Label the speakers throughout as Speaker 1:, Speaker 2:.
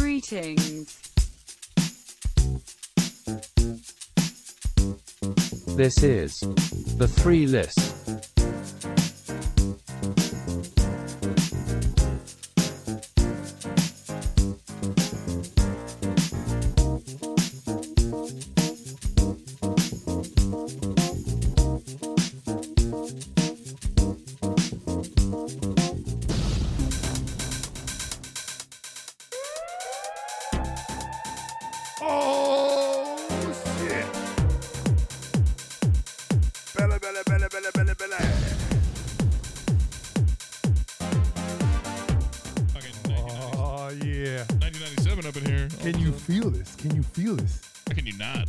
Speaker 1: Greetings.
Speaker 2: This is the free list.
Speaker 3: Oh shit! Bella, bella, bella, bella, bella, bella.
Speaker 4: Fucking 1990
Speaker 5: Oh yeah.
Speaker 4: 1997 up in here.
Speaker 5: Can
Speaker 4: All
Speaker 5: you
Speaker 4: of a sudden.
Speaker 5: feel this? Can you feel this?
Speaker 4: How can you not?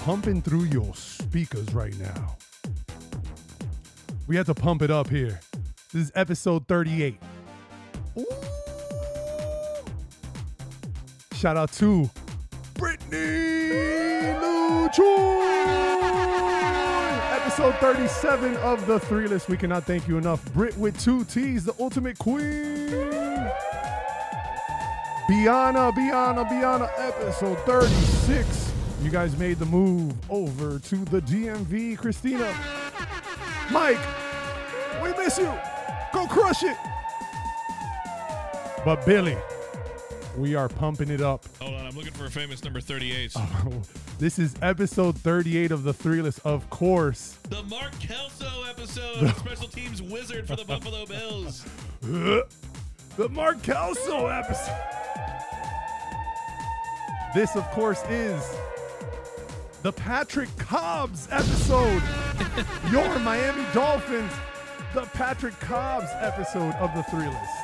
Speaker 5: Pumping through your speakers right now. We have to pump it up here. This is episode 38. Ooh. Shout out to Brittany Luchon. Episode 37 of the three list. We cannot thank you enough. Brit with two T's, the ultimate queen. Biana, Biana, Biana, episode 36. You guys made the move over to the DMV. Christina, Mike, we miss you. Go crush it. But Billy, we are pumping it up.
Speaker 4: Hold on, I'm looking for a famous number 38.
Speaker 5: this is episode 38 of the three list. Of course,
Speaker 4: The Mark Kelso episode, special teams wizard for the Buffalo Bills.
Speaker 5: the Mark Kelso episode. This, of course, is the Patrick Cobbs episode. Your Miami Dolphins, the Patrick Cobbs episode of the three list.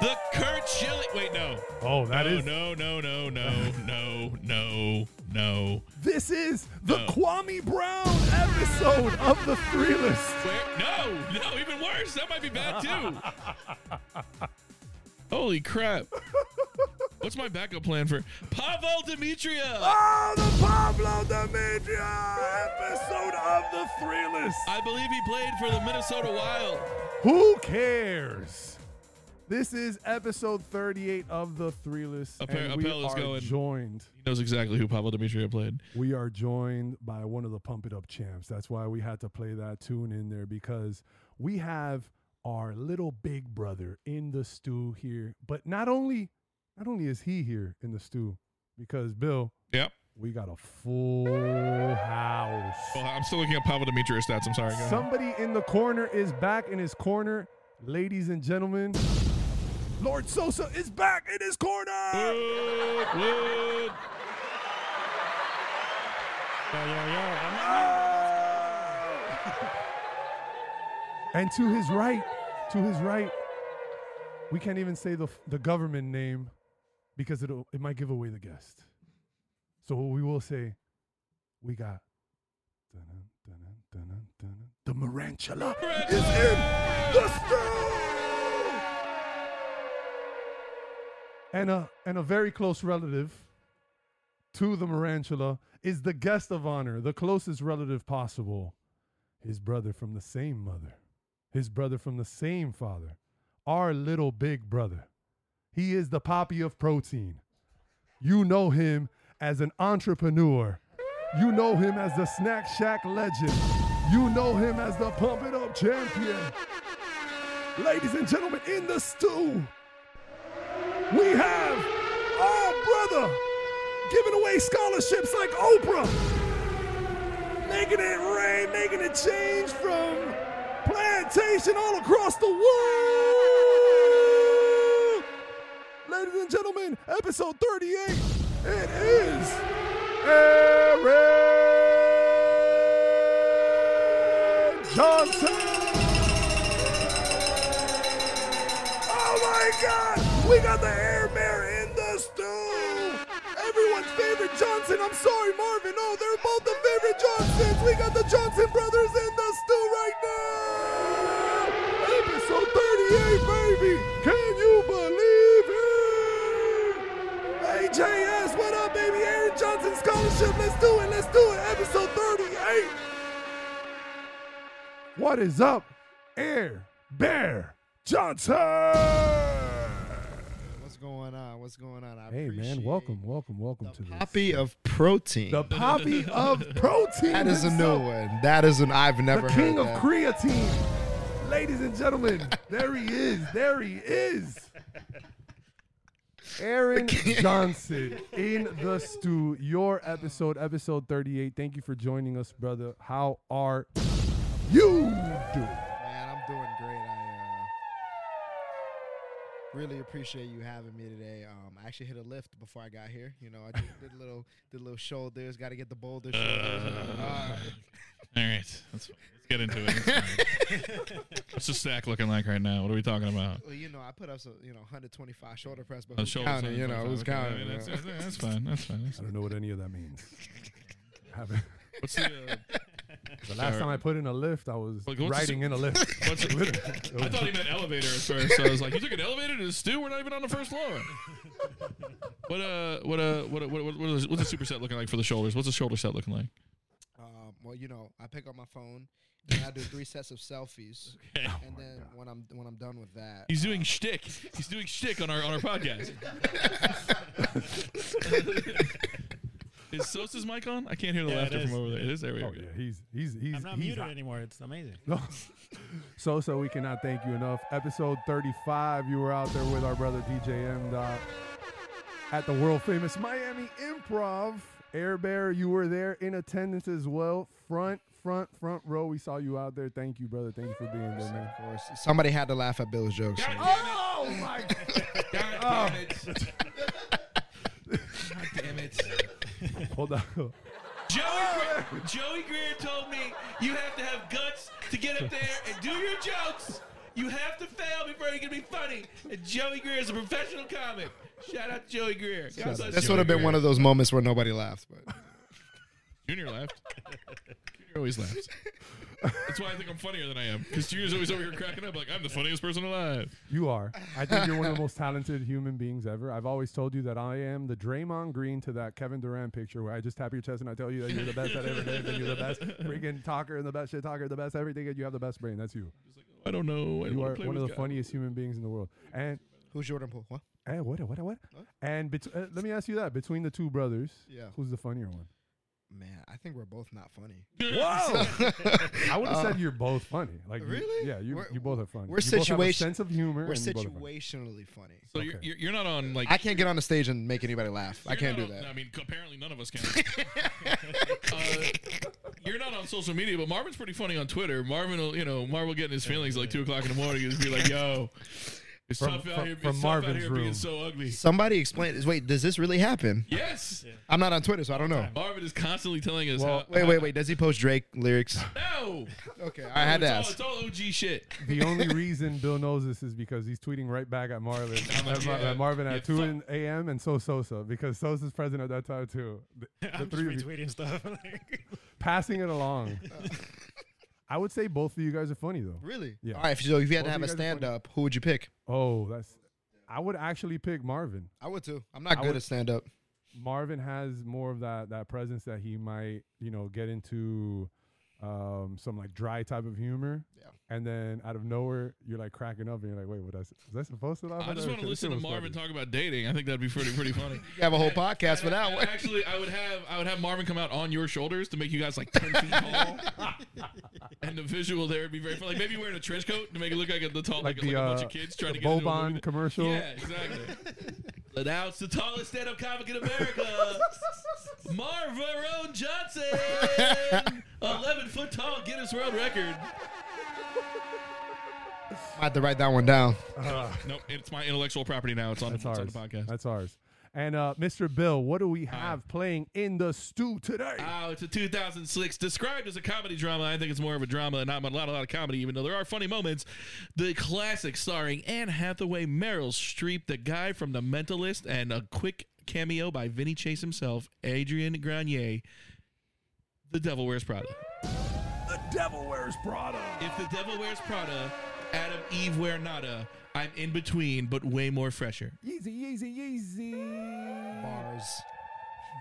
Speaker 4: The Kurt Schilling. Wait, no.
Speaker 5: Oh, that
Speaker 4: no,
Speaker 5: is.
Speaker 4: no, no, no, no, no, no, no.
Speaker 5: This is the
Speaker 4: No.
Speaker 5: Kwame Brown episode of the three list.
Speaker 4: Where? No, no, even worse. That might be bad too. Holy crap. What's my backup plan for Pavel Demetria?
Speaker 5: Ah,
Speaker 3: Oh, the Pablo Demetria episode of the Three List.
Speaker 4: I believe he played for the Minnesota Wild.
Speaker 5: Who cares? This is episode 38 of the three list.
Speaker 4: Appel-
Speaker 5: and we
Speaker 4: Appel is
Speaker 5: are
Speaker 4: going.
Speaker 5: joined.
Speaker 4: He knows exactly who Pavel Demetria played.
Speaker 5: We are joined by one of the Pump It Up champs. That's why we had to play that tune in there because we have our little big brother in the stew here. But not only not only is he here in the stew, because Bill,
Speaker 4: Yep.
Speaker 5: we got a full house.
Speaker 4: Well, I'm still looking at Pavel Demetria stats. I'm sorry. Go ahead.
Speaker 5: Somebody in the corner is back in his corner. Ladies and gentlemen, Lord Sosa is back in his corner.
Speaker 4: Wood, Wood.
Speaker 5: And to his right, to his right, we can't even say the, the government name because it'll, it might give away the guest. So what we will say, we got dun-dun, dun-dun, dun-dun, dun-dun. the Marantula is in the stew. And a, and a very close relative to the Marantula is the guest of honor, the closest relative possible his brother from the same mother, his brother from the same father, our little big brother. He is the poppy of protein. You know him as an entrepreneur. You know him as the Snack Shack legend. You know him as the Pump It Up champion. Ladies and gentlemen, in the stew, we have our brother giving away scholarships like Oprah making it rain, making it change from plantation all across the world. Ladies and gentlemen, episode 38, it is Eric Johnson.
Speaker 3: Oh my God! We got the Air Bear in the stew.
Speaker 5: Everyone's favorite Johnson. I'm sorry, Marvin. Oh, they're both the favorite Johnsons. We got the Johnson brothers in the stew right now. Episode 38, baby. Can you believe it? AJS, what up, baby? Aaron Johnson scholarship. Let's do it. Let's do it. Episode 38. What is up, Air Bear Johnson?
Speaker 3: Turn.
Speaker 4: Let's
Speaker 1: going on? What's going on? I
Speaker 5: Hey man,
Speaker 1: appreciate
Speaker 5: welcome, welcome, welcome to
Speaker 1: The
Speaker 5: this.
Speaker 1: poppy of protein.
Speaker 5: The poppy of protein.
Speaker 1: that is a new
Speaker 5: himself.
Speaker 1: one. That is an I've never
Speaker 5: The
Speaker 1: heard
Speaker 5: king of
Speaker 1: that.
Speaker 5: creatine. Ladies and gentlemen, there he is. There he is. Aaron Johnson in the stew. Your episode, episode 38. Thank you for joining us, brother. How are you doing?
Speaker 1: Man, I'm doing great. I uh, really appreciate you having me today. Um, I actually hit a lift before I got here. You know, I did, did a little, did a little shoulders. Got to get the boulder shoulders. Uh,
Speaker 4: All right, that's fine. let's get into it. That's fine. What's the stack looking like right now? What are we talking about?
Speaker 1: well, you know, I put up some, you know, 125 shoulder press, but
Speaker 4: Uh,
Speaker 1: who's
Speaker 4: shoulders
Speaker 1: counting? You know,
Speaker 4: 125.
Speaker 1: who's
Speaker 4: Okay,
Speaker 1: counting?
Speaker 4: I mean,
Speaker 1: you
Speaker 4: that's,
Speaker 1: know?
Speaker 4: that's- that's fine. That's fine. That's
Speaker 5: I
Speaker 4: fine.
Speaker 5: don't know what any of that means. Haven't-
Speaker 4: What's the? Uh,
Speaker 5: the last time I put in a lift, I was
Speaker 4: Like, what's the
Speaker 5: riding
Speaker 4: si-
Speaker 5: in a lift.
Speaker 4: what's the-
Speaker 5: Literally.
Speaker 4: I thought he meant elevator at first. So I was like, "You took an elevator to the stew? We're not even on the first floor." What uh, what uh, what what what, what is, what's the superset looking like for the shoulders? What's the shoulder set looking like?
Speaker 1: Um, well, you know, I pick up my phone and I do three sets of selfies, and then when I'm when I'm done with that,
Speaker 4: He's doing shtick. He's doing shtick on our on our podcast. is Sosa's mic on? I can't hear the
Speaker 6: Yeah, it
Speaker 4: laughter
Speaker 6: is.
Speaker 4: from over there. It is. There we
Speaker 5: Oh
Speaker 4: go.
Speaker 5: yeah, he's he's he's
Speaker 6: I'm not
Speaker 5: he's
Speaker 6: muted
Speaker 5: hot.
Speaker 6: anymore. It's amazing.
Speaker 5: No. so so we cannot thank you enough. Episode 35, you were out there with our brother DJ M Dot at the world famous Miami Improv. Air Bear, you were there in attendance as well. Front, front, front row. We saw you out there. Thank you, brother. Thank you for being there, man.
Speaker 1: of course, somebody had to laugh at Bill's jokes. so-
Speaker 5: Oh my
Speaker 4: God damn it! God damn it!
Speaker 5: Hold on.
Speaker 4: Joey, Gre- Joey Greer told me you have to have guts to get up there and do your jokes. You have to fail before you can be funny. And Joey Greer is a professional comic. Shout out to Joey Greer. God bless
Speaker 1: This
Speaker 4: Joey
Speaker 1: would have been
Speaker 4: Greer.
Speaker 1: one of those moments where nobody laughed, but
Speaker 4: Junior laughed. Junior always laughs. That's why I think I'm funnier than I am. Because Junior's always over here cracking up like I'm the funniest person alive.
Speaker 5: You are. I think you're one of the most talented human beings ever. I've always told you that I am the Draymond Green to that Kevin Durant picture where I just tap your chest and I tell you that you're the best at everything, and you're the best freaking talker and the best shit talker, the best everything, and you have the best brain. That's you.
Speaker 4: I don't know. I
Speaker 5: You
Speaker 4: wanna
Speaker 5: are
Speaker 4: play
Speaker 5: one of
Speaker 4: with
Speaker 5: the
Speaker 4: God.
Speaker 5: funniest human beings in the world. And
Speaker 1: who's Jordan Poole? What?
Speaker 5: and what what what?
Speaker 1: Huh?
Speaker 5: And bet- uh, let me ask you that: between the two brothers,
Speaker 1: Yeah.
Speaker 5: who's the funnier one?
Speaker 1: Man, I think we're both not funny.
Speaker 5: Whoa! I would have said you're both funny. Like you-
Speaker 1: Really?
Speaker 5: yeah, you
Speaker 1: We're-
Speaker 5: you both are funny.
Speaker 1: we're
Speaker 5: you both have a
Speaker 1: situation-
Speaker 5: sense of humor.
Speaker 1: We're
Speaker 5: and you both are funny.
Speaker 1: situationally funny.
Speaker 4: So you're,
Speaker 5: Okay.
Speaker 4: you're, you're not on like.
Speaker 1: I can't get on the stage and make anybody laugh. I
Speaker 4: you're
Speaker 1: can't
Speaker 4: not
Speaker 1: do
Speaker 4: on- I
Speaker 1: that.
Speaker 4: mean, c- apparently none of us can. uh, you're not on social media, but Marvin's pretty funny on Twitter. Marvin will, you know, Marvin will get in his feelings like two o'clock in the morning. He'll just be like, "Yo, it's
Speaker 5: From-
Speaker 4: tough out
Speaker 5: from-
Speaker 4: here.
Speaker 5: from
Speaker 4: it's tough out
Speaker 5: Marvin's
Speaker 4: here
Speaker 5: room.
Speaker 4: being so ugly."
Speaker 1: Somebody explain this. Wait, does this really happen?
Speaker 4: Yes,
Speaker 1: I'm not on Twitter, so I don't know.
Speaker 4: Marvin is constantly telling us.
Speaker 5: Well,
Speaker 4: how,
Speaker 1: Wait, wait, wait. Does he post Drake lyrics?
Speaker 4: No,
Speaker 1: Okay, I had to
Speaker 4: it's all,
Speaker 1: ask.
Speaker 4: it's all OG shit.
Speaker 5: The only reason Bill knows this is because he's tweeting right back at Marvin, at, Mar-
Speaker 4: yeah.
Speaker 5: at Marvin
Speaker 4: Yeah,
Speaker 5: at two
Speaker 4: fuck.
Speaker 5: in a.m. and so Sosa because Sosa's present at that time too. The, the
Speaker 6: I'm just
Speaker 5: three of you
Speaker 6: retweeting stuff. Like,
Speaker 5: passing it along. I would say both of you guys are funny though.
Speaker 1: Really?
Speaker 5: Yeah.
Speaker 1: All right. So if you had
Speaker 5: Both
Speaker 1: to have
Speaker 5: you
Speaker 1: a
Speaker 5: guys are funny.
Speaker 1: stand up, who would you pick?
Speaker 5: Oh, that's. I would actually pick Marvin.
Speaker 1: I would too. I'm not
Speaker 5: I
Speaker 1: good
Speaker 5: would-
Speaker 1: at stand up.
Speaker 5: Marvin has more of that that presence that he might you know get into um, some like dry type of humor.
Speaker 1: Yeah.
Speaker 5: And then out of nowhere, you're like cracking up and you're like, wait, what? I s- Was that supposed to laugh?
Speaker 4: I
Speaker 5: at
Speaker 4: just
Speaker 5: that?
Speaker 4: want to
Speaker 5: This
Speaker 4: listen
Speaker 5: shit
Speaker 4: to
Speaker 5: was
Speaker 4: Marvin
Speaker 5: funny.
Speaker 4: talk about dating. I think that'd be pretty pretty funny.
Speaker 1: You have a whole podcast for that
Speaker 4: And
Speaker 1: one.
Speaker 4: Actually, I would have I would have Marvin come out on your shoulders to make you guys like ten feet tall, and the visual there would be very fun. Like maybe wearing a trench coat to make it look like a, the tall
Speaker 5: Like
Speaker 4: like,
Speaker 5: the,
Speaker 4: like a bunch
Speaker 5: uh,
Speaker 4: of kids trying
Speaker 5: the
Speaker 4: to get into a
Speaker 5: Bobon
Speaker 4: movie.
Speaker 5: commercial.
Speaker 4: Yeah, exactly. but now it's the tallest stand-up comic in America, Marvin Roan Johnson, eleven foot tall Guinness World Record.
Speaker 1: I had to write that one down.
Speaker 4: Nope, it's my intellectual property now. It's on,
Speaker 5: That's
Speaker 4: it's on
Speaker 5: ours.
Speaker 4: the podcast.
Speaker 5: That's ours. And uh, Mr. Bill, what do we have playing in the stew today?
Speaker 4: Oh, it's a 2006. Described as a comedy drama, I think it's more of a drama and not a lot, a lot of comedy, even though there are funny moments. The classic starring Anne Hathaway, Meryl Streep, the guy from The Mentalist, and a quick cameo by Vinny Chase himself, Adrian Grenier. The Devil Wears Prada.
Speaker 3: The devil wears Prada.
Speaker 4: If The Devil Wears Prada, Adam Eve Wear Nada, I'm in between, but way more fresher.
Speaker 5: Yeezy, Yeezy, Yeezy.
Speaker 1: Bars.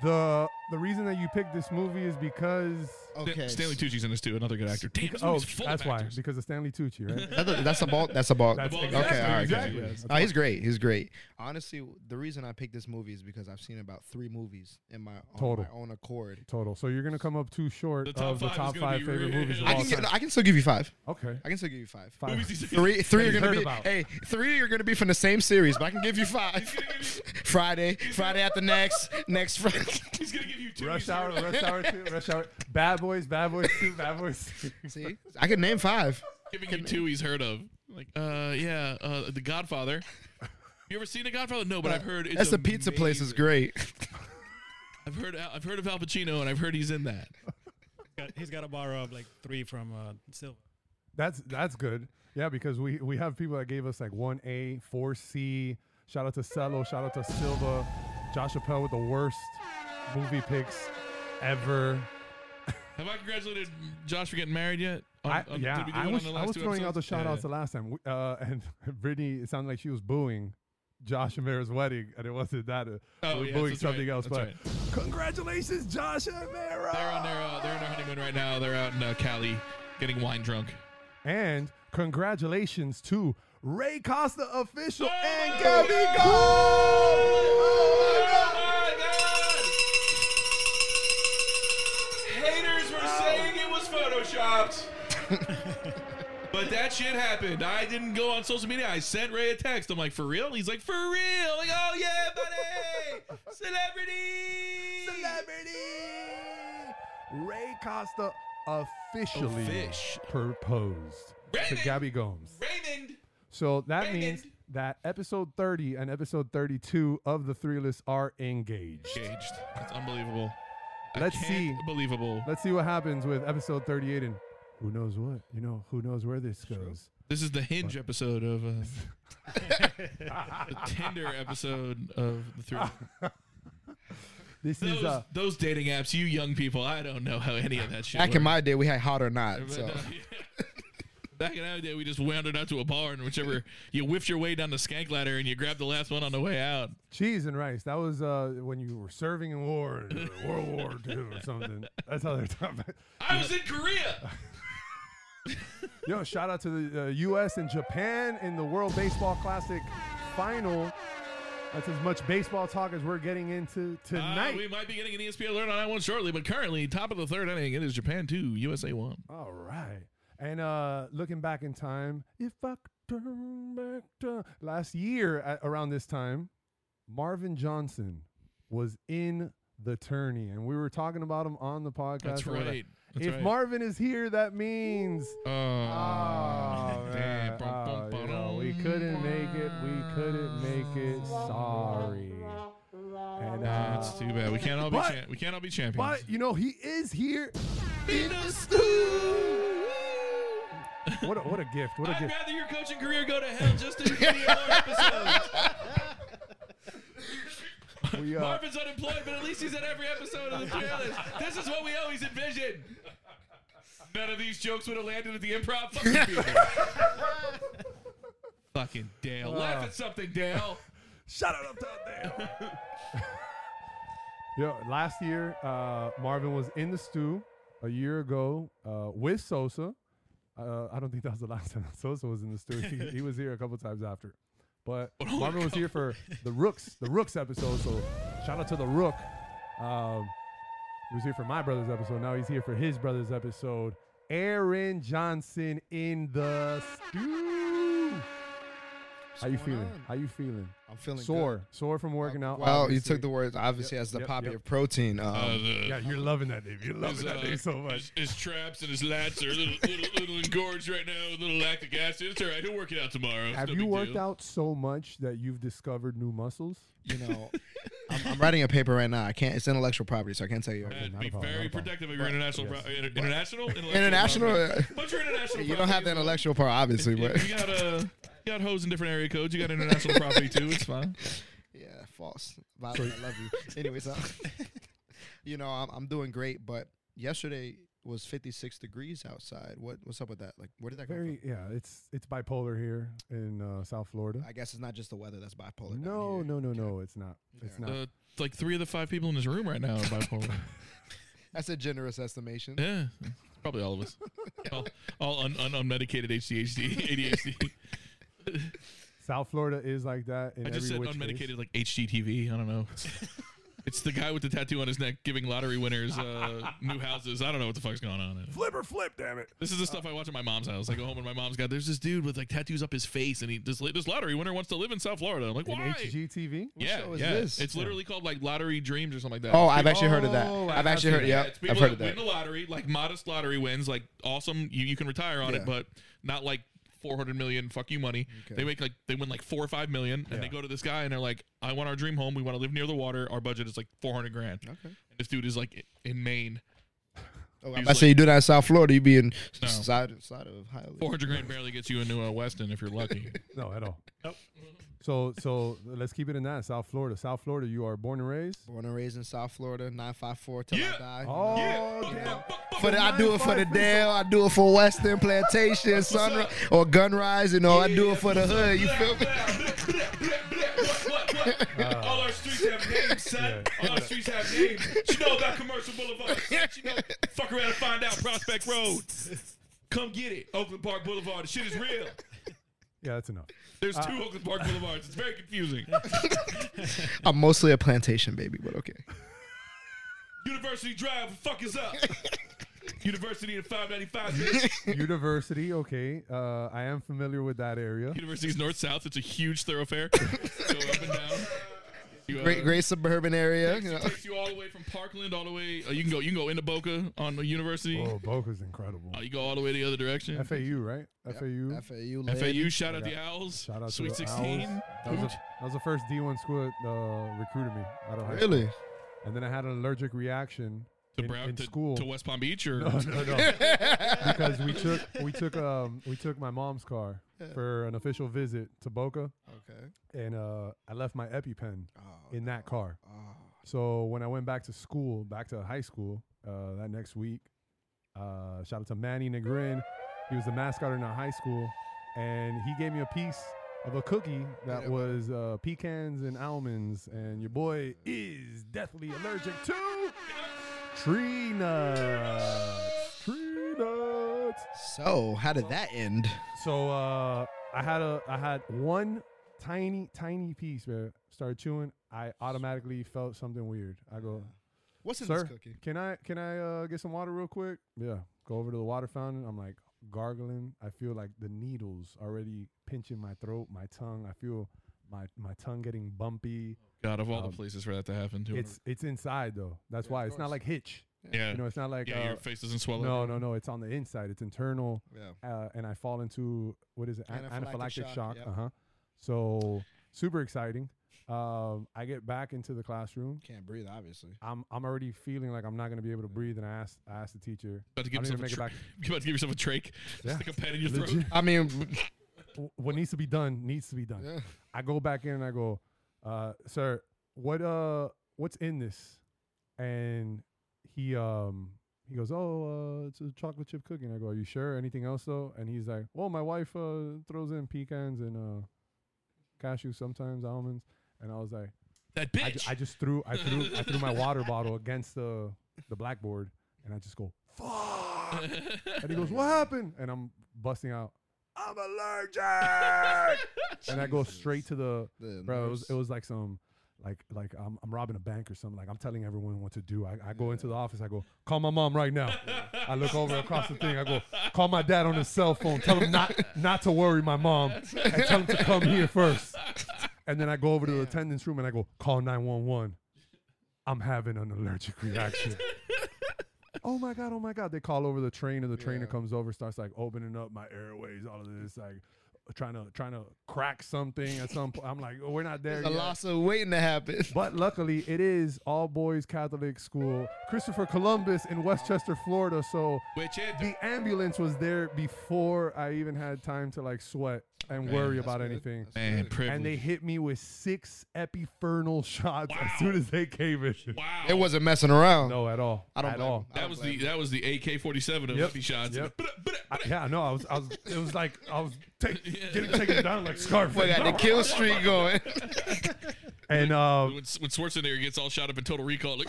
Speaker 5: The The reason that you picked this movie is because
Speaker 1: Okay.
Speaker 4: Stanley Tucci's in this too. Another good actor. Damn, this
Speaker 5: oh,
Speaker 4: movie's full
Speaker 5: that's
Speaker 4: of
Speaker 5: why
Speaker 4: actors.
Speaker 5: because of Stanley Tucci, right?
Speaker 1: That's, that's a ball. That's a ball.
Speaker 5: That's
Speaker 1: okay,
Speaker 4: exactly-
Speaker 1: all right.
Speaker 4: exactly.
Speaker 1: good.
Speaker 5: That's
Speaker 1: Uh, he's great. He's great. Honestly, the reason I picked this movie is because I've seen about three movies in my, on
Speaker 5: Total.
Speaker 1: my own accord.
Speaker 5: Total. So you're gonna come up too short
Speaker 4: The top
Speaker 5: of the
Speaker 4: five is
Speaker 5: top
Speaker 4: gonna
Speaker 5: five
Speaker 4: be
Speaker 5: favorite
Speaker 4: real.
Speaker 5: movies of
Speaker 4: I
Speaker 1: I
Speaker 5: all
Speaker 1: can,
Speaker 5: time.
Speaker 1: get, I can still give you five.
Speaker 5: Okay,
Speaker 1: I can still give you five.
Speaker 5: five.
Speaker 4: Movies he's-
Speaker 1: Three, three are
Speaker 5: you
Speaker 1: gonna
Speaker 5: heard
Speaker 1: be
Speaker 5: about.
Speaker 1: hey, three are gonna be from the same series, but I can give you five. Friday, Friday after next, next Friday.
Speaker 4: He's gonna give you two.
Speaker 5: Rush Hour, Rush Hour Two, Rush Hour, Bad Boys, Bad Boys Two, Bad Boys. Three.
Speaker 1: See, I can name five.
Speaker 4: giving you two he's heard of. Like, uh, yeah, uh, The Godfather. You ever seen The Godfather? No, but I've heard it's
Speaker 1: That's a pizza place. Is
Speaker 4: amazing.
Speaker 1: great.
Speaker 4: I've heard Al- I've heard of Al Pacino, and I've heard he's in that.
Speaker 6: Got- He's got to borrow up like three from uh, Silva.
Speaker 5: That's that's good. Yeah, because we we have people that gave us like one A, four C. Shout out to Cello. Shout out to Silva. Josh Chappelle with the worst movie picks ever.
Speaker 4: Have I congratulated Josh for getting married yet? On-
Speaker 5: I,
Speaker 4: on-
Speaker 5: yeah,
Speaker 4: did we do
Speaker 5: I
Speaker 4: it on
Speaker 5: was,
Speaker 4: the
Speaker 5: I
Speaker 4: last
Speaker 5: was
Speaker 4: two
Speaker 5: throwing out the
Speaker 4: episodes?
Speaker 5: shout
Speaker 4: Yeah,
Speaker 5: outs the last time. We- Uh, and Brittany, it sounded like she was booing Josh and Mara's wedding, and it wasn't that. Uh,
Speaker 4: yeah.
Speaker 5: we
Speaker 4: Oh,
Speaker 5: were
Speaker 4: yes,
Speaker 5: booing
Speaker 4: that's
Speaker 5: something
Speaker 4: right,
Speaker 5: else.
Speaker 4: that's
Speaker 5: But
Speaker 4: right.
Speaker 5: congratulations, Josh and
Speaker 4: They're on
Speaker 5: Mara!
Speaker 4: their uh, they're on their honeymoon right now. They're out in uh, Cali getting wine drunk.
Speaker 5: And congratulations to Ray Costa Official
Speaker 4: Oh
Speaker 5: and
Speaker 4: my
Speaker 5: Gabby
Speaker 4: God!
Speaker 5: Gold! Oh my God!
Speaker 4: Haters were saying it was photoshopped. But that shit happened. I didn't go on social media. I sent Ray a text. I'm like, for real? He's like, for real? Like, oh yeah, buddy, celebrity,
Speaker 5: Celebrity! Ray Costa officially
Speaker 4: Offish.
Speaker 5: proposed to
Speaker 4: Raymond.
Speaker 5: Gabby Gomes.
Speaker 4: Raymond.
Speaker 5: So that
Speaker 4: Raymond.
Speaker 5: means that episode 30 and episode 32 of the three list are engaged.
Speaker 4: Engaged. That's unbelievable.
Speaker 5: Let's
Speaker 4: I can't
Speaker 5: see.
Speaker 4: Believable.
Speaker 5: Let's see what happens with episode 38 and who knows what. You know, who knows where this goes.
Speaker 4: This is the Hinge episode of uh, the Tinder episode of the three.
Speaker 5: This
Speaker 4: Those,
Speaker 5: is uh
Speaker 4: those dating apps, you young people, I don't know how any of that shit.
Speaker 1: Back in
Speaker 4: works.
Speaker 1: my day, we had hot or not. So
Speaker 4: But, uh, yeah. Back in our day, we just wandered out to a bar and whichever you whiffed your way down the skank ladder and you grabbed the last one on the way out.
Speaker 5: cheese and rice. That was uh when you were serving in war, or World War II or something. That's how they're talking about.
Speaker 4: I was in Korea.
Speaker 5: Yo, shout out to the uh, U.S. and Japan in the World Baseball Classic final. That's as much baseball talk as we're getting into
Speaker 4: Uh,
Speaker 5: tonight.
Speaker 4: we might be getting an ESP alert on that one shortly, but currently, top of the third inning, it is Japan 2, USA 1.
Speaker 5: All right. And uh, looking back in time, if I could turn back time, last year at, around this time, Marvin Johnson was in the tourney, and we were talking about him on the podcast.
Speaker 4: That's
Speaker 5: and we're like,
Speaker 4: right. That's
Speaker 5: if
Speaker 4: right.
Speaker 5: Marvin is here, that means. Oh,
Speaker 4: Oh,
Speaker 5: man.
Speaker 4: damn. Bum, bum,
Speaker 5: Oh, you
Speaker 4: bum.
Speaker 5: know, we couldn't make it. We couldn't make it. Sorry. And uh,
Speaker 4: That's too bad. We can't all be
Speaker 5: But-
Speaker 4: cha- we can't all be champions.
Speaker 5: but you know he is here. What a, what a gift! What a
Speaker 4: I'd
Speaker 5: gift!
Speaker 4: rather your coaching career go to hell just to hear more episodes.
Speaker 5: We, uh,
Speaker 4: Marvin's unemployed, but at least he's at every episode of the trailers. This is what we always envisioned. None of these jokes would have landed at the improv. Fucking, people. Fucking Dale. Laugh at something, Dale.
Speaker 5: Shut it up down there. Yo, last year, uh, Marvin was in the stew a year ago uh, with Sosa. Uh, I don't think that was the last time Sosa was in the stew. He, he was here a couple times after. But
Speaker 1: Oh
Speaker 5: Marvin was here for the Rooks, the Rooks episode. So shout out to the Rook. Um, he was here for my brother's episode. Now he's here for his brother's episode. Aaron Johnson in the stew. How you
Speaker 1: What's going
Speaker 5: feeling?
Speaker 1: on?
Speaker 5: How you feeling?
Speaker 1: I'm feeling
Speaker 5: sore,
Speaker 1: Good.
Speaker 5: sore from working out.
Speaker 1: Well,
Speaker 5: obviously.
Speaker 1: you took the words obviously as the
Speaker 5: yep,
Speaker 1: poppy
Speaker 5: yep.
Speaker 1: of protein. Um,
Speaker 5: Yeah, you're loving that name. You're loving
Speaker 4: His,
Speaker 5: that
Speaker 4: uh,
Speaker 5: name so much.
Speaker 4: His, Uh, his traps and his lats are a little, little, little engorged right now, a little lactic acid. It's all right. He'll work it out tomorrow. It's
Speaker 5: Have
Speaker 4: no
Speaker 5: you
Speaker 4: big
Speaker 5: worked
Speaker 4: deal.
Speaker 5: out so much that you've discovered new muscles?
Speaker 1: you know, I'm, I'm writing a paper right now. I can't. It's intellectual property, so I can't tell you.
Speaker 4: That'd
Speaker 1: everything.
Speaker 5: Not
Speaker 4: be
Speaker 5: a problem,
Speaker 4: very
Speaker 5: not a problem.
Speaker 4: protective of your international,
Speaker 5: yes.
Speaker 4: pro- inter- international, Intellectual
Speaker 1: International,
Speaker 4: property.
Speaker 1: uh,
Speaker 4: But your international,
Speaker 1: You don't have the
Speaker 4: property,
Speaker 1: intellectual part, obviously,
Speaker 4: You,
Speaker 1: but
Speaker 4: you got uh, you got hoes in different area codes. You got international property too. It's fine.
Speaker 1: yeah, false. Violet, I love you. Anyways, uh, you know, I'm, I'm doing great, but yesterday was 56 degrees outside. What what's up with that? Like, where did that come
Speaker 5: Very, yeah. It's it's bipolar here in uh, South Florida.
Speaker 1: from? I guess it's not just the weather that's bipolar. down
Speaker 5: No,
Speaker 1: here.
Speaker 5: no, no, no. It's not. It's
Speaker 1: Yeah.
Speaker 5: not.
Speaker 4: Uh, like three of the five people in this room right now are bipolar.
Speaker 1: That's a generous estimation.
Speaker 4: yeah, it's probably all of us. All, all un, un, unmedicated HDHD, ADHD.
Speaker 5: South Florida is like that. In
Speaker 4: I just said
Speaker 5: every which
Speaker 4: unmedicated
Speaker 5: case.
Speaker 4: like HGTV. I don't know. It's, it's the guy with the tattoo on his neck giving lottery winners uh, new houses. I don't know what the fuck's going on.
Speaker 3: Flip or flip, damn it.
Speaker 4: This is the stuff I watch at my mom's house. I go home and my mom's got there's this dude with like tattoos up his face, and he this this lottery winner wants to live in South Florida. I'm like, why?
Speaker 5: In HGTV.
Speaker 4: yeah,
Speaker 1: show is
Speaker 4: yeah.
Speaker 1: this?
Speaker 4: It's literally called like Lottery Dreams or something like that.
Speaker 1: Oh,
Speaker 4: It's
Speaker 1: I've
Speaker 4: people-
Speaker 1: actually heard of that.
Speaker 5: Oh, I
Speaker 1: I've
Speaker 5: have
Speaker 1: actually
Speaker 5: seen
Speaker 1: heard.
Speaker 5: that.
Speaker 4: yeah,
Speaker 1: Yeah,
Speaker 4: it's people
Speaker 1: I've heard
Speaker 4: that
Speaker 1: of that.
Speaker 4: win the lottery, like modest lottery wins, like awesome. You you can retire on it,
Speaker 1: Yeah.
Speaker 4: but not like four hundred million. Fuck you, money.
Speaker 1: Okay.
Speaker 4: They make like they win like four or five million, and they go to this guy and they're like, "I want our dream home. We want to live near the water. Our budget is like four hundred grand." Okay. And this dude is like in Maine,
Speaker 1: Oh,
Speaker 4: He's
Speaker 1: I say
Speaker 4: like-
Speaker 1: you do that in South Florida, you be in
Speaker 4: No.
Speaker 1: side side of Highland.
Speaker 4: four hundred grand barely gets you into uh, Weston if you're lucky.
Speaker 5: No, at all. Nope. So, so let's keep it in that. South Florida. South Florida. You are born and raised.
Speaker 1: Born and raised in South Florida, nine five four till
Speaker 4: Yeah.
Speaker 1: I die.
Speaker 5: Oh,
Speaker 4: Yeah.
Speaker 5: damn.
Speaker 1: For the, I do it for the
Speaker 5: 954.
Speaker 1: Dale, I do it for Western Plantation, Sunrise, or Gunrise, you know, I do it for the hood. You feel me?
Speaker 4: All our streets have names, son. All our streets have names. You know about Commercial Boulevard. son. You know, fuck around and find out. Prospect Road. Come get it. Oakland Park Boulevard. The shit is real.
Speaker 5: Yeah, that's enough.
Speaker 4: There's two Oakland Park Boulevards. It's very confusing.
Speaker 1: I'm mostly a plantation baby, but okay.
Speaker 5: Uh,
Speaker 4: University Drive, fuck is up. University and 595. bitch.
Speaker 5: University. Okay, uh, I am familiar with that area.
Speaker 4: University's north south. It's a huge thoroughfare. Go up and down. You, uh,
Speaker 1: Great, great suburban area. You know.
Speaker 4: It takes you all the way from Parkland all the way. Uh, you can go. You can go into Boca on the University.
Speaker 5: Oh, Boca's incredible.
Speaker 4: Uh, you go all the way the other direction.
Speaker 5: FAU, right? FAU.
Speaker 1: FAU,
Speaker 4: FAU.
Speaker 1: Lynn.
Speaker 4: Shout out the Owls.
Speaker 5: Shout out
Speaker 4: Sweet
Speaker 5: to the
Speaker 4: 16.
Speaker 5: Owls. That was, the- that was the first D1 school that uh, recruited me out of high school.
Speaker 1: Really?
Speaker 5: And then I had an allergic reaction
Speaker 4: To,
Speaker 5: in,
Speaker 4: Brown,
Speaker 5: in
Speaker 4: to,
Speaker 5: school.
Speaker 4: to West Palm Beach or
Speaker 5: No, no, no. because we took we took um we took my mom's car for an official visit to Boca,
Speaker 1: Okay.
Speaker 5: and uh, I left my EpiPen
Speaker 1: Oh,
Speaker 5: in that car. So when I went back to school, back to high school uh, that next week, uh, shout out to Manny Negrin. He was the mascot in our high school, and he gave me a piece of a cookie that
Speaker 1: Yeah,
Speaker 5: was uh, pecans and almonds, and your boy is deathly allergic to tree nuts. Tree nuts.
Speaker 1: So, how did that end?
Speaker 5: So uh, I had a I had one tiny tiny piece, man. Started chewing. I automatically felt something weird. I go,
Speaker 1: What's in
Speaker 5: sir,
Speaker 1: this cookie?
Speaker 5: can I can I uh, get some water real quick? Yeah. Go over to the water fountain. I'm like gargling. I feel like the needles already pinching my throat, my tongue. I feel my my tongue getting bumpy.
Speaker 4: God of all
Speaker 5: Um,
Speaker 4: the places for that to happen to.
Speaker 5: It's it's inside though. That's why it's not like Hitch.
Speaker 4: yeah,
Speaker 5: You know, it's not like
Speaker 4: yeah.
Speaker 5: uh,
Speaker 4: your face doesn't swell.
Speaker 5: no
Speaker 4: up.
Speaker 5: no no. It's on the inside. It's internal
Speaker 1: Yeah.
Speaker 5: uh, and I fall into what is it? An-
Speaker 1: Anaphylactic
Speaker 5: anaphylactic
Speaker 1: shock,
Speaker 5: shock.
Speaker 1: yep.
Speaker 5: Uh huh. So super exciting. Um, I get back into the classroom.
Speaker 1: Can't breathe, obviously.
Speaker 5: I'm I'm already feeling like I'm not gonna be able to breathe, and I asked I asked the teacher.
Speaker 4: About to
Speaker 5: I
Speaker 4: give
Speaker 5: don't
Speaker 4: yourself
Speaker 5: even
Speaker 4: a
Speaker 5: make it
Speaker 4: tra-
Speaker 5: back.
Speaker 4: you about to give yourself a trach.
Speaker 5: Yeah.
Speaker 4: Stick a pen in your throat.
Speaker 5: Legit.
Speaker 1: I mean,
Speaker 5: W- What needs to be done needs to be done.
Speaker 1: yeah.
Speaker 5: I go back in and I go, uh, sir, what uh what's in this? And he um he goes, Oh, uh, it's a chocolate chip cookie. And I go, Are you sure? Anything else though? And he's like, Well, my wife uh, throws in pecans and uh cashews sometimes, almonds. And I was like,
Speaker 4: That
Speaker 5: I, ju-
Speaker 4: bitch.
Speaker 5: I just threw I threw I threw my water bottle against the the blackboard and I just go, Fuck And he goes, What happened? And I'm busting out.
Speaker 3: I'm allergic.
Speaker 5: And I go
Speaker 1: Jesus.
Speaker 5: straight to the
Speaker 1: The
Speaker 5: bro. It was,
Speaker 1: nurse.
Speaker 5: it was like some, like like I'm, I'm robbing a bank or something. Like I'm telling everyone what to do. I, I go into the office. I go call my mom right now. I look over across the thing. I go call my dad on his cell phone. Tell him not not to worry my mom and tell him to come here first. And then I go over to the attendance room and I go call 911. I'm having an allergic reaction. Oh my god! Oh my god! They call over the trainer. The trainer comes over, starts like opening up my airways, all of this, like trying to trying to crack something at some point. I'm like, oh, we're not there.
Speaker 1: a
Speaker 5: yet."
Speaker 1: loss of waiting to happen.
Speaker 5: But luckily, it is all boys Catholic school, Christopher Columbus in Westchester, Florida. So
Speaker 4: Which it?
Speaker 5: the ambulance was there before I even had time to like sweat and worry
Speaker 1: That's
Speaker 5: about
Speaker 1: good.
Speaker 5: anything.
Speaker 1: That's
Speaker 4: Man,
Speaker 1: good.
Speaker 4: privilege.
Speaker 5: And they hit me with six epifernal shots
Speaker 4: Wow.
Speaker 5: as soon as they came in.
Speaker 4: wow.
Speaker 1: it wasn't messing around.
Speaker 5: No, at all.
Speaker 1: I don't
Speaker 5: at
Speaker 1: blame
Speaker 5: all.
Speaker 1: him. I
Speaker 4: That
Speaker 1: don't
Speaker 4: was
Speaker 1: blame
Speaker 4: the
Speaker 1: him.
Speaker 4: that was the AK forty seven of
Speaker 5: Yep.
Speaker 4: 50 shots.
Speaker 5: Yep.
Speaker 4: Bada, bada,
Speaker 5: I,
Speaker 4: bada.
Speaker 5: yeah, no, I was, I was, it was like I was take, getting taken down like Scarface.
Speaker 1: Boy, got the kill streak going.
Speaker 5: And uh,
Speaker 4: When, when Schwarzenegger gets all shot up in Total Recall, like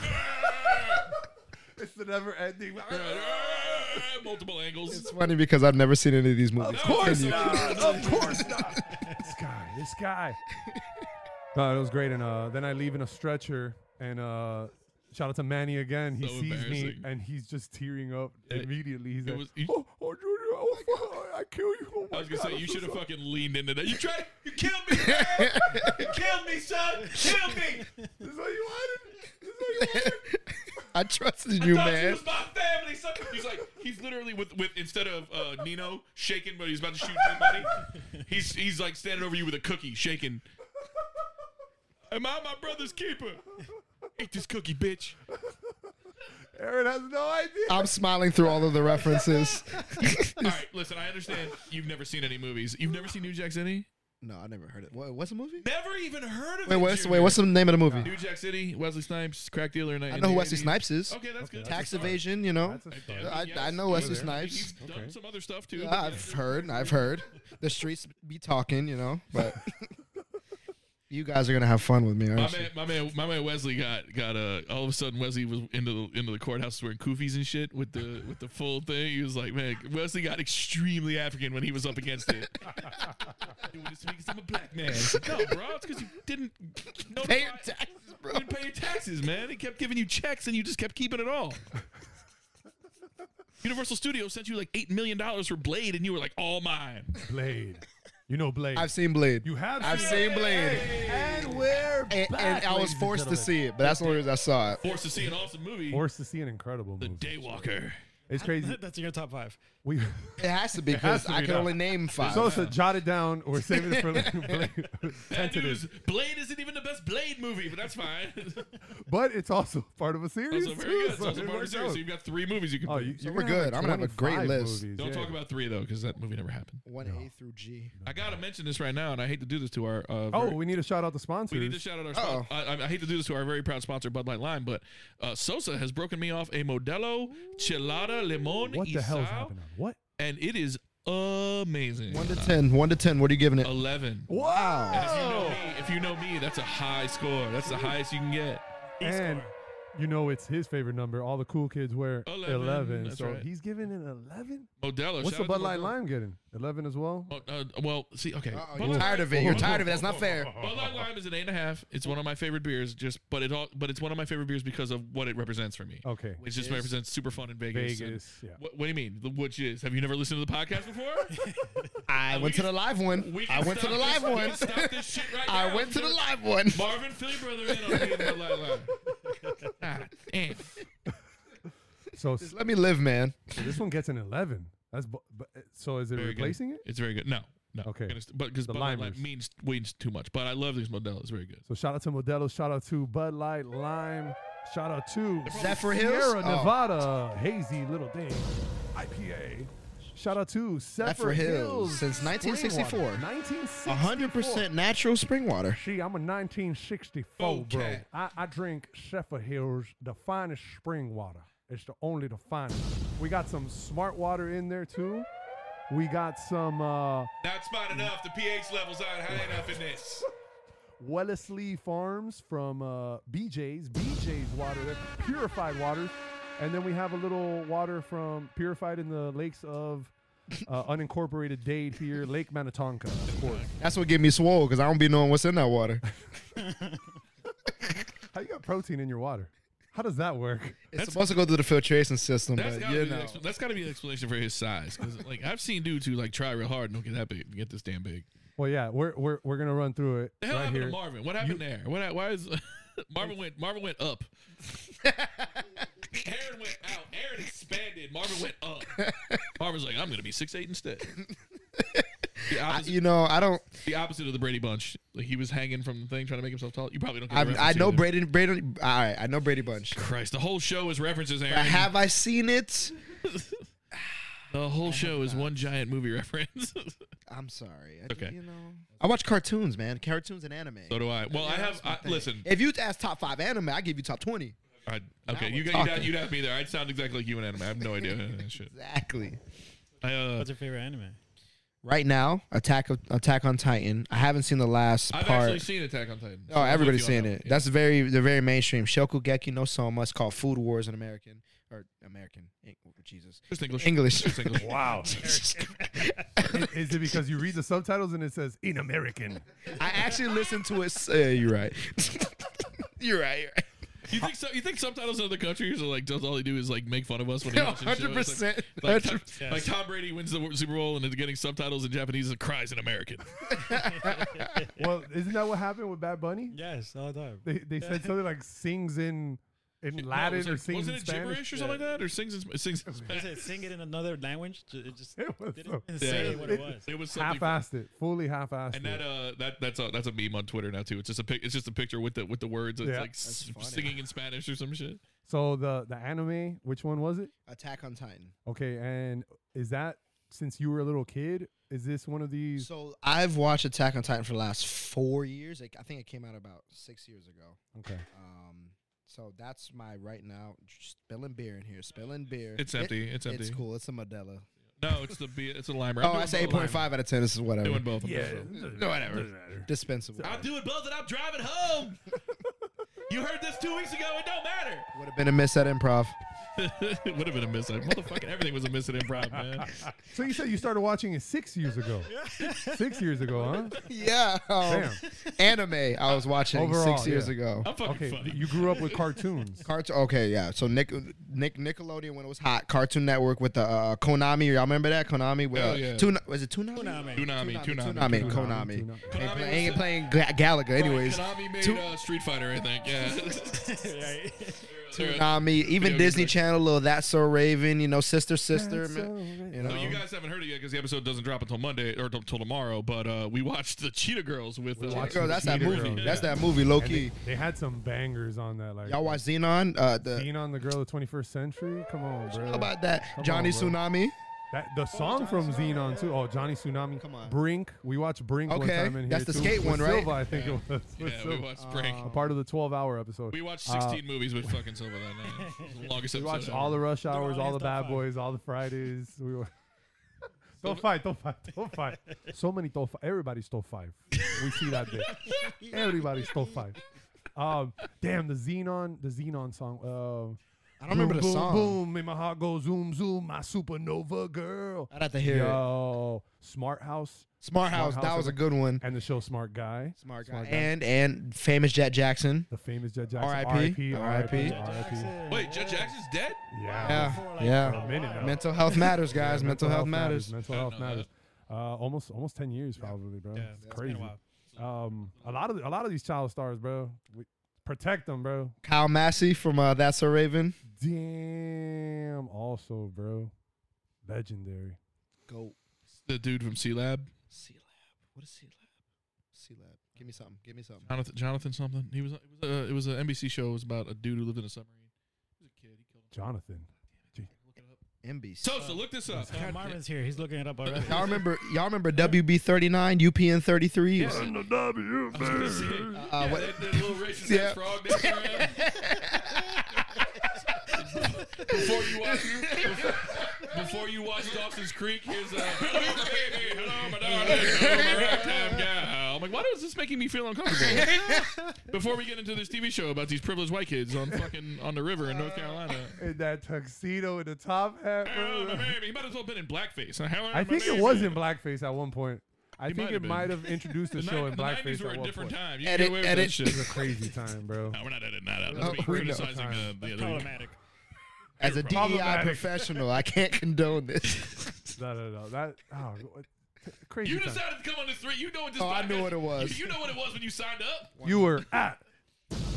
Speaker 5: it's the never ending.
Speaker 4: multiple angles.
Speaker 1: It's funny because I've never seen any of these movies.
Speaker 4: Of course
Speaker 1: Continue.
Speaker 4: not.
Speaker 5: of course not. this guy, this guy. No, it was great. And uh, then I leave in a stretcher. And uh, shout out to Manny again. He
Speaker 4: So
Speaker 5: sees me
Speaker 4: embarrassing.
Speaker 5: and he's just tearing up immediately. He's
Speaker 4: it
Speaker 5: like,
Speaker 4: was- you-
Speaker 5: oh, oh, Junior, oh, fuck, I kill you. Oh
Speaker 4: I
Speaker 5: my
Speaker 4: was gonna
Speaker 5: God,
Speaker 4: say
Speaker 5: I'm
Speaker 4: you
Speaker 5: so
Speaker 4: should have
Speaker 5: sorry."
Speaker 4: fucking leaned into that. You tried. You killed me. man. you killed me, son. Kill me.
Speaker 5: This is what you wanted. This is what you wanted.
Speaker 1: I trusted
Speaker 4: I
Speaker 1: you,
Speaker 4: thought you
Speaker 1: man.
Speaker 4: was my family, son. He's like he's literally with with instead of uh, Nino shaking, but he's about to shoot somebody. He's he's like standing over you with a cookie, shaking. Am I my brother's keeper? Eat this cookie, bitch.
Speaker 5: Aaron has no idea.
Speaker 1: I'm smiling through all of the references.
Speaker 4: All right, listen. I understand you've never seen any movies. You've never seen New Jack City.
Speaker 1: no, I never heard it. What, what's the movie?
Speaker 4: Never even heard of
Speaker 1: Wait,
Speaker 4: it.
Speaker 1: what's,
Speaker 4: Junior.
Speaker 1: wait, what's the name of the movie?
Speaker 4: New Jack City? Wesley Snipes, crack dealer. In,
Speaker 1: I know who Wesley Snipes is.
Speaker 4: Okay, that's good.
Speaker 1: Tax
Speaker 4: That's a start.
Speaker 1: evasion, you know.
Speaker 5: That's a
Speaker 4: Yeah,
Speaker 5: start.
Speaker 1: I,
Speaker 4: yes.
Speaker 1: I know Wesley Snipes.
Speaker 4: He's done
Speaker 5: Okay.
Speaker 4: some other stuff too. but
Speaker 1: I've heard, I've heard. The streets be talking, you know, but you guys are gonna have fun with me,
Speaker 4: yeah. my
Speaker 1: aren't you?
Speaker 4: man, my man, my man Wesley got got uh, all of a sudden Wesley was into the into the courthouse wearing koofies and shit with the with the full thing. He was like, man, Wesley got extremely African when he was up against it. Doing this because I'm a black man. No, bro, it's because you didn't notify-
Speaker 1: Pay your taxes, bro.
Speaker 4: You didn't pay your taxes, man. They kept giving you checks and you just kept keeping it all. Universal Studios sent you like eight million dollars for Blade, and you were like, "All mine."
Speaker 5: Blade. You know Blade.
Speaker 1: I've seen Blade.
Speaker 5: you have
Speaker 1: I've
Speaker 5: it.
Speaker 1: seen Blade,
Speaker 5: And we're
Speaker 1: and, and
Speaker 5: back,
Speaker 1: I was
Speaker 5: ladies and
Speaker 1: forced to
Speaker 5: gentlemen.
Speaker 1: see it, but that's the only reason I saw it.
Speaker 4: Forced to see an awesome movie,
Speaker 5: Forced to see an incredible
Speaker 4: The
Speaker 5: movie.
Speaker 4: Daywalker.
Speaker 5: It's crazy.
Speaker 6: That's in your top five.
Speaker 5: We
Speaker 1: It has to be because
Speaker 5: to
Speaker 1: I
Speaker 5: be
Speaker 1: can
Speaker 5: done.
Speaker 1: only name five.
Speaker 5: so, so jot it down. We're saving it for Blade.
Speaker 4: That news,
Speaker 5: tentative.
Speaker 4: Blade isn't even the best Blade movie, but that's fine.
Speaker 5: But it's also part of a series.
Speaker 4: also very good.
Speaker 5: too,
Speaker 4: It's
Speaker 5: so
Speaker 4: also part of
Speaker 5: it
Speaker 4: the
Speaker 5: works
Speaker 4: series.
Speaker 5: out.
Speaker 4: So you've got three movies you can.
Speaker 5: Oh,
Speaker 4: pick.
Speaker 5: you,
Speaker 1: So
Speaker 5: you're
Speaker 1: we're
Speaker 5: gonna have
Speaker 1: good.
Speaker 5: like
Speaker 1: I'm gonna have a great
Speaker 5: 25
Speaker 1: list.
Speaker 5: movies,
Speaker 4: Don't
Speaker 5: yeah.
Speaker 4: talk about three though, because that movie never happened.
Speaker 1: One A through G.
Speaker 4: I gotta mention this right now, and I hate to do this to our. Uh,
Speaker 5: Oh,
Speaker 4: very-
Speaker 5: we need to shout out the sponsors.
Speaker 4: We need to shout out our. Spon- I, I- I hate to do this to our very proud sponsor, Bud Light Lime, but uh, Sosa has broken me off a Modelo Chilada Limon
Speaker 5: what the hell is
Speaker 4: Isao,
Speaker 5: happening? What?
Speaker 4: and it is amazing.
Speaker 1: One to ten. One to ten. What are you giving it?
Speaker 4: Eleven.
Speaker 5: Wow.
Speaker 4: If you know me- If you know me, that's a high score. That's the highest you can get.
Speaker 5: And you know it's his favorite number. All the cool kids wear
Speaker 4: 11,
Speaker 5: 11.
Speaker 4: that's
Speaker 5: so
Speaker 4: right.
Speaker 5: he's giving an 11?
Speaker 4: Modelo.
Speaker 5: What's
Speaker 4: shout
Speaker 5: the
Speaker 4: out
Speaker 5: Bud
Speaker 4: to
Speaker 5: Light
Speaker 4: Modelo.
Speaker 5: Lime getting? 11 as well?
Speaker 4: Oh, uh, well, see, okay. Bud
Speaker 1: Uh-oh, you're
Speaker 4: Light-
Speaker 1: tired of it. You're tired of it. That's not fair.
Speaker 4: Bud Light Lime is an eight and a half. It's one of my favorite beers. Just, but it all, but it's one of my favorite beers because of what it represents for me.
Speaker 5: Okay.
Speaker 4: It just represents super fun in Vegas. and-
Speaker 5: Oh, Vegas, yeah.
Speaker 4: What, what do you mean? The which is? Have you never listened to the podcast before?
Speaker 1: I went to the live one.
Speaker 4: We can
Speaker 1: I went to
Speaker 4: stop
Speaker 1: the
Speaker 4: this-
Speaker 1: live
Speaker 4: we can
Speaker 1: one.
Speaker 4: stop this shit right
Speaker 1: I
Speaker 4: now.
Speaker 1: went to the live one.
Speaker 4: Marvin, Philly brother, in on me and Bud Light Lime. Ah, eh. God damn.
Speaker 5: So
Speaker 1: Just let me live, man.
Speaker 5: this one gets an 11. That's bu- bu- so is it
Speaker 4: Very good.
Speaker 5: replacing it?
Speaker 4: It's very good. No, no.
Speaker 5: Okay.
Speaker 4: Gonna st- but because
Speaker 5: The
Speaker 4: Bud Light
Speaker 5: Limers.
Speaker 4: Lime means means too much. But I love this Modelo. It's very good.
Speaker 5: So shout out to Modelo, shout out to Bud Light, Lime, shout out to
Speaker 1: Zephyr Hills?
Speaker 5: Sierra
Speaker 1: Oh.
Speaker 5: Nevada, Hazy Little Thing, IPA. Shout out to Zephyr
Speaker 1: Zephyr Hills,
Speaker 5: Hills
Speaker 1: since
Speaker 5: Spring
Speaker 1: 1964.
Speaker 5: Water. 1964.
Speaker 1: 100% natural spring water.
Speaker 5: Gee, I'm a 1964
Speaker 4: Okay.
Speaker 5: bro. I, I drink Zephyr Hills, the finest spring water. It's the only the finest. We got some smart water in there too. We got some uh,
Speaker 4: Not smart enough. The pH levels aren't high enough in this.
Speaker 5: Wellesley Farms from uh, BJ's, BJ's water, they're purified water. And then we have a little water from purified in the lakes of uh, unincorporated Dade here, Lake Manitonka, of course.
Speaker 1: That's what get me swole because I don't be knowing what's in that water.
Speaker 5: How you got protein in your water? How does that work?
Speaker 1: It's supposed to go through the filtration system,
Speaker 4: That's
Speaker 1: but
Speaker 4: gotta,
Speaker 1: you
Speaker 4: be
Speaker 1: know.
Speaker 4: the expl- that's gotta be an explanation for his size. Because like I've seen dudes who like try real hard and don't get that big, get this damn big.
Speaker 5: Well, yeah, we're we're, we're gonna run through it
Speaker 4: The hell
Speaker 5: right
Speaker 4: happened
Speaker 5: here.
Speaker 4: to Marvin? What happened there? What? ha- Why is Marvin went? Marvin went up. Aaron went out. Aaron expanded. Marvin went up. Marvin's like, I'm gonna be six eight instead. The
Speaker 1: I,
Speaker 4: opposite,
Speaker 1: you know, I don't.
Speaker 4: the opposite of the Brady Bunch. Like he was hanging from the thing, trying to make himself tall. You probably don't. Get the
Speaker 1: I, I
Speaker 4: reference
Speaker 1: know
Speaker 4: either.
Speaker 1: Brady. Brady. All right, I know Brady Bunch.
Speaker 4: Christ, the whole show is references, Aaron.
Speaker 1: But have I seen it?
Speaker 4: the whole show is one giant movie reference.
Speaker 1: I'm sorry. I,
Speaker 4: Okay.
Speaker 1: You know, I watch cartoons, man. Cartoons and anime.
Speaker 4: so do I. Well, I have. I, listen,
Speaker 1: If you ask top five anime, I give you top twenty.
Speaker 4: I, okay, you
Speaker 1: we're
Speaker 4: got, you'd, have,
Speaker 1: talking.
Speaker 4: you'd have me there. I'd sound exactly like you in anime. I have no idea. Shit.
Speaker 1: Exactly.
Speaker 4: I, uh,
Speaker 6: What's your favorite anime?
Speaker 1: right now, Attack of, Attack on Titan. I haven't seen the last
Speaker 4: I've
Speaker 1: part.
Speaker 4: actually seen Attack on Titan.
Speaker 1: Oh, everybody's
Speaker 4: seeing
Speaker 1: seeing it. That's very they're very mainstream. Shokugeki no Soma. It's called Food Wars in American or American. Eng- Jesus,
Speaker 4: just English.
Speaker 1: English.
Speaker 4: Just English.
Speaker 5: Wow.
Speaker 1: Jesus Christ.
Speaker 5: Is it because you read the subtitles and it says in American?
Speaker 1: I actually listened to it. s- Uh, you're right. you're right. You're right.
Speaker 4: You think so, you think subtitles in other countries are like just all they do is like make fun of us when they watch the show? It's like- Like,
Speaker 1: 100%.
Speaker 4: uh, Tom-
Speaker 1: 100%.
Speaker 4: like Tom Brady wins the Super Bowl and is getting subtitles in Japanese and cries in American.
Speaker 5: Well, isn't that what happened with Bad Bunny?
Speaker 6: Yes, all the time.
Speaker 5: They, they said something like sings in in
Speaker 4: No, it
Speaker 5: Latin
Speaker 4: was
Speaker 5: or
Speaker 4: like-
Speaker 5: sings
Speaker 4: Wasn't
Speaker 5: in
Speaker 4: it
Speaker 5: Spanish.
Speaker 4: gibberish or something like that? Or sings in, sings in
Speaker 6: They
Speaker 4: Spanish?
Speaker 6: said sing it in another language. ju- It just
Speaker 5: It was
Speaker 6: didn't
Speaker 5: so-
Speaker 6: say
Speaker 4: Yeah.
Speaker 6: what it was.
Speaker 4: It was something.
Speaker 5: Half-assed it, fully half-assed.
Speaker 4: and that
Speaker 5: it.
Speaker 4: uh that that's a that's a meme on Twitter now too. It's just a pic. It's just a picture with the with the words. It's
Speaker 5: Yeah.
Speaker 4: like s- singing in Spanish or some shit.
Speaker 5: so the the anime, which one was it?
Speaker 1: Attack on Titan.
Speaker 5: Okay, and is that since you were a little kid? Is this one of these?
Speaker 1: So I've watched Attack on Titan for the last four years. Like, I think it came out about six years ago.
Speaker 5: Okay,
Speaker 1: Um, so that's my right now spilling beer in here. Spilling beer.
Speaker 4: It's
Speaker 1: It-
Speaker 4: empty. It's empty.
Speaker 1: It's cool. It's a Modelo.
Speaker 4: No, it's the be- it's a lime.
Speaker 1: Oh, I say eight point
Speaker 4: i
Speaker 1: five out of ten. This is whatever.
Speaker 4: doing both. I'm doing both.
Speaker 1: No, whatever. Dispensable.
Speaker 4: I'm doing both, and I'm driving home. you heard this two weeks ago. It don't matter.
Speaker 1: Would have been a miss at improv.
Speaker 4: it would have been a miss. Like, motherfucking everything was a miss at improv, man.
Speaker 5: So you said you started watching it six years ago. Six years ago, huh?
Speaker 1: yeah. um, anime. I was watching
Speaker 5: Overall,
Speaker 1: six years
Speaker 5: yeah.
Speaker 1: ago.
Speaker 4: I'm fucking
Speaker 5: Okay,
Speaker 4: funny.
Speaker 5: you grew up with cartoons.
Speaker 1: Cartoon. Okay, yeah. So Nick, Nick, Nickelodeon when it was hot. Cartoon Network with the uh, Konami. Y'all remember that Konami? With,
Speaker 4: Hell
Speaker 1: uh,
Speaker 4: yeah.
Speaker 1: Tuna- was it Toonami?
Speaker 6: Tsunami.
Speaker 4: Toonami, Toonami,
Speaker 1: I mean
Speaker 5: Toonami,
Speaker 1: Konami.
Speaker 5: Toonami.
Speaker 1: They
Speaker 4: Konami
Speaker 1: play-
Speaker 4: was
Speaker 1: ain't
Speaker 4: the-
Speaker 1: playing Ga- Galaga, anyways.
Speaker 4: Konami made
Speaker 1: Tu-
Speaker 4: uh, Street Fighter, I think. Yeah.
Speaker 6: Right.
Speaker 4: They're-
Speaker 1: Konami, even
Speaker 4: game
Speaker 1: Disney
Speaker 4: place.
Speaker 1: Channel, little That's So Raven, you know, Sister Sister,
Speaker 5: That's
Speaker 1: man,
Speaker 5: alright.
Speaker 1: you know.
Speaker 4: So you guys haven't heard it yet because the episode doesn't drop until Monday or until tomorrow. But uh, we watched the Cheetah Girls with uh,
Speaker 5: watched
Speaker 1: Girl, that's that
Speaker 5: Cheetah
Speaker 1: movie.
Speaker 5: Girls,
Speaker 1: That's
Speaker 5: yeah.
Speaker 1: that movie, low
Speaker 5: And they,
Speaker 1: key.
Speaker 5: they had some bangers on that, like
Speaker 1: Y'all watch Xenon? Uh, the
Speaker 5: being on the girl of the 21st century. Come on, bro.
Speaker 1: how about that
Speaker 5: Come
Speaker 1: Johnny
Speaker 5: on, bro.
Speaker 1: Tsunami.
Speaker 5: That the song from Xenon too. Oh, Johnny Tsunami.
Speaker 1: Come on.
Speaker 5: Brink. We watched Brink one
Speaker 1: Okay,
Speaker 5: time in here.
Speaker 1: that's the
Speaker 5: too.
Speaker 1: skate
Speaker 5: With
Speaker 1: one, right?
Speaker 5: Silva, I think it was. With
Speaker 4: Yeah, we
Speaker 5: Silva.
Speaker 4: watched Spring.
Speaker 5: A part of the 12-hour episode. Uh,
Speaker 4: we watched 16 movies with fucking Silva that night. It was the longest
Speaker 5: We
Speaker 4: episode.
Speaker 5: watched
Speaker 4: ever.
Speaker 5: all the rush hours,
Speaker 6: all
Speaker 5: all the
Speaker 6: his
Speaker 5: bad
Speaker 6: top five.
Speaker 5: boys, all the Fridays. We were. don't fight, don't fight, don't fight. So many don't fight. Everybody stole five. We see that bit. Everybody stole five. Um, damn the Xenon, the Xenon song. Um,
Speaker 1: I don't remember
Speaker 5: boom,
Speaker 1: the song.
Speaker 5: Boom, boom, and my heart goes zoom, zoom. My supernova girl.
Speaker 1: I'd have to hear it.
Speaker 5: Yo, Smart House Smart
Speaker 1: Smart House, that
Speaker 5: House,
Speaker 1: was
Speaker 5: I
Speaker 1: a
Speaker 5: think.
Speaker 1: good one.
Speaker 5: and the show Smart Guy.
Speaker 1: Smart guy.
Speaker 5: Smart Guy.
Speaker 1: And and famous Jet Jackson.
Speaker 5: The famous Judge Jackson. R.I.P.
Speaker 1: R.I.P., R.I.P..
Speaker 5: R.I.P.
Speaker 4: Wait, Judge Jackson's dead?
Speaker 5: Yeah.
Speaker 1: Yeah,
Speaker 6: For like
Speaker 1: yeah.
Speaker 6: a
Speaker 5: minute
Speaker 6: while.
Speaker 5: now.
Speaker 1: Mental health matters,
Speaker 5: Yeah,
Speaker 1: guys. mental, health matters.
Speaker 5: Mental
Speaker 4: Yeah,
Speaker 5: health
Speaker 4: no,
Speaker 5: matters. Uh, almost almost ten years probably, bro.
Speaker 6: Yeah,
Speaker 5: it's
Speaker 6: it's
Speaker 5: crazy.
Speaker 6: been a while.
Speaker 5: Um, a lot of the- a lot of these child stars, bro. We, protect them, bro.
Speaker 1: Kyle Massey from uh, That's a Raven.
Speaker 5: Damn. Also, bro, legendary.
Speaker 1: Go
Speaker 4: The dude from C Lab,
Speaker 1: C Lab. What is C Lab? C Lab. Give me something. Give me something.
Speaker 4: Jonathan, Jonathan something. He was it was a it was an NBC show. It was about a dude who lived in a submarine. He was a kid. He killed him.
Speaker 5: Jonathan.
Speaker 4: Look it up.
Speaker 1: NBC.
Speaker 4: So, so look this up.
Speaker 6: Uh, Marvin's here. He's looking it up already.
Speaker 1: Y'all remember? Y'all remember WB thirty nine, UPN thirty three?
Speaker 4: I was gonna say, yeah,
Speaker 1: Uh, what-
Speaker 4: that, that little racist
Speaker 1: Yeah.
Speaker 4: ass frog that's around. before you watch before, before you watch Dawson's Creek, here's a hey, hello, my darling, hello, my ragtime gal. I'm like, why is this making me feel uncomfortable? before we get into this TV show about these privileged white kids on fucking on the river in North Carolina.
Speaker 5: In that tuxedo with the top hat,
Speaker 4: Hello, my baby. He might as well have been in blackface. Hello,
Speaker 5: I
Speaker 4: my
Speaker 5: think it
Speaker 4: baby.
Speaker 5: was in blackface at one point. I
Speaker 4: He
Speaker 5: think
Speaker 4: might
Speaker 5: it
Speaker 4: have
Speaker 5: might
Speaker 4: been.
Speaker 5: have introduced the,
Speaker 4: The,
Speaker 5: show
Speaker 4: ni-
Speaker 5: in
Speaker 4: the
Speaker 5: blackface
Speaker 4: 90s were
Speaker 5: at
Speaker 4: a
Speaker 5: one
Speaker 4: different
Speaker 5: point.
Speaker 4: time. You can
Speaker 1: Edit,
Speaker 4: get away with
Speaker 1: edit.
Speaker 4: that shit.
Speaker 5: It's a crazy time, bro.
Speaker 4: No, we're not editing that out.
Speaker 1: No,
Speaker 5: Oh,
Speaker 4: That's me
Speaker 1: we know.
Speaker 4: criticizing uh, the other
Speaker 6: Problematic.
Speaker 1: As a DEI
Speaker 5: Problematic.
Speaker 1: professional, I can't condone this.
Speaker 5: No, no, no. That oh, what- crazy
Speaker 4: You
Speaker 5: time.
Speaker 4: decided to come on this three. You know what this.
Speaker 1: Oh, I knew
Speaker 4: podcast-
Speaker 1: what it was.
Speaker 4: You, you know what it was when you signed up.
Speaker 5: You were at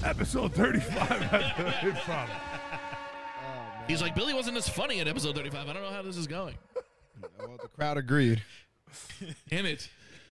Speaker 5: episode 35 at the improv.
Speaker 4: He's like Billy wasn't as funny at episode thirty-five. I don't know how this is going.
Speaker 1: well, the crowd agreed.
Speaker 4: Damn it!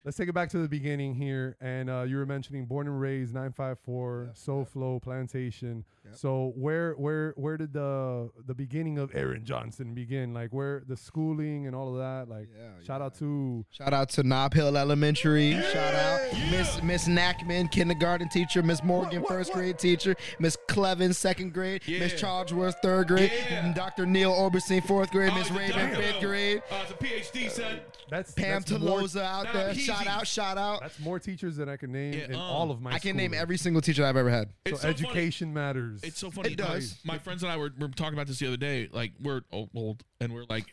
Speaker 5: Let's take it back to the beginning here. And uh, you were mentioning Born and Raised, 954, Soul Flow, Plantation.
Speaker 1: Yep.
Speaker 5: So where where where did the the beginning of Aaron Johnson begin? Like where the schooling and all of that? Like
Speaker 1: Yeah,
Speaker 5: shout
Speaker 1: yeah.
Speaker 5: out to
Speaker 1: Shout out to Knob Hill Elementary. Shout out Miss Miss Knackman, kindergarten teacher, Miss Morgan, first grade teacher, Miss Clevin, second grade, Miss
Speaker 4: Yeah.
Speaker 1: Charlesworth, third grade,
Speaker 4: Yeah.
Speaker 1: Dr. Neil Oberstein, fourth grade,
Speaker 4: Oh,
Speaker 1: Miss
Speaker 4: it's a
Speaker 1: Raven,
Speaker 4: doctor.
Speaker 1: fifth grade,
Speaker 4: Oh, it's a PhD, son.
Speaker 5: that's
Speaker 1: Pam
Speaker 5: that's more,
Speaker 1: Tolosa out
Speaker 4: Nah,
Speaker 1: there.
Speaker 4: Peasy.
Speaker 1: Shout out, shout out.
Speaker 5: That's more teachers than I can name
Speaker 4: Yeah,
Speaker 5: in
Speaker 4: um,
Speaker 5: all of my.
Speaker 1: I can name
Speaker 5: schooling.
Speaker 1: every single teacher I've ever had.
Speaker 5: So,
Speaker 4: funny.
Speaker 5: education matters.
Speaker 4: It's so funny.
Speaker 1: It does.
Speaker 4: My friends and I were, were talking about this the other day. Like we're old, old and we're like,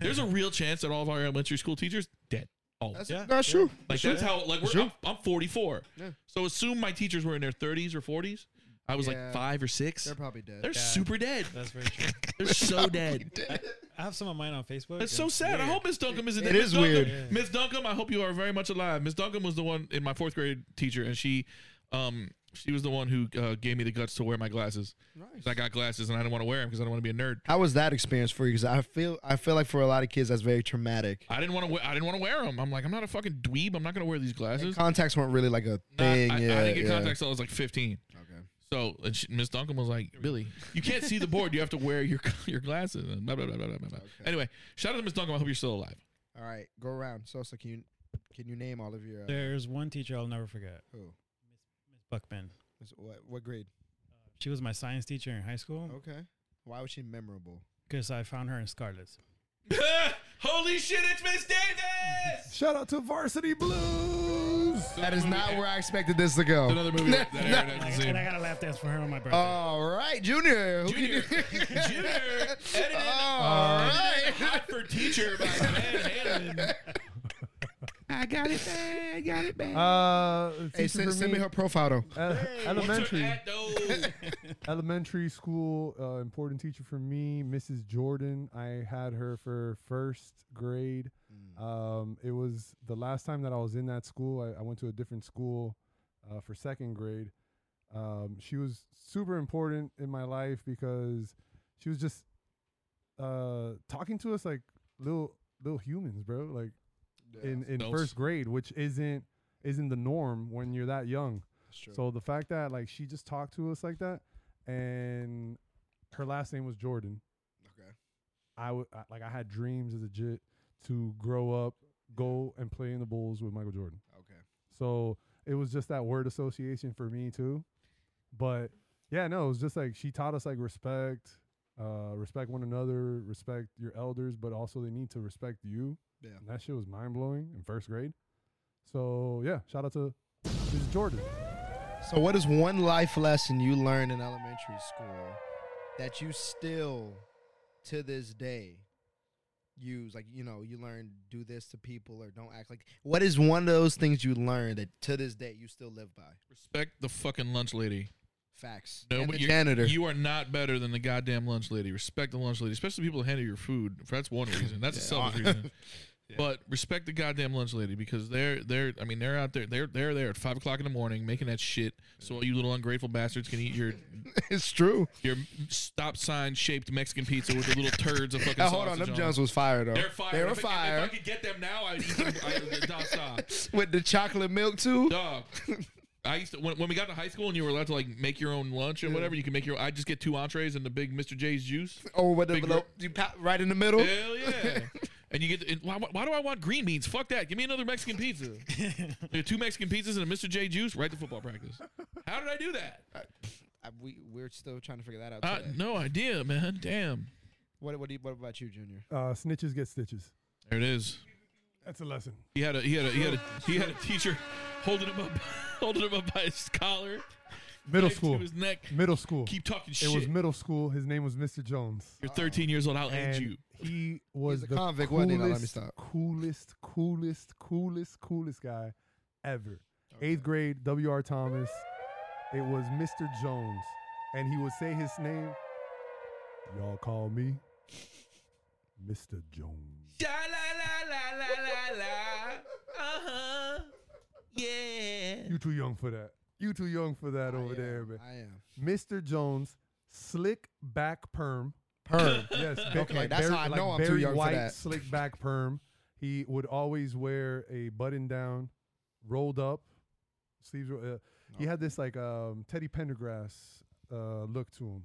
Speaker 4: there's a real chance that all of our elementary school teachers dead. Oh,
Speaker 1: That's,
Speaker 6: Yeah.
Speaker 1: that's true.
Speaker 4: like that's how. Like we're,
Speaker 1: Sure.
Speaker 4: I'm, I'm 44.
Speaker 1: Yeah.
Speaker 4: So assume my teachers were in their 30s or 40s. I was
Speaker 1: Yeah.
Speaker 4: like five or 6
Speaker 1: They're
Speaker 4: They're,
Speaker 1: probably dead.
Speaker 4: super dead.
Speaker 6: That's very true.
Speaker 4: They're so dead.
Speaker 6: I have some of mine on Facebook.
Speaker 4: That's so sad. I hope Miss Duncan isn't
Speaker 1: It
Speaker 4: dead. Miss
Speaker 1: is
Speaker 4: Duncan-
Speaker 1: weird.
Speaker 6: Yeah.
Speaker 4: Miss Duncan, I hope you are very much alive. Miss Duncan was the one in my fourth grade teacher, and she, um, she was the one who uh, gave me the guts to wear my glasses.
Speaker 1: Nice.
Speaker 4: 'Cause I got glasses and I didn't want to wear them because I don't want to be a nerd.
Speaker 1: How was that experience for you? Because I feel I feel like for a lot of kids that's very traumatic.
Speaker 4: I didn't want to. wear I didn't want to wear them. I'm like, I'm not a fucking dweeb. I'm not gonna wear these
Speaker 1: And
Speaker 4: glasses.
Speaker 1: contacts weren't really like a
Speaker 4: Nah,
Speaker 1: thing.
Speaker 4: I,
Speaker 1: yeah,
Speaker 4: I didn't get
Speaker 1: yeah.
Speaker 4: contacts till I was like 15.
Speaker 1: Okay.
Speaker 4: So and she- Miss Duncan was like, Billy, you can't see the board. You have to wear your your glasses. And blah, blah, blah, blah, blah, blah, blah. Anyway, shout out to Miss Duncan. I hope you're still alive.
Speaker 1: All right, go around. So, so can you can you name all of your uh,
Speaker 6: There's one teacher I'll never forget.
Speaker 1: who?
Speaker 6: Miss Buckman.
Speaker 1: Is- What, what grade?
Speaker 6: She was my science teacher in high school
Speaker 4: Oh.
Speaker 1: Okay. Why was she memorable?
Speaker 6: because I found her in Scarlet's.
Speaker 4: Holy shit! It's Miss Davis.
Speaker 5: shout out to Varsity Blues.
Speaker 1: That is not where I expected this to go.
Speaker 4: Another movie that that Aaron hasn't seen.
Speaker 6: And I got a lap dance for her on my birthday.
Speaker 4: Oh.
Speaker 1: All right, Junior. Who can
Speaker 4: Junior,
Speaker 1: you-
Speaker 4: Junior, edited,
Speaker 1: All
Speaker 4: edited
Speaker 1: right.
Speaker 4: hot for teacher by Van Halen.
Speaker 1: I got it bad. I got it bad.
Speaker 5: Uh,
Speaker 1: hey,
Speaker 5: teacher
Speaker 1: send,
Speaker 5: for
Speaker 1: send me her profile though.
Speaker 5: uh,
Speaker 4: What's her
Speaker 5: elementary.
Speaker 4: at though?
Speaker 5: elementary school uh, important teacher for me mrs jordan i had her for first grade um, it was the last time that i was in that school i, I went to a different school uh, for second grade um, she was super important in my life because she was just uh, talking to us like little little humans bro like in, in
Speaker 4: Adults.
Speaker 5: first grade which isn't isn't the norm when you're that young
Speaker 1: That's true.
Speaker 5: so the fact that like she just talked to us like that, and her last name was Jordan.
Speaker 1: okay.
Speaker 5: I would like I had dreams as a jit to grow up, go and play in the Bulls with Michael Jordan.
Speaker 1: Okay.
Speaker 5: So it was just that word association for me too. But yeah, no, it was just like she taught us like respect, uh, respect one another, respect your elders, but also they need to respect you.
Speaker 1: Yeah.
Speaker 5: And that shit was mind blowing in first grade. So yeah, shout out to Mrs. Jordan.
Speaker 1: So, what is one life lesson you learned in elementary school that you still, to this day, use? Like, you know, you learn do this to people or don't act like. What is one of those things you learned that to this day you still live by?
Speaker 4: Respect the fucking lunch lady.
Speaker 1: Facts.
Speaker 4: No,
Speaker 1: and
Speaker 4: but
Speaker 1: the
Speaker 4: you-
Speaker 1: janitor.
Speaker 4: You are not better than the goddamn lunch lady. Respect the lunch lady, especially people who handle your food. That's one reason. That's a selfish reason. But respect the goddamn lunch lady because they're they're I mean they're out there they're they're there at five o'clock in the morning making that shit so all you little ungrateful bastards can eat your
Speaker 1: it's true.
Speaker 4: your stop sign shaped Mexican pizza with the little turds of fucking.
Speaker 1: Now, hold on,
Speaker 4: sausage
Speaker 1: them Jones was fire though.
Speaker 4: They're fire. If
Speaker 1: They
Speaker 4: I-
Speaker 1: were
Speaker 4: if I,
Speaker 1: fire
Speaker 4: could get them now, I'd eat them. I would dog stop.
Speaker 1: with the chocolate milk too.
Speaker 4: Dog. I used to when, when we got to high school and you were allowed to like make your own lunch or whatever. You can make your. I just get two entrees and the big Mr. J's juice.
Speaker 1: Or with the
Speaker 4: Big
Speaker 1: little-
Speaker 4: gr-
Speaker 1: you pat right in the middle.
Speaker 4: Hell yeah. And you get the, and why, why do I want green beans? Fuck that. Give me another Mexican pizza. There are two Mexican pizzas and a Mr. J juice right to football practice. How did I do that?
Speaker 1: I- we we're still trying to figure that out.
Speaker 4: Uh,
Speaker 1: today.
Speaker 4: no idea, man. Damn.
Speaker 1: What what, do you, what about you, Junior?
Speaker 5: Uh, snitches get stitches.
Speaker 4: There it is.
Speaker 5: That's a lesson.
Speaker 4: He had a he had a he had a he had a teacher holding him up holding him up by his collar.
Speaker 5: Middle
Speaker 4: taped
Speaker 5: school.
Speaker 4: to his neck.
Speaker 5: Middle school.
Speaker 4: Keep talking
Speaker 5: it
Speaker 4: shit.
Speaker 5: was middle school. His name was Mr. Jones.
Speaker 4: You're 13 years old. I'll end
Speaker 5: And
Speaker 4: you.
Speaker 5: he was
Speaker 1: a
Speaker 5: the
Speaker 1: convict, wasn't he?
Speaker 5: coolest,
Speaker 1: Now, let me stop.
Speaker 5: coolest, coolest, coolest, coolest guy ever. Eighth grade, W.R. Thomas. It was Mr. Jones. And he would say his name. Y'all call me Mr. Jones.
Speaker 4: La la la la la la. Uh huh. Yeah.
Speaker 5: You too young for that. You too young for that over there, man.
Speaker 1: I am.
Speaker 5: Mr. Jones, slick back perm.
Speaker 1: Perm.
Speaker 5: Yes,
Speaker 1: Okay, that's how I know I'm too
Speaker 5: Barry
Speaker 1: young for
Speaker 5: White,
Speaker 1: that.
Speaker 5: Slick back perm. He would always wear a button down rolled up, sleeves. ro- Uh, He had this like um, Teddy Pendergrass uh, look to him.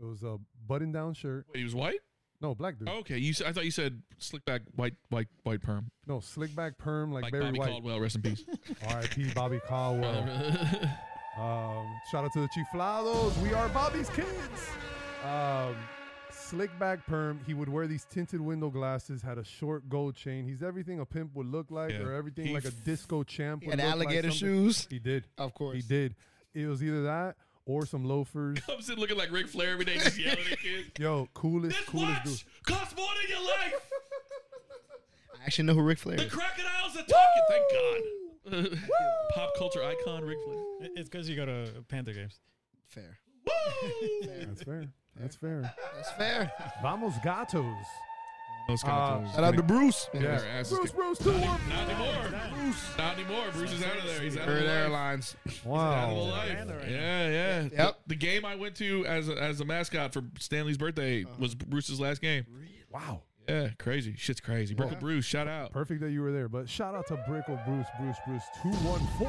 Speaker 5: It was a button-down shirt.
Speaker 4: Wait, he was white.
Speaker 5: No, black dude.
Speaker 4: okay, you. s- I thought you said slick back white, white, white perm,
Speaker 5: No, slick back perm like,
Speaker 4: like
Speaker 5: Barry
Speaker 4: Bobby
Speaker 5: White.
Speaker 4: Caldwell. Rest in peace.
Speaker 5: R.I.P. Bobby Caldwell. Um, shout out to the Chiflados. We are Bobby's kids. Um, slick back perm. He would wear these tinted window glasses, had a short gold chain. He's everything a pimp would look like,
Speaker 4: Yeah.
Speaker 5: or everything
Speaker 4: He
Speaker 5: like a
Speaker 4: f-
Speaker 5: disco champ
Speaker 1: He
Speaker 5: would
Speaker 1: had
Speaker 5: look like
Speaker 1: alligator
Speaker 5: something.
Speaker 1: shoes.
Speaker 5: He did.
Speaker 1: Of course.
Speaker 5: He did. It was either that or some loafers.
Speaker 4: Comes in looking like Ric Flair every day, just yelling at kids.
Speaker 5: Yo, coolest,
Speaker 4: This
Speaker 5: coolest
Speaker 4: watch
Speaker 5: dude.
Speaker 4: costs more than your life.
Speaker 1: I actually know who Ric Flair
Speaker 4: The
Speaker 1: is.
Speaker 4: crocodiles are talking. Thank God. Pop culture icon Ric Flair.
Speaker 6: It- It's because you go to Panther games.
Speaker 1: Fair.
Speaker 4: Woo!
Speaker 5: That's fair. That's fair.
Speaker 1: That's fair.
Speaker 5: Vamos gatos.
Speaker 4: Those
Speaker 5: Uh,
Speaker 4: those
Speaker 1: Shout out to Bruce.
Speaker 4: Yeah.
Speaker 5: Yeah. Bruce, Bruce, two more.
Speaker 4: Not anymore. Bruce. Not anymore. Bruce is out of there. He's out of
Speaker 1: Spirit
Speaker 4: the life.
Speaker 1: Airlines.
Speaker 4: Out of the
Speaker 5: Wow.
Speaker 4: life.
Speaker 6: Orlando right
Speaker 4: Yeah, yeah. The,
Speaker 1: Yep.
Speaker 4: the game I went to as a, as a mascot for Stanley's birthday
Speaker 5: Uh-huh.
Speaker 4: was Bruce's last game.
Speaker 5: Wow.
Speaker 4: Yeah, crazy. Shit's crazy. Brickle Bruce, shout out.
Speaker 5: Perfect that you were there, but shout out to Brickle Bruce, Bruce, Bruce, 214.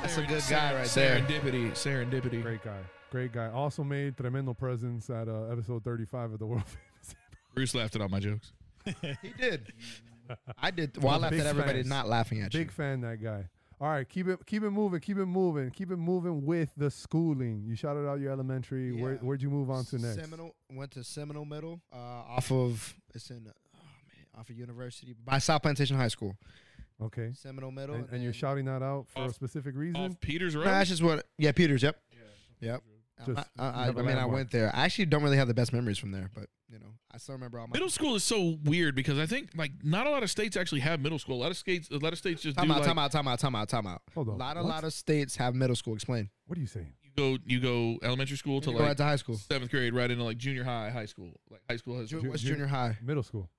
Speaker 1: That's a good guy right there.
Speaker 4: Serendipity. Serendipity.
Speaker 5: Great guy. Great guy. Also made tremendo presence at uh, episode 35 of the World Famous.
Speaker 4: Bruce laughed at all my jokes.
Speaker 1: He did. I did. Well, I
Speaker 5: I'm a
Speaker 1: laughed
Speaker 5: big
Speaker 1: at everybody
Speaker 5: fan.
Speaker 1: not laughing at
Speaker 5: Big
Speaker 1: you.
Speaker 5: fan, that guy. All right, keep it keep it moving, keep it moving, keep it moving with the schooling. You shouted out your elementary. Where,
Speaker 1: Yeah.
Speaker 5: where'd you move on to next?
Speaker 1: Seminole went to Seminole Middle, uh, off of it's in oh man, off of University by South Plantation High School.
Speaker 5: Okay.
Speaker 1: Seminole Middle,
Speaker 5: And, and you're
Speaker 1: then-
Speaker 5: shouting that out for a
Speaker 4: Off-
Speaker 5: specific reason?
Speaker 4: Off Peter's
Speaker 1: No,
Speaker 4: Road.
Speaker 1: that's just what. Yeah, Peters. Yep. Yep.
Speaker 5: Just-
Speaker 1: I, I, I,
Speaker 5: you
Speaker 1: I
Speaker 5: have a
Speaker 1: mean, I
Speaker 5: landmark.
Speaker 1: went there. I actually don't really have the best memories from there, but you know, I still remember all my.
Speaker 4: Middle school is so weird because I think like not a lot of states actually have middle school. A lot of states, a lot of states just
Speaker 1: time
Speaker 4: do
Speaker 1: out,
Speaker 4: like
Speaker 1: time out, time out, time out, time out.
Speaker 5: Hold on.
Speaker 1: A lot, a
Speaker 5: What?
Speaker 1: lot of states have middle school. Explain.
Speaker 5: What are you saying?
Speaker 4: you go you go elementary school to
Speaker 1: You go right
Speaker 4: like
Speaker 1: to high school.
Speaker 4: seventh grade right into like junior high, high school, like high school. High
Speaker 1: Ju-
Speaker 4: school.
Speaker 5: Ju-
Speaker 1: what's
Speaker 5: ju-
Speaker 1: junior high?
Speaker 5: Middle school.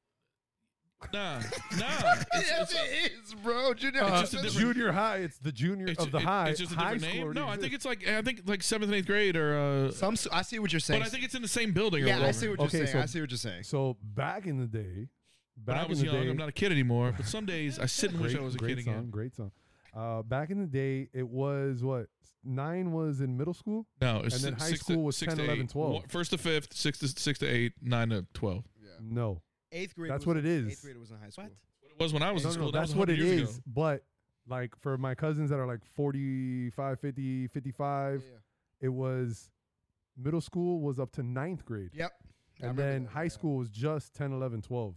Speaker 4: Nah, nah. It's,
Speaker 1: yes,
Speaker 4: it's,
Speaker 1: it is, bro. Junior high.
Speaker 4: just a
Speaker 1: middle-
Speaker 4: different-
Speaker 5: junior high. It's the junior
Speaker 4: it's-
Speaker 5: of the
Speaker 4: it-
Speaker 5: high.
Speaker 4: It's just a
Speaker 5: high
Speaker 4: different
Speaker 5: school
Speaker 4: name.
Speaker 5: already
Speaker 4: No, I think
Speaker 5: exists.
Speaker 4: it's like I think like seventh and eighth grade or. uh
Speaker 1: Some. s- I see what you're saying.
Speaker 4: But I think it's in the same building. or
Speaker 1: yeah, I
Speaker 4: whatever.
Speaker 1: see what
Speaker 5: Okay,
Speaker 1: you're saying.
Speaker 5: so-
Speaker 1: I see what you're saying.
Speaker 5: so back in the day. Back
Speaker 4: When I was
Speaker 5: in the
Speaker 4: young,
Speaker 5: day,
Speaker 4: I'm not a kid anymore. But some days I sit and wish I was a kid
Speaker 5: song,
Speaker 4: again.
Speaker 5: Great song. Uh, back in the day, it was what nine was in middle school.
Speaker 4: No, it's
Speaker 5: And then
Speaker 4: si-
Speaker 5: high
Speaker 4: six
Speaker 5: school
Speaker 4: to,
Speaker 5: was
Speaker 4: six
Speaker 5: 10,
Speaker 4: to
Speaker 5: 11,
Speaker 4: eight.
Speaker 5: 12.
Speaker 4: One- First to fifth, six to six to eight, nine to twelve.
Speaker 5: No,
Speaker 1: Eighth grade.
Speaker 5: That's
Speaker 1: was-
Speaker 5: what it is.
Speaker 1: Eighth grade was in high school.
Speaker 4: It was when I was
Speaker 5: no,
Speaker 4: in
Speaker 5: no,
Speaker 4: school.
Speaker 5: no,
Speaker 4: That
Speaker 5: that's
Speaker 4: was
Speaker 5: what
Speaker 4: 100
Speaker 5: it
Speaker 4: years
Speaker 5: is.
Speaker 4: ago.
Speaker 5: But like for my cousins that are like 45, 50, 55,
Speaker 1: Yeah,
Speaker 5: it was middle school was up to ninth grade,
Speaker 1: yeah. Yep. I
Speaker 5: and
Speaker 1: remember
Speaker 5: then
Speaker 1: that,
Speaker 5: high
Speaker 1: yeah.
Speaker 5: school was just 10, 11, 12.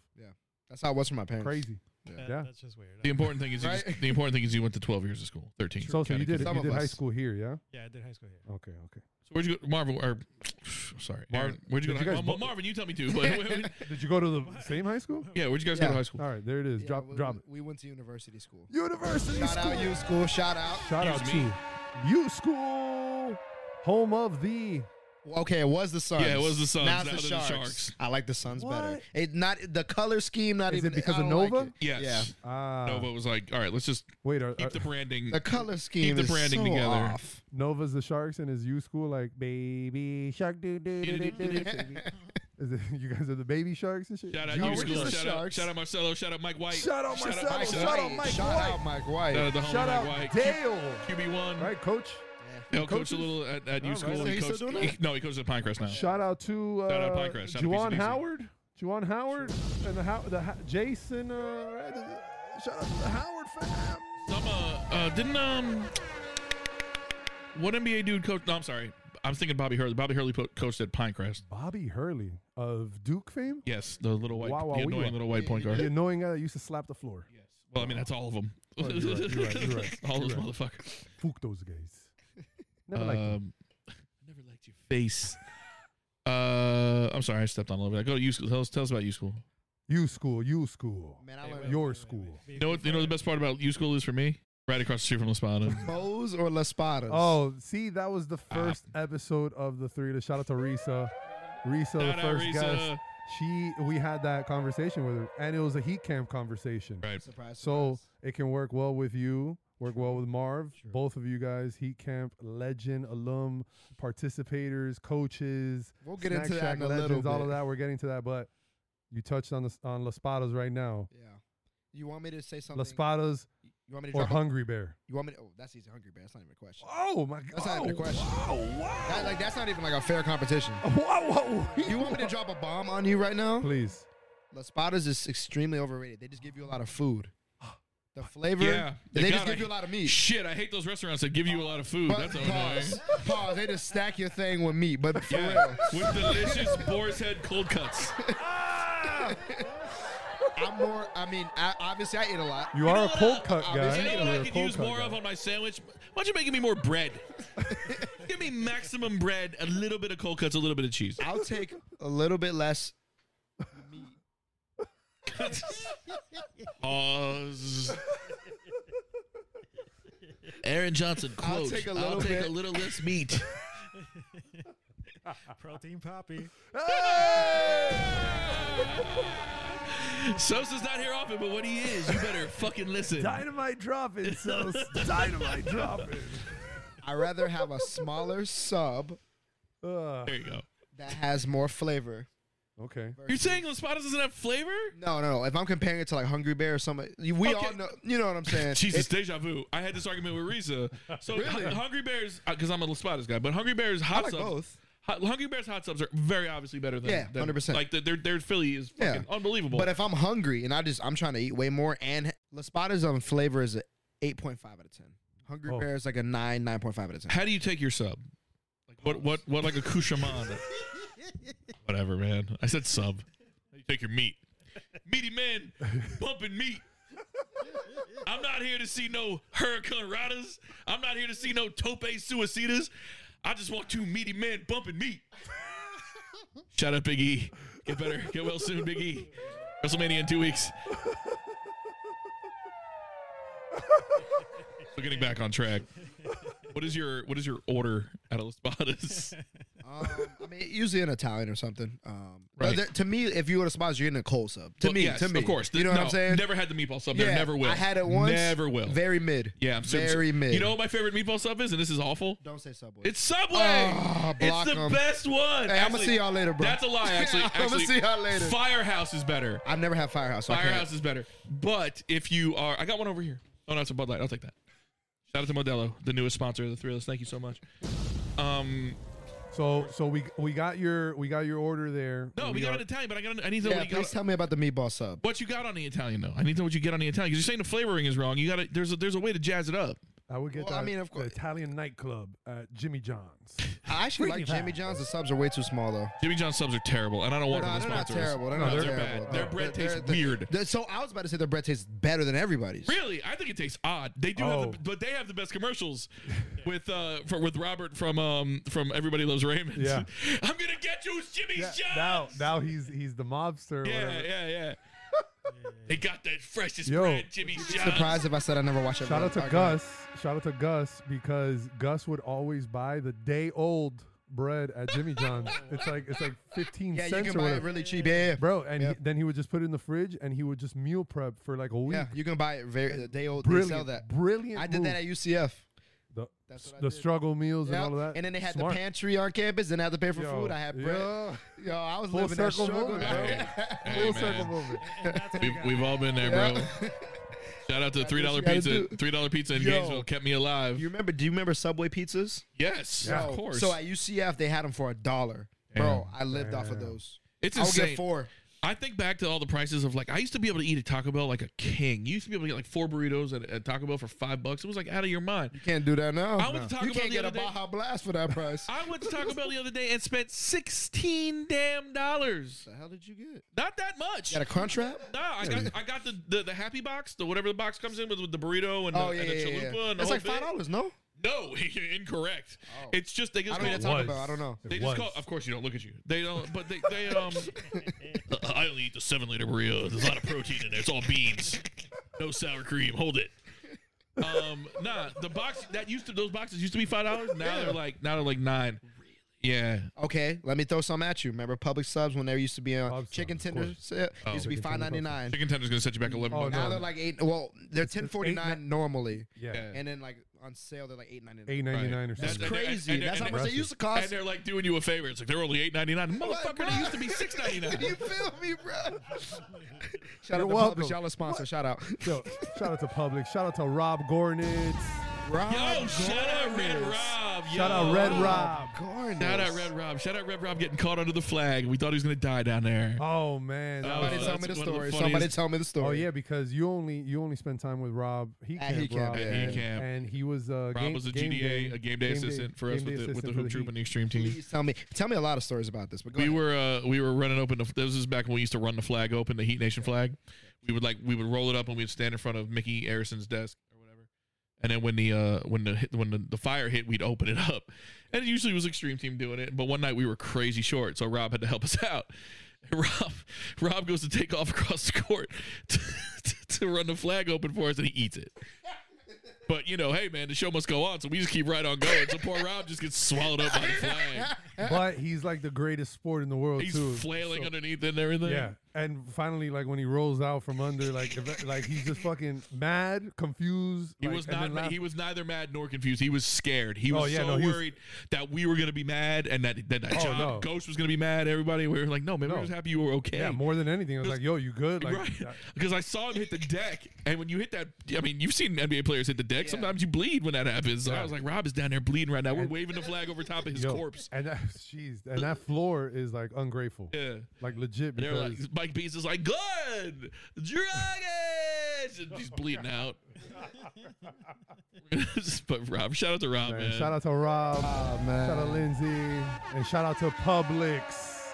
Speaker 1: That's how it was for my parents.
Speaker 5: Crazy.
Speaker 6: That-
Speaker 5: Yeah.
Speaker 6: That's just weird.
Speaker 4: The important thing is you just,
Speaker 1: Right?
Speaker 4: the important thing is you went to twelve years of school, thirteen.
Speaker 5: So, so
Speaker 4: counting
Speaker 5: you did
Speaker 4: kids.
Speaker 5: it.
Speaker 1: Some
Speaker 5: You
Speaker 1: of
Speaker 5: did high
Speaker 1: us.
Speaker 5: school here, yeah.
Speaker 6: yeah, I did high school here.
Speaker 5: Okay, okay.
Speaker 4: So where'd you go, Marvin? Or sorry, Marvin. Where'd you go?
Speaker 5: Did
Speaker 4: To
Speaker 5: you
Speaker 4: high,
Speaker 5: guys
Speaker 4: well,
Speaker 5: bo-
Speaker 4: Marvin, you tell me too. But
Speaker 5: Did you go to the same high school?
Speaker 4: yeah, where'd you guys go
Speaker 1: Yeah.
Speaker 4: to high school?
Speaker 5: All right, there it is.
Speaker 1: Yeah,
Speaker 5: drop,
Speaker 1: we,
Speaker 5: drop it.
Speaker 1: we went to university school.
Speaker 5: University
Speaker 1: Shout out U school. Shout out.
Speaker 5: Shout
Speaker 4: Use
Speaker 5: out
Speaker 4: me.
Speaker 5: to U School, home of the
Speaker 1: Well, Okay, it was the Suns.
Speaker 4: Yeah, it was the Suns.
Speaker 1: Now it's
Speaker 4: Now
Speaker 1: the
Speaker 4: they're the
Speaker 1: Sharks.
Speaker 4: Sharks.
Speaker 1: I like the Suns better.
Speaker 5: What?
Speaker 1: It not the color scheme. Not
Speaker 5: Is it
Speaker 1: even
Speaker 5: because
Speaker 1: I
Speaker 5: of
Speaker 1: don't like
Speaker 5: Nova?
Speaker 1: it.
Speaker 4: Yes.
Speaker 1: Yeah.
Speaker 5: ah.
Speaker 4: Nova was like, all right, let's just
Speaker 5: Wait, are, are-
Speaker 4: keep the branding.
Speaker 1: The color scheme
Speaker 4: the
Speaker 1: is
Speaker 4: branding
Speaker 1: so
Speaker 4: together.
Speaker 1: off.
Speaker 5: Nova's the Sharks and is U School like baby shark doo doo doo doo doo? doo. Is it you guys are the baby sharks and shit?
Speaker 4: Shout out
Speaker 5: You
Speaker 1: Oh,
Speaker 4: U
Speaker 1: we're
Speaker 4: school.
Speaker 1: just the
Speaker 4: Shout out,
Speaker 1: Sharks.
Speaker 4: shout out Marcelo. Shout out Mike White.
Speaker 5: Shout out Marcelo,
Speaker 4: Mike
Speaker 5: shout out
Speaker 4: White,
Speaker 5: Mike
Speaker 1: Shout
Speaker 5: White.
Speaker 1: out Mike White.
Speaker 4: Shout out the homie
Speaker 5: Shout
Speaker 4: Mike
Speaker 5: out
Speaker 4: White.
Speaker 5: Dale.
Speaker 4: QB one.
Speaker 5: Right, coach.
Speaker 4: He'll coach a
Speaker 5: coaches? Oh,
Speaker 4: little at, at
Speaker 5: All
Speaker 4: U
Speaker 5: right.
Speaker 4: school.
Speaker 5: So
Speaker 4: he
Speaker 1: he's still
Speaker 4: coached-
Speaker 1: doing that?
Speaker 4: he- no, he coaches at Pinecrest now.
Speaker 5: Shout out to uh,
Speaker 4: Shout out Pinecrest. Shout out
Speaker 5: Juwan
Speaker 4: PCDC.
Speaker 5: Howard. Juwan Howard and the how the Ha- Jason. Uh, right, the- shout out to the Howard fam.
Speaker 4: Some uh, uh didn't um what NBA dude coach? No, I'm sorry. I'm thinking Bobby Hurley. Bobby Hurley po- coached at Pinecrest.
Speaker 5: Bobby Hurley of Duke fame.
Speaker 4: Yes, the little white,
Speaker 5: Wow, wow,
Speaker 4: the
Speaker 5: we
Speaker 4: annoying
Speaker 5: were.
Speaker 4: little white point guard.
Speaker 5: The annoying guy that used to slap the floor.
Speaker 4: Well, I mean that's all of them.
Speaker 5: Oh, you're right, you're right, you're right,
Speaker 4: all
Speaker 5: you're
Speaker 4: those
Speaker 5: right.
Speaker 4: motherfuckers.
Speaker 5: Fuck those guys. Never
Speaker 4: Um,
Speaker 5: liked them.
Speaker 4: never liked your face. Uh, I'm sorry, I stepped on a little bit. Go to U school. Tell us, tell us about U school.
Speaker 5: You school, you school,
Speaker 1: Man, I learned
Speaker 5: your school.
Speaker 4: You know what? You know what the best part about U school is for me. Right across the street from La Spada.
Speaker 1: Bose or La Spadas.
Speaker 5: Oh, see, that was the
Speaker 4: Ah.
Speaker 5: first episode of the three. To shout out to Risa, Risa,
Speaker 4: Shout
Speaker 5: the
Speaker 4: out,
Speaker 5: first
Speaker 4: Risa.
Speaker 5: guest. She, we had that conversation with her, and it was a heat camp conversation.
Speaker 4: Right.
Speaker 1: surprise!
Speaker 5: So
Speaker 1: surprise.
Speaker 5: it can work well with you, work well with Marv. Both of you guys, heat camp legend, alum, participators, coaches.
Speaker 1: we'll get
Speaker 5: Snack
Speaker 1: into that
Speaker 5: Shack
Speaker 1: in a
Speaker 5: legends,
Speaker 1: little bit.
Speaker 5: all of that. We're getting to that, but you touched on the on Las Patas right now.
Speaker 1: Yeah. You want me to say something?
Speaker 5: Las Patas
Speaker 1: You want me to
Speaker 5: or
Speaker 1: drop? a-
Speaker 5: Hungry Bear?
Speaker 1: you want me to? Oh, that's easy. Hungry bear. That's not even a question.
Speaker 5: Oh my god!
Speaker 1: That's not even a question.
Speaker 5: Wow! Wow!
Speaker 1: That- like that's not even like a fair competition.
Speaker 5: wow! wow.
Speaker 1: You want me to drop a bomb on you right now?
Speaker 5: Please.
Speaker 1: La Spada's is extremely overrated. They just give you a lot of food. The flavor,
Speaker 4: Yeah,
Speaker 1: they,
Speaker 4: they
Speaker 1: just
Speaker 4: gotta-
Speaker 1: give you a lot of meat.
Speaker 4: Shit, I hate those restaurants that give you a lot of food.
Speaker 1: But-
Speaker 4: That's
Speaker 1: pause,
Speaker 4: annoying.
Speaker 1: pause. They just stack your thing with meat, but for
Speaker 4: Yeah,
Speaker 1: real,
Speaker 4: with delicious boar's head cold cuts.
Speaker 1: I'm more. I mean, I, obviously, I eat a lot.
Speaker 5: You are a
Speaker 4: know what
Speaker 5: cold
Speaker 4: I-
Speaker 5: cut guy.
Speaker 4: You know what
Speaker 5: You're
Speaker 4: I
Speaker 5: a
Speaker 4: could
Speaker 5: cold
Speaker 4: use
Speaker 5: cut
Speaker 4: more
Speaker 5: guy.
Speaker 4: of on my sandwich? Why don't you make me more bread? Give me maximum bread, a little bit of cold cuts, a little bit of cheese.
Speaker 1: I'll take a little bit less.
Speaker 4: Pause. Aaron Johnson quote.
Speaker 1: I'll take a little bit."
Speaker 4: little less meat.
Speaker 6: Protein poppy.
Speaker 4: Sosa's not here often, but when he is, you better fucking listen.
Speaker 5: Dynamite drop it, so dynamite drop it.
Speaker 1: I'd rather have a smaller sub
Speaker 5: Uh,
Speaker 4: There you go.
Speaker 1: that has more flavor.
Speaker 5: okay.
Speaker 4: You're saying Los Patos doesn't have flavor?
Speaker 1: No, no, no. If I'm comparing it to like Hungry Bear or something, you- we
Speaker 4: Okay.
Speaker 1: all know. You know what I'm saying?
Speaker 4: Jesus,
Speaker 1: It's-
Speaker 4: deja vu. I had this argument with Risa. So Hun- Hungry Bears, because I'm a Los Patos guy, but Hungry Bears
Speaker 1: I
Speaker 4: hot
Speaker 1: like
Speaker 4: subs.
Speaker 1: both.
Speaker 4: hot- Hungry Bears hot subs are very obviously better than
Speaker 1: Yeah,
Speaker 4: than-
Speaker 1: 100%.
Speaker 4: Like the, their their Philly is fucking
Speaker 1: Yeah.
Speaker 4: unbelievable.
Speaker 1: But if I'm hungry and I just I'm trying to eat way more, and La Spada's on flavor is a 8.5 out of 10. Hungry
Speaker 5: Oh.
Speaker 1: Bear is like a nine, 9.5 out of 10.
Speaker 4: How do you take your sub? Like what what what like a kushaman? Whatever, man. I said sub. How you take your meat? Meaty men bumping meat. I'm not here to see no hurricanradas. I'm not here to see no tope suicidas. I just want two meaty men bumping meat. Shout out Big E. Get better. Get well soon, Big E. WrestleMania in two weeks. We're getting back on track. What is your what is your order at Los Badas?
Speaker 1: Um, I mean, usually an Italian or something. Um,
Speaker 4: Right.
Speaker 1: but there- to me, if you were to sponsor, you're getting a cold sub. To
Speaker 4: Well,
Speaker 1: me,
Speaker 4: yes,
Speaker 1: to me,
Speaker 4: of course.
Speaker 1: You know what
Speaker 4: No,
Speaker 1: I'm saying?
Speaker 4: Never had the meatball sub. There never will.
Speaker 1: I had it once.
Speaker 4: Never will.
Speaker 1: Very mid.
Speaker 4: yeah, I'm so-
Speaker 1: very mid.
Speaker 4: You know what my favorite meatball sub is, and this is awful.
Speaker 1: Don't say Subway.
Speaker 4: It's Subway.
Speaker 1: Ah, block
Speaker 4: it's the
Speaker 1: 'em.
Speaker 4: best one.
Speaker 1: Hey, I'ma
Speaker 4: Actually,
Speaker 1: see y'all later, bro.
Speaker 4: That's a lie. Actually,
Speaker 1: I'ma
Speaker 4: actually,
Speaker 1: see y'all later.
Speaker 4: Firehouse is better.
Speaker 1: I've never had Firehouse. So I can't.
Speaker 4: Firehouse is better. But if you are, I got one over here. Oh no, it's a Bud Light. I'll take that. Shout out to Modelo, the newest sponsor of the Three of Us. Thank you so much. Um,
Speaker 5: So so we we got your we got your order there.
Speaker 4: no, we, got
Speaker 5: are-
Speaker 4: an Italian, but I got. I need to know
Speaker 1: Yeah,
Speaker 4: what you got.
Speaker 1: please tell me about the meatball sub.
Speaker 4: What you got on the Italian though? I need to know what you get on the Italian because you're saying the flavoring is wrong. You got to There's a, there's a way to jazz it up.
Speaker 5: I would get
Speaker 1: Well,
Speaker 5: that.
Speaker 1: I mean, of
Speaker 5: the
Speaker 1: course.
Speaker 5: Italian nightclub at Jimmy John's.
Speaker 1: I actually like
Speaker 6: Pretty
Speaker 1: Jimmy
Speaker 6: bad.
Speaker 1: John's. The subs are way too small though.
Speaker 4: Jimmy John's subs are terrible, and I don't want
Speaker 1: No,
Speaker 4: them to
Speaker 1: they're not
Speaker 4: sponsor us.
Speaker 1: terrible. They're
Speaker 5: No,
Speaker 1: not
Speaker 5: they're
Speaker 1: terrible.
Speaker 4: bad. Their bread tastes weird.
Speaker 1: they're- so I was about to say their bread tastes better than everybody's.
Speaker 4: Really, I think it tastes odd. They do,
Speaker 5: Oh.
Speaker 4: have the, but they have the best commercials with uh for, with Robert from um from Everybody Loves Raymond.
Speaker 5: Yeah.
Speaker 4: I'm gonna get you, Jimmy
Speaker 5: Yeah,
Speaker 4: John's.
Speaker 5: now now he's he's the mobster. or
Speaker 4: yeah,
Speaker 5: whatever.
Speaker 4: yeah, yeah. They got the freshest
Speaker 5: Yo.
Speaker 4: bread, Jimmy John's.
Speaker 1: Surprised if I said I never watched it.
Speaker 5: Shout out to Gus. Shout out to Gus because Gus would always buy the day old bread at Jimmy John's. it's like it's like fifteen
Speaker 1: Yeah, you
Speaker 5: cents
Speaker 1: can
Speaker 5: or
Speaker 1: buy
Speaker 5: whatever.
Speaker 1: it really cheap. Yeah,
Speaker 5: Bro, and
Speaker 1: Yeah.
Speaker 5: he, then he would just put it in the fridge and he would just meal prep for like a week.
Speaker 1: yeah, you can buy it very the day old. They
Speaker 5: brilliant,
Speaker 1: sell that.
Speaker 5: brilliant.
Speaker 1: I did that
Speaker 5: move.
Speaker 1: at UCF.
Speaker 5: the,
Speaker 1: That's what I
Speaker 5: the
Speaker 1: did.
Speaker 5: struggle meals
Speaker 1: Yep.
Speaker 5: and all of that.
Speaker 1: And then they had
Speaker 5: Smart.
Speaker 1: the pantry on campus. Didn't have to pay for
Speaker 5: Yo,
Speaker 1: food. I had bread.
Speaker 5: yeah.
Speaker 1: Yo, I was
Speaker 5: Full
Speaker 1: living that
Speaker 5: circle
Speaker 1: struggle.
Speaker 5: moment,
Speaker 1: bro.
Speaker 5: bro.
Speaker 4: Hey,
Speaker 5: Full
Speaker 4: man.
Speaker 5: circle moment.
Speaker 4: We've, we've all been there, bro. Shout out to three dollar
Speaker 1: you gotta
Speaker 4: pizza.
Speaker 1: do.
Speaker 4: Three dollar pizza in
Speaker 1: Yo.
Speaker 4: Gainesville kept me alive.
Speaker 1: You remember? Do you remember Subway pizzas?
Speaker 4: yes,
Speaker 1: So-
Speaker 4: of course.
Speaker 1: So at UCF, they had them for a dollar. Bro, I lived off of
Speaker 5: Damn.
Speaker 1: those.
Speaker 4: it's
Speaker 1: I would
Speaker 4: insane.
Speaker 1: get four.
Speaker 4: I think back to all the prices of like I used to be able to eat at Taco Bell like a king. You used to be able to get like four burritos at, at Taco Bell for five bucks. It was like out of your mind.
Speaker 1: Can't do that now.
Speaker 4: I went to Taco
Speaker 1: you
Speaker 4: Bell
Speaker 1: can't
Speaker 4: the
Speaker 1: get a
Speaker 4: other day.
Speaker 1: Baja Blast for that price.
Speaker 4: I went to Taco Bell the other day and spent sixteen damn dollars.
Speaker 1: the hell did you get?
Speaker 4: Not that much.
Speaker 1: Got a crunch wrap?
Speaker 4: Nah, I got I got the, the, the happy box, the whatever the box comes in with, with the burrito and the,
Speaker 1: Oh yeah,
Speaker 4: and the
Speaker 1: yeah, yeah,
Speaker 4: chalupa
Speaker 1: yeah.
Speaker 4: and the
Speaker 1: That's
Speaker 4: whole
Speaker 1: like five
Speaker 4: thing.
Speaker 1: dollars. No,
Speaker 4: No, incorrect. It's just they
Speaker 1: I
Speaker 4: just
Speaker 1: don't know
Speaker 4: made it
Speaker 1: what Taco
Speaker 5: was.
Speaker 1: Bell, I don't know.
Speaker 5: It
Speaker 4: They just
Speaker 5: was.
Speaker 4: call. Of course, you don't look at you. They don't. But they they um. I only eat the seven liter burrito. There's a lot of protein in there. It's all beans, no sour cream. Hold it. Um, nah, the box that used to those boxes used to be five dollars. Now they're like now they're like nine. Yeah.
Speaker 1: Okay, let me throw some at you. Remember public subs when there used to be a
Speaker 5: Pub
Speaker 1: chicken
Speaker 5: subs, of
Speaker 1: tender
Speaker 5: course.
Speaker 1: sale?
Speaker 4: Oh.
Speaker 1: used to be
Speaker 5: Chicken
Speaker 1: five
Speaker 5: tender
Speaker 1: ninety
Speaker 5: pub
Speaker 1: nine.
Speaker 4: Chicken tender's gonna set you back eleven
Speaker 5: Oh,
Speaker 4: bucks.
Speaker 1: Now
Speaker 5: no.
Speaker 1: they're like eight. Well,
Speaker 5: It's-
Speaker 1: they're
Speaker 5: it's
Speaker 1: ten
Speaker 5: eight
Speaker 1: forty nine normally,
Speaker 5: Yeah.
Speaker 4: Yeah.
Speaker 1: and then like on sale they're like eight ninety nine.
Speaker 5: Eight ninety nine or
Speaker 4: That's
Speaker 1: That's
Speaker 5: something.
Speaker 4: and they're-
Speaker 1: crazy.
Speaker 4: and they're-
Speaker 1: That's how
Speaker 4: and
Speaker 1: much they
Speaker 5: they're-
Speaker 1: used to
Speaker 4: And
Speaker 1: cost.
Speaker 4: they're like doing you a favor. It's like they're only eight ninety nine. Motherfucker,
Speaker 1: bro.
Speaker 4: they used to be six ninety nine.
Speaker 1: You feel me, bro? Shout
Speaker 5: You're
Speaker 1: out to Publix,
Speaker 5: welcome.
Speaker 1: y'all a sponsor. Shout out.
Speaker 5: Yo, shout out to Public. Shout out to Rob Gornitz.
Speaker 1: Rob
Speaker 4: Yo, shout out Red
Speaker 1: Garnis.
Speaker 4: Rob. Yo.
Speaker 5: Shout out Red Rob.
Speaker 1: Garnis.
Speaker 4: Shout out Red Rob. Shout out Red Rob getting caught under the flag. We thought he was gonna die down there.
Speaker 5: Oh man. that
Speaker 4: Oh,
Speaker 5: was-
Speaker 1: Somebody tell
Speaker 4: that's one of
Speaker 1: me the
Speaker 4: the
Speaker 1: story.
Speaker 4: funniest-
Speaker 1: Somebody tell me the story.
Speaker 5: Oh yeah, because you only you only spend time with Rob. He
Speaker 1: At
Speaker 5: camp,
Speaker 1: Heat Camp,
Speaker 5: Rob,
Speaker 1: yeah. At Heat
Speaker 5: and,
Speaker 4: Camp.
Speaker 5: and he was uh,
Speaker 4: Rob
Speaker 5: game,
Speaker 4: was a
Speaker 5: game
Speaker 4: GDA,
Speaker 5: day,
Speaker 4: a game day assistant for us
Speaker 5: game day
Speaker 4: with the, with the
Speaker 5: assistant
Speaker 4: hoop
Speaker 5: for
Speaker 4: troop
Speaker 5: Heat.
Speaker 4: and the extreme team.
Speaker 1: Please tell me. Tell me a lot of stories about this. But go
Speaker 4: We
Speaker 1: ahead.
Speaker 4: were uh, we were running open. The, this is back when we used to run the flag open, the Heat Nation flag. We would like we would roll it up and we'd stand in front of Mickey Harrison's desk or whatever. And then when the uh, when the hit, when the, the fire hit, we'd open it up. And it usually was Extreme Team doing it. But one night we were crazy short, so Rob had to help us out. And Rob Rob goes to take off across the court to, to, to run the flag open for us, and he eats it. But you know, hey man, the show must go on, so we just keep right on going. So poor Rob just gets swallowed up by the flag.
Speaker 5: But he's like the greatest sport in the world
Speaker 4: He's
Speaker 5: Oh, too.
Speaker 4: flailing
Speaker 5: So-
Speaker 4: underneath and everything.
Speaker 5: Yeah, and finally, like when he rolls out from under, like if- like he's just fucking mad, confused.
Speaker 4: He
Speaker 5: like,
Speaker 4: was
Speaker 5: and
Speaker 4: not.
Speaker 5: then
Speaker 4: ma-
Speaker 5: laugh-
Speaker 4: he was neither mad nor confused. He was scared. He
Speaker 5: Oh,
Speaker 4: was
Speaker 5: yeah,
Speaker 4: so
Speaker 5: no, he was-
Speaker 4: worried that we were going to be mad and that that, that
Speaker 5: Oh,
Speaker 4: John
Speaker 5: no.
Speaker 4: Ghost was going to be mad. Everybody, we were like, no, man, we
Speaker 5: No.
Speaker 4: were just happy you were okay.
Speaker 5: yeah, more than anything, I was
Speaker 4: Just-
Speaker 5: like, "Yo, you good?" Like, uh,
Speaker 4: right?
Speaker 5: that-
Speaker 4: Because I saw him hit the deck, and when you hit that, I mean, you've seen NBA players hit the deck. Sometimes you bleed when that happens. So I
Speaker 5: Yeah.
Speaker 4: was like, Rob is down there bleeding right now. We're
Speaker 5: And-
Speaker 4: waving the flag over top of his
Speaker 5: yo,
Speaker 4: corpse.
Speaker 5: And that, jeez, and that floor is like ungrateful,
Speaker 4: Yeah. And
Speaker 5: like legit.
Speaker 4: They're
Speaker 5: Because
Speaker 4: like, Mike Beast is like, good, Dragic! And he's bleeding out. but Rob, shout out to Rob,
Speaker 5: man,
Speaker 4: man.
Speaker 5: shout out to Rob, shout out Lindsay, and shout out to Publix,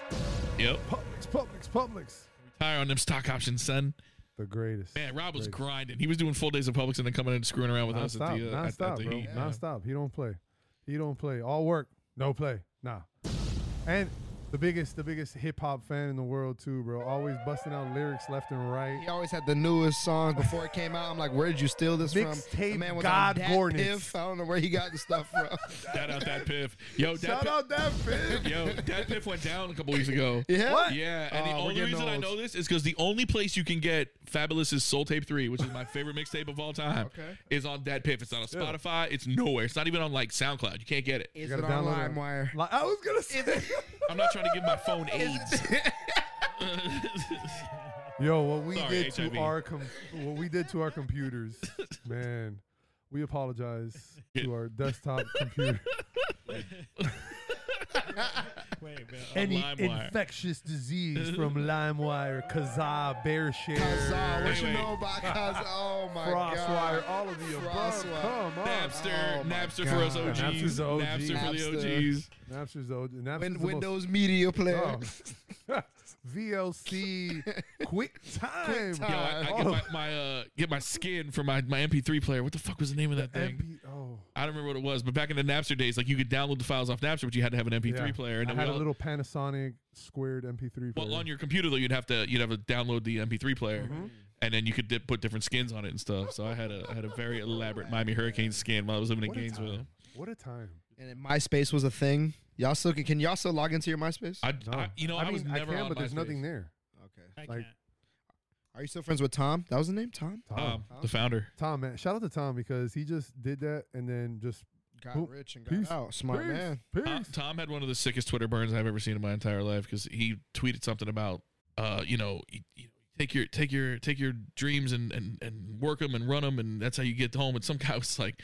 Speaker 4: Yep.
Speaker 5: Publix, Publix, Publix,
Speaker 4: Higher on them stock options, son.
Speaker 5: the greatest.
Speaker 4: Man, Rob was
Speaker 5: Great.
Speaker 4: grinding. He was doing full days of Publix and then coming in and screwing around with us at
Speaker 5: Non-stop,
Speaker 4: the, uh, at- at,
Speaker 5: non-stop,
Speaker 4: the
Speaker 5: bro.
Speaker 4: heat.
Speaker 5: Non-stop. He don't play. He don't play. All work, no play. Nah. And the biggest, the biggest hip hop fan in the world too, bro. Always busting out lyrics left and
Speaker 1: He
Speaker 5: right.
Speaker 1: always had the newest songs before it came out. I'm like, where did you steal this from? The
Speaker 5: Mixtape
Speaker 1: man was
Speaker 5: God
Speaker 1: on Dat
Speaker 5: Gornitz.
Speaker 1: Piff. I don't know where he got the stuff from.
Speaker 4: Shout out that piff. Yo, that
Speaker 5: Shout
Speaker 4: piff,
Speaker 5: out that fam.
Speaker 4: yo, that piff went down a couple weeks ago.
Speaker 1: yeah.
Speaker 5: What?
Speaker 4: Yeah, and the
Speaker 1: Oh, we're
Speaker 4: only
Speaker 1: getting
Speaker 4: reason I
Speaker 1: old.
Speaker 4: know this is because the only place you can get Fabulous's Soul Tape 3, which is my favorite mixtape of all time,
Speaker 1: Okay.
Speaker 4: is on Dad Piff. It's not on Spotify. It's nowhere. It's not even on like SoundCloud. You can't get it.
Speaker 1: Is
Speaker 5: You
Speaker 1: it
Speaker 5: gotta
Speaker 1: on
Speaker 5: download it.
Speaker 1: LimeWire?
Speaker 5: Like, I was gonna say.
Speaker 4: I'm not trying to give my phone AIDS.
Speaker 5: Yo, what we
Speaker 4: Sorry,
Speaker 5: did
Speaker 4: HIV.
Speaker 5: to our com- what we did to our computers, man. We apologize to our desktop computer.
Speaker 6: Wait, but, uh,
Speaker 5: Any
Speaker 4: LimeWire.
Speaker 5: infectious disease from LimeWire, Kazaa, BearShare,
Speaker 1: Kazaa. What
Speaker 4: Anyway.
Speaker 1: you know about Kazaa? Oh my god.
Speaker 5: Crosswire, Oh, all of the above.
Speaker 1: Crosswire.
Speaker 5: Come on.
Speaker 4: Napster,
Speaker 1: Oh, my
Speaker 4: Napster for us
Speaker 1: God.
Speaker 4: OGs,
Speaker 5: Napster's the OG.
Speaker 4: Napster for the
Speaker 1: Napster.
Speaker 4: OGs.
Speaker 5: Napster's old. Napster's
Speaker 1: Win-
Speaker 5: the most-
Speaker 1: Windows Media Player.
Speaker 5: Oh. VLC, Quick Time. Oh.
Speaker 1: Quick Time.
Speaker 4: Yo, I, I
Speaker 5: All
Speaker 4: get
Speaker 5: of-
Speaker 4: my,
Speaker 1: Oh.
Speaker 4: my uh get my skin for my, my MP3 player. What the fuck was the name of that thing?
Speaker 5: MP, oh,
Speaker 4: I don't remember what it was, but back in the Napster days, like you could download the files off Napster, but you had to have an MP3
Speaker 5: yeah.
Speaker 4: player. And
Speaker 5: I
Speaker 4: then
Speaker 5: had
Speaker 4: we
Speaker 5: a
Speaker 4: all-
Speaker 5: little Panasonic squared MP3 player.
Speaker 4: well on your computer though, you'd have to you'd have to download the MP3 player,
Speaker 5: Mm-hmm.
Speaker 4: and then you could dip, put different skins on it and stuff. So I had a I had a very elaborate Miami Hurricane skin while I was living in
Speaker 5: What a
Speaker 4: Gainesville.
Speaker 5: time. what a time.
Speaker 1: And then MySpace was a thing. Y'all still can, can y'all still log into your MySpace?
Speaker 4: I,
Speaker 5: No.
Speaker 4: I- you know I,
Speaker 5: mean,
Speaker 4: was
Speaker 5: I
Speaker 4: never
Speaker 5: can,
Speaker 4: on
Speaker 5: but there's
Speaker 4: MySpace.
Speaker 5: nothing there.
Speaker 1: okay.
Speaker 6: oh, I
Speaker 5: like-
Speaker 6: can't.
Speaker 1: Are you still friends with Tom? That was the name, Tom.
Speaker 5: Tom.
Speaker 4: Tom, Um, the founder.
Speaker 5: Tom, man. Shout out to Tom because he just did that and then just
Speaker 1: Got
Speaker 5: Who-
Speaker 1: rich and got
Speaker 5: peace.
Speaker 1: out. Smart
Speaker 5: peace,
Speaker 1: man.
Speaker 5: Peace.
Speaker 4: Tom, Tom had one of the sickest Twitter burns I've ever seen in my entire life because he tweeted something about, uh, you know, you, you take your take your take your dreams and and and work them and run them and that's how you get home. And some guy was like,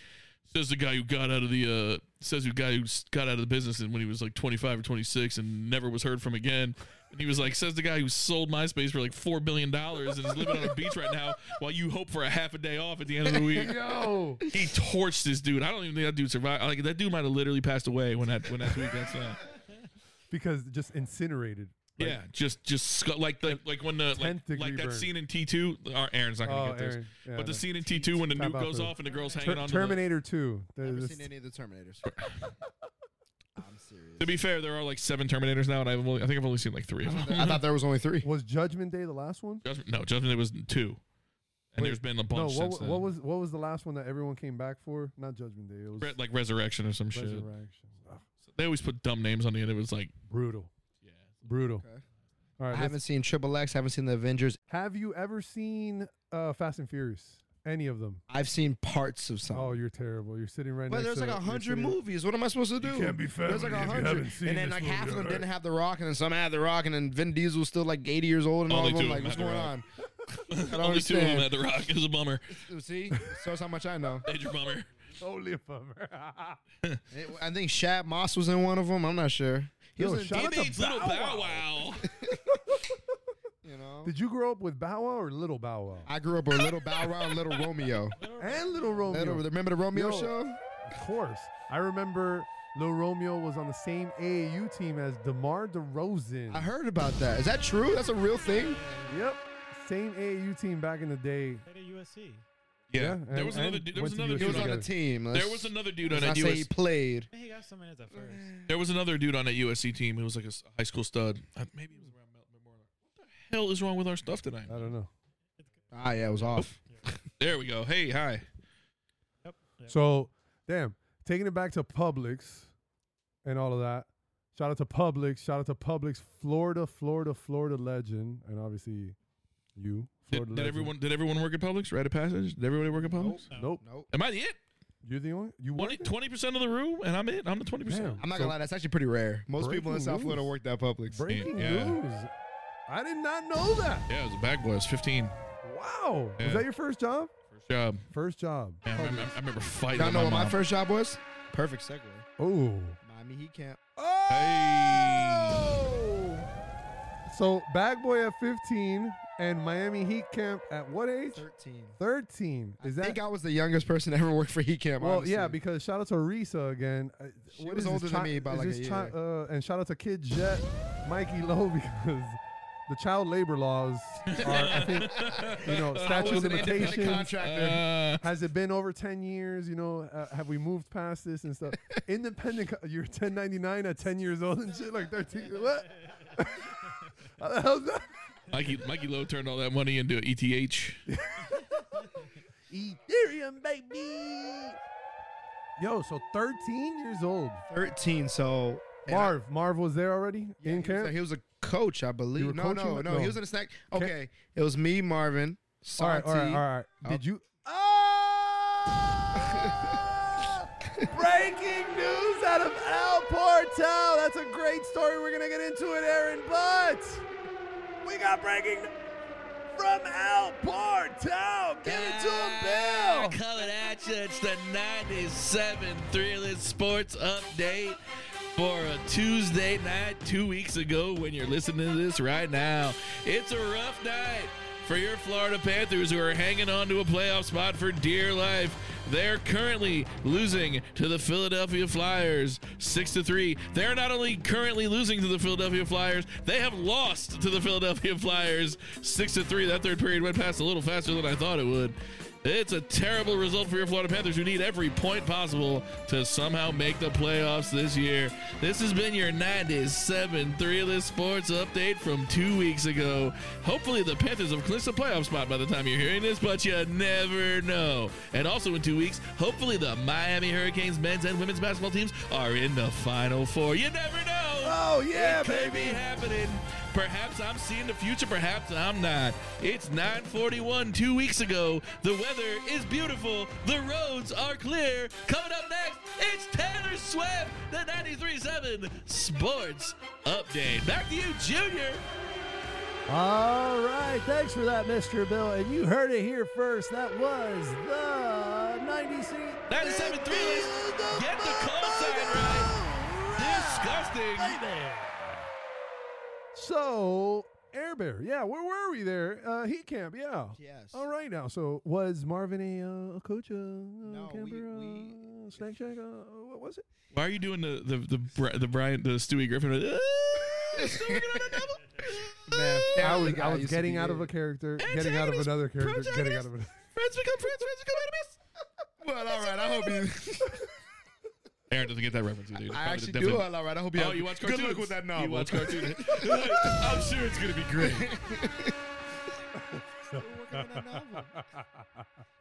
Speaker 4: says the guy who got out of the uh, says the guy who s- got out of the business and when he was like 25 or 26 and never was heard from again. And he was like, says the guy who sold MySpace for like four billion dollars and is living on a beach right now while you hope for a half a day off at the end of the week
Speaker 5: Yo.
Speaker 4: he torched this dude. I don't even think that dude survived. Like that dude might have literally passed away when that when that tweet got sent.
Speaker 5: because just incinerated. Like,
Speaker 4: yeah, just just sc- like the like when the like,
Speaker 5: Tenth degree
Speaker 4: like that
Speaker 5: burn.
Speaker 4: scene in T two. Our Aaron's not gonna
Speaker 5: Oh,
Speaker 4: get this,
Speaker 5: Aaron. Yeah,
Speaker 4: but the
Speaker 5: no.
Speaker 4: scene in T two when the
Speaker 5: Time
Speaker 4: nuke
Speaker 5: out
Speaker 4: goes
Speaker 5: for-
Speaker 4: off and the girls hanging
Speaker 5: Ter-
Speaker 4: on. to the-
Speaker 5: Terminator 2. There's
Speaker 1: Never
Speaker 5: this-
Speaker 1: seen any of the Terminators. I'm serious.
Speaker 4: To be fair, there are like seven Terminators now, and I've only, I think I've only seen like three of them.
Speaker 1: I thought there was only three.
Speaker 5: was Judgment Day the last one?
Speaker 4: Judgment, no, Judgment Day was two, and
Speaker 5: Wait,
Speaker 4: there's been a
Speaker 5: No,
Speaker 4: bunch
Speaker 5: what,
Speaker 4: since
Speaker 5: wa-
Speaker 4: then.
Speaker 5: what was what was the last one that everyone came back for? Not Judgment Day. It was
Speaker 4: Re- like Resurrection or some shit?
Speaker 5: Resurrection. Ugh.
Speaker 4: So They always put dumb names on the end. It was like,
Speaker 5: Brutal.
Speaker 4: yeah.
Speaker 5: Brutal.
Speaker 1: Okay.
Speaker 5: All
Speaker 1: I
Speaker 5: right. let's-
Speaker 1: haven't seen Triple X. Haven't seen the Avengers.
Speaker 5: Have you ever seen uh, Fast and Furious? Any of them?
Speaker 1: I've seen parts of some.
Speaker 5: Oh, you're terrible. You're sitting right
Speaker 1: But
Speaker 5: next
Speaker 1: there's
Speaker 5: to
Speaker 1: like a
Speaker 5: you're
Speaker 1: hundred
Speaker 5: sitting-
Speaker 1: movies. What am I supposed to do?
Speaker 5: can't be
Speaker 1: There's
Speaker 5: family if
Speaker 1: like
Speaker 5: you
Speaker 1: hundred,
Speaker 5: haven't seen
Speaker 1: and then
Speaker 5: this
Speaker 1: like
Speaker 5: movie,
Speaker 1: half of them
Speaker 5: alright?
Speaker 1: didn't have the Rock, and then some had the Rock, and then Vin Diesel's still like 80 years old, and all,
Speaker 4: Only
Speaker 1: of them
Speaker 4: two
Speaker 1: like,
Speaker 4: of
Speaker 1: what's
Speaker 4: them
Speaker 1: going
Speaker 4: had
Speaker 1: on? I don't
Speaker 4: Only two of them
Speaker 1: understand.
Speaker 4: had the rock. It was a bummer.
Speaker 1: See, shows how much I know.
Speaker 4: Major bummer.
Speaker 5: Holy bummer.
Speaker 1: It- I think Shad Moss was in one of them. I'm not sure. He
Speaker 5: Yo,
Speaker 1: was in,
Speaker 5: shout
Speaker 1: deep,
Speaker 5: out to
Speaker 4: Teenage little
Speaker 5: Bow
Speaker 4: Bow Wow.
Speaker 1: you know.
Speaker 5: Did you grow up with Bow Wow or Little Bow Wow?
Speaker 1: I grew up with Little Bow Wow and Little Romeo.
Speaker 5: and Little Romeo.
Speaker 1: Little, remember the Romeo
Speaker 5: Yo.
Speaker 1: show?
Speaker 5: Of course. I remember Little Romeo was on the same AAU team as DeMar DeRozan.
Speaker 1: I heard about that. Is that true? That's a real thing.
Speaker 5: Yep. Same AAU team back in the day.
Speaker 6: Played at USC.
Speaker 4: Yeah.
Speaker 5: Yeah,
Speaker 4: there was
Speaker 5: and-
Speaker 4: another.
Speaker 5: and
Speaker 4: Dude, there was
Speaker 5: went to
Speaker 4: another
Speaker 5: USC
Speaker 1: He
Speaker 4: dude
Speaker 1: was
Speaker 4: on
Speaker 1: on
Speaker 4: it.
Speaker 1: a team.
Speaker 4: There was another dude on
Speaker 1: Let's
Speaker 4: that
Speaker 1: not say he
Speaker 4: US.
Speaker 1: played.
Speaker 6: He got some minutes at first.
Speaker 4: There was another dude on that USC team who was like a s- high school stud. Uh, Maybe it was around Mel- Memorial. What the hell is wrong with our stuff tonight?
Speaker 5: I don't know.
Speaker 1: Ah, yeah, it was off.
Speaker 4: There we go. Hey, hi.
Speaker 6: Yep. yep.
Speaker 5: So, damn, taking it back to Publix and all of that. Shout out to Publix. Shout out to Publix, Florida, Florida, Florida legend, and obviously you,
Speaker 4: Did,
Speaker 5: Florida legend.
Speaker 4: did everyone did everyone work at Publix? Rite of passage. Did everybody work at Publix?
Speaker 6: No.
Speaker 5: Nope.
Speaker 1: Nope.
Speaker 4: Am I the it?
Speaker 5: You're the only. You were
Speaker 4: 20 percent of the room, and I'm it. I'm the twenty percent.
Speaker 5: Damn.
Speaker 1: I'm not
Speaker 5: So-
Speaker 1: gonna lie, that's actually pretty rare. Most people
Speaker 5: Breaking
Speaker 1: in South Florida
Speaker 5: rules.
Speaker 1: work that Publix.
Speaker 5: breaking
Speaker 4: Yeah.
Speaker 5: news. I did not know that.
Speaker 4: Yeah, it was a bag boy. I was fifteen.
Speaker 5: Wow.
Speaker 4: Yeah.
Speaker 5: Was that your first job?
Speaker 4: First job.
Speaker 5: First job.
Speaker 4: Man, I, remember, I remember fighting.
Speaker 1: Y'all
Speaker 4: with
Speaker 1: know
Speaker 4: my
Speaker 1: what my
Speaker 4: mom.
Speaker 1: first job was? Perfect segue.
Speaker 5: Oh.
Speaker 1: Miami Heat camp.
Speaker 5: Oh. So bag boy at 15 and Miami Heat camp at what age?
Speaker 1: 13.
Speaker 5: 13. Is
Speaker 1: I
Speaker 5: that
Speaker 1: think I was the youngest person to ever work for Heat camp.
Speaker 5: Well,
Speaker 1: honestly.
Speaker 5: yeah, because shout out to Risa again. Uh,
Speaker 1: She
Speaker 5: what is
Speaker 1: was
Speaker 5: this,
Speaker 1: older than
Speaker 5: chi-
Speaker 1: me by
Speaker 5: is
Speaker 1: like a
Speaker 5: this chi-
Speaker 1: year.
Speaker 5: uh, and shout out to Kid Jet, Mikey Lowe, because the child labor laws are, I think, you know, statute of
Speaker 1: was an independent
Speaker 5: limitations.
Speaker 1: contractor.
Speaker 4: Uh,
Speaker 5: Has it been over 10 years? You know, uh, have we moved past this and stuff? Independent, co- you're 1099 at 10 years old and shit, like 13. What? How the hell's that?
Speaker 4: Mikey Mikey Lowe turned all that money into E ETH.
Speaker 5: Ethereum, baby. Yo, so 13 years old.
Speaker 1: 13. So and I-
Speaker 5: Marv, Marv was there already
Speaker 1: yeah,
Speaker 5: in
Speaker 1: he was
Speaker 5: camp.
Speaker 1: a- He was a coach, I
Speaker 5: were
Speaker 1: believe. No,
Speaker 5: coaching
Speaker 1: no,
Speaker 5: with-
Speaker 1: no,
Speaker 5: no.
Speaker 1: He was in a snack. Okay, it was me, Marvin,
Speaker 5: All right, all
Speaker 1: Santi. Oh.
Speaker 5: right, all right. Did you? Breaking news out of El Portal. That's a great story. We're gonna get into it, Aaron. But
Speaker 3: We got breaking from El Portal. Give it to him, Bill.
Speaker 4: Coming at you. It's the 97 Thrillist Sports Update for a Tuesday night, two weeks ago, when you're listening to this right now. It's a rough night for your Florida Panthers who are hanging on to a playoff spot for dear life. They're currently losing to the Philadelphia Flyers 6 to 3. They're not only currently losing to the Philadelphia Flyers, they have lost to the Philadelphia Flyers 6 to 3. That third period went past a little faster than I thought it would. It's a terrible result for your Florida Panthers, who need every point possible to somehow make the playoffs this year. This has been your 97 3 list sports update from two weeks ago. Hopefully, the Panthers have clinched the playoff spot by the time you're hearing this, but you never know. And also, in two weeks, hopefully, the Miami Hurricanes men's and women's basketball teams are in the Final Four. You never know.
Speaker 5: oh yeah,
Speaker 4: It could be happening. Perhaps I'm seeing the future, perhaps I'm not. It's 941 two weeks ago. The weather is beautiful. The roads are clear. Coming up next, it's Taylor Swift, the 93.7 Sports Update. Back to you, Junior.
Speaker 7: All right, thanks for that, Mr. Bill. And you heard it here first. That was the 90 seat.
Speaker 4: 97 Thrillers. Get the call sign right. Disgusting.
Speaker 5: So Air Bear, yeah, where were we there? Uh, heat camp, yeah.
Speaker 1: Yes.
Speaker 5: All right, now, so was Marvin a uh, a coach? Uh, no,
Speaker 1: we-
Speaker 5: camper,
Speaker 1: we-
Speaker 5: uh, snack shack. Uh, what was it?
Speaker 4: Why are you doing the the the, Bri- the Brian the Stewie Griffin? Uh, Stewie Griffin on the double?
Speaker 1: Man,
Speaker 5: I
Speaker 1: Family
Speaker 5: was,
Speaker 1: Guy
Speaker 5: I was
Speaker 1: used to
Speaker 5: getting
Speaker 1: be
Speaker 5: out of
Speaker 1: it.
Speaker 5: a character, getting out of
Speaker 4: Antagonist,
Speaker 5: another character, getting out
Speaker 4: protagonist.
Speaker 5: of another.
Speaker 4: Friends become friends. Friends become enemies.
Speaker 1: Well, all right. I hope you.
Speaker 4: Aaron doesn't get that reference either. It's
Speaker 1: I
Speaker 4: probably
Speaker 1: actually
Speaker 4: definitely-
Speaker 1: do. All right. I hope you.
Speaker 4: Oh,
Speaker 1: have-
Speaker 4: you watch
Speaker 1: Good
Speaker 4: cartoons?
Speaker 1: luck with that novel.
Speaker 4: You watch cartoons. I'm sure it's gonna be great.
Speaker 1: Working on that album.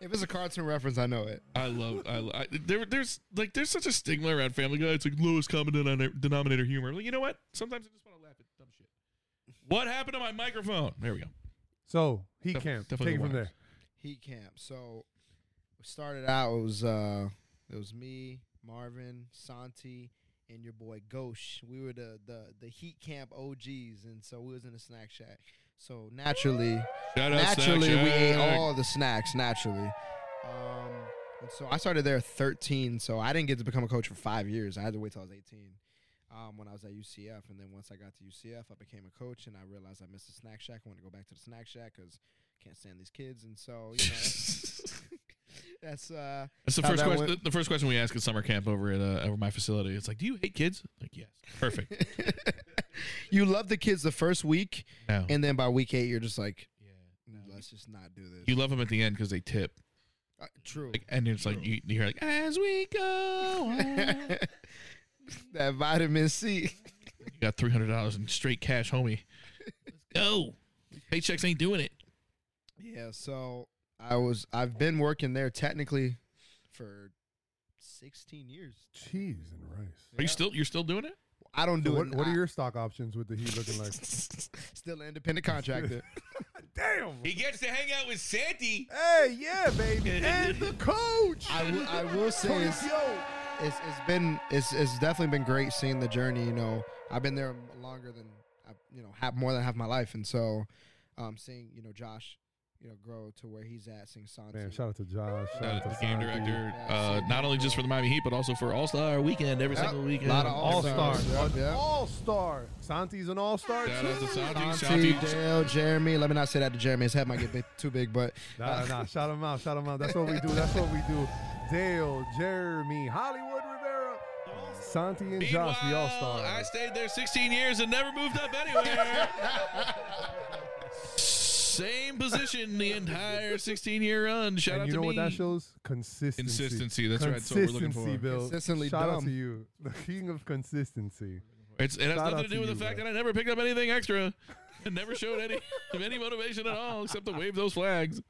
Speaker 1: if it's a cartoon reference, I know it.
Speaker 4: I love. I, lo- I there, there's like there's such a stigma around Family Guy. It's like lowest common denom- denominator humor. I'm Like, you know what? Sometimes I just want to laugh at dumb shit. What happened to my microphone? There we go.
Speaker 5: So he
Speaker 4: Def-
Speaker 5: can't
Speaker 4: definitely
Speaker 5: take
Speaker 4: the
Speaker 5: it from
Speaker 4: Warriors.
Speaker 5: there.
Speaker 1: Heat camp. So we started out. It was uh, it was me, Marvin, Santi, and your boy Gosh. We were the the the heat camp OGs, and so we was in the snack shack. So naturally,
Speaker 4: Shout out
Speaker 1: naturally
Speaker 4: Snack
Speaker 1: we ate
Speaker 4: Shack.
Speaker 1: all the snacks naturally. Um, and so I started there at 13. So I didn't get to become a coach for five years. I had to wait till I was 18. Um, when I was at UCF, and then once I got to UCF, I became a coach, and I realized I missed the snack shack. I want to go back to the snack shack because can't stand these kids, and so you know that's, that's uh
Speaker 4: That's the
Speaker 1: How
Speaker 4: first
Speaker 1: that
Speaker 4: question.
Speaker 1: went-
Speaker 4: The first question we ask at summer camp over at uh, over my facility. It's like, do you hate kids? Like, yes. Perfect.
Speaker 1: you love the kids the first week,
Speaker 4: Now
Speaker 1: and then by week eight, you're just like, let's just not do this.
Speaker 4: you love them at the end because they tip,
Speaker 1: Uh, true.
Speaker 4: like, and it's like you, you hear like as we go. on."
Speaker 1: that vitamin C.
Speaker 4: You got three hundred dollars in straight cash, homie. Let's go. Paychecks ain't doing it.
Speaker 1: Yeah, so I was I've been working there technically for 16 years.
Speaker 5: Cheese and rice.
Speaker 4: Are you still? You're still doing it?
Speaker 1: I don't do
Speaker 5: So what,
Speaker 1: it.
Speaker 5: what
Speaker 1: I-
Speaker 5: are your stock options with the heat looking like?
Speaker 1: still an independent contractor?
Speaker 5: Damn.
Speaker 4: He gets to hang out with Santi.
Speaker 5: Hey, yeah, baby. and the coach.
Speaker 1: I will- I will say it's, it's it's been it's it's definitely been great seeing the journey. You know, I've been there longer than I you know half more than half my life, and so um, seeing you know Josh, you know, grow to where he's at, seeing Santi.
Speaker 5: Man, shout out to Josh. Shout
Speaker 4: Shout out to the game
Speaker 5: Santi.
Speaker 4: director, uh, not only just for the Miami Heat, but also for All Star Weekend every
Speaker 1: Yep,
Speaker 4: single weekend.
Speaker 1: lot of
Speaker 5: All-stars.
Speaker 1: all-stars. Yep, yep.
Speaker 5: All star. Santi's an all star.
Speaker 4: Shout out to Santi.
Speaker 1: Santi,
Speaker 4: Santi.
Speaker 1: Dale, Jeremy. Let me not say that to Jeremy. His head might get big, too big, but
Speaker 5: Nah, nah, shout him out. Shout him out. That's what we do. That's what we do. Dale, Jeremy, Hollywood Rivera, Santi, and Josh, the all
Speaker 4: Meanwhile, I
Speaker 5: star.
Speaker 4: stayed there 16 years and never moved up anywhere. Same position the entire 16 year run. Shout out
Speaker 5: And you
Speaker 4: to
Speaker 5: know
Speaker 4: me.
Speaker 5: what that shows? Consistency.
Speaker 4: Consistency, that's right, that's what we're looking
Speaker 5: Consistency,
Speaker 4: for.
Speaker 5: Bill.
Speaker 1: Consistently
Speaker 5: shout out
Speaker 1: dumb.
Speaker 5: to you, the king of consistency.
Speaker 4: It's, it has
Speaker 5: Shout out
Speaker 4: nothing to
Speaker 5: to
Speaker 4: do with
Speaker 5: you,
Speaker 4: the fact
Speaker 5: bro.
Speaker 4: that I never picked up anything extra. and never showed any of any motivation at all except to wave those flags.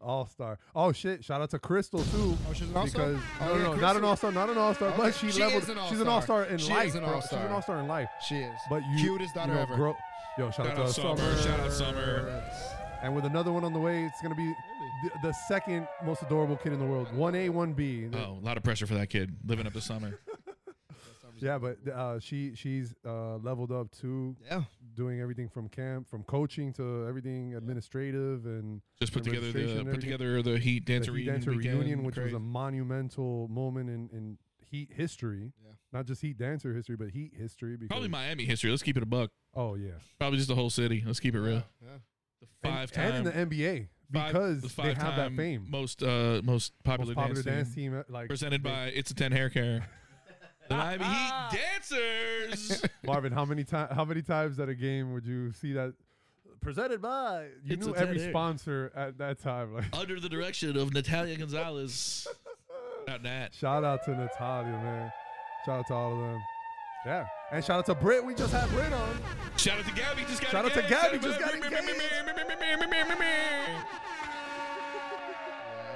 Speaker 5: All star. Oh shit! Shout out to Crystal too. Oh,
Speaker 1: she's an all-star?
Speaker 5: Because
Speaker 1: Oh,
Speaker 5: no, no,
Speaker 1: yeah,
Speaker 5: no, not an
Speaker 1: Crystal.
Speaker 5: all star, not an all star, but
Speaker 1: Okay.
Speaker 5: she,
Speaker 1: She
Speaker 5: leveled.
Speaker 1: is an
Speaker 5: she's an
Speaker 1: all-star.
Speaker 5: all star in
Speaker 1: She is
Speaker 5: life.
Speaker 1: an
Speaker 5: bro. She's
Speaker 1: all-star.
Speaker 5: an all star in life.
Speaker 1: she is.
Speaker 5: But you,
Speaker 1: cutest daughter
Speaker 5: you know,
Speaker 1: ever.
Speaker 5: grow- yo, shout,
Speaker 4: Shout
Speaker 5: out
Speaker 4: out
Speaker 5: to
Speaker 4: Summer. Shout out Summer.
Speaker 5: And with another one on the way, it's going to be the, the second most adorable kid in the world. 1A, 1B.
Speaker 4: Oh, a lot of pressure for that kid living up the summer.
Speaker 5: Yeah, but uh, she she's uh, leveled up too,
Speaker 1: Yeah.
Speaker 5: doing everything from camp, from coaching to everything administrative and
Speaker 4: Just put
Speaker 5: And
Speaker 4: together the
Speaker 5: registration and
Speaker 4: put
Speaker 5: everything.
Speaker 4: together the Heat
Speaker 5: the
Speaker 4: dance
Speaker 5: Heat
Speaker 4: reunion,
Speaker 5: dancer
Speaker 4: weekend.
Speaker 5: reunion, which was
Speaker 4: Crazy.
Speaker 5: a monumental moment in, in Heat history.
Speaker 1: Yeah.
Speaker 5: Not just Heat dancer history, but Heat history. Because,
Speaker 4: probably Miami history. Let's keep it a buck.
Speaker 5: Oh yeah,
Speaker 4: Probably just the whole city. Let's keep it real. The
Speaker 5: And-
Speaker 4: five
Speaker 5: and,
Speaker 4: time
Speaker 5: in the NBA
Speaker 4: five-
Speaker 5: because
Speaker 4: the
Speaker 5: they have that
Speaker 4: five-time
Speaker 5: fame.
Speaker 4: Most uh, most popular,
Speaker 5: Most popular
Speaker 4: dance,
Speaker 5: dance
Speaker 4: team,
Speaker 5: team, uh, like
Speaker 4: presented
Speaker 5: they-
Speaker 4: by It's a Ten Hair Care. the Miami Heat dancers.
Speaker 5: Marvin, how many times? How many times at a game would you see that presented by? You
Speaker 4: It's
Speaker 5: knew
Speaker 4: a
Speaker 5: every
Speaker 4: Ted Ayers.
Speaker 5: sponsor at that time. Like,
Speaker 4: Under the direction of Natalia Gonzalez. Not that.
Speaker 5: shout out to Natalia, man. Shout out to all of them. Yeah, and shout out to Britt. We just had Britt on.
Speaker 4: Shout out to Gabby. Just got
Speaker 5: Shout out to
Speaker 4: engaged.
Speaker 5: Gabby, just got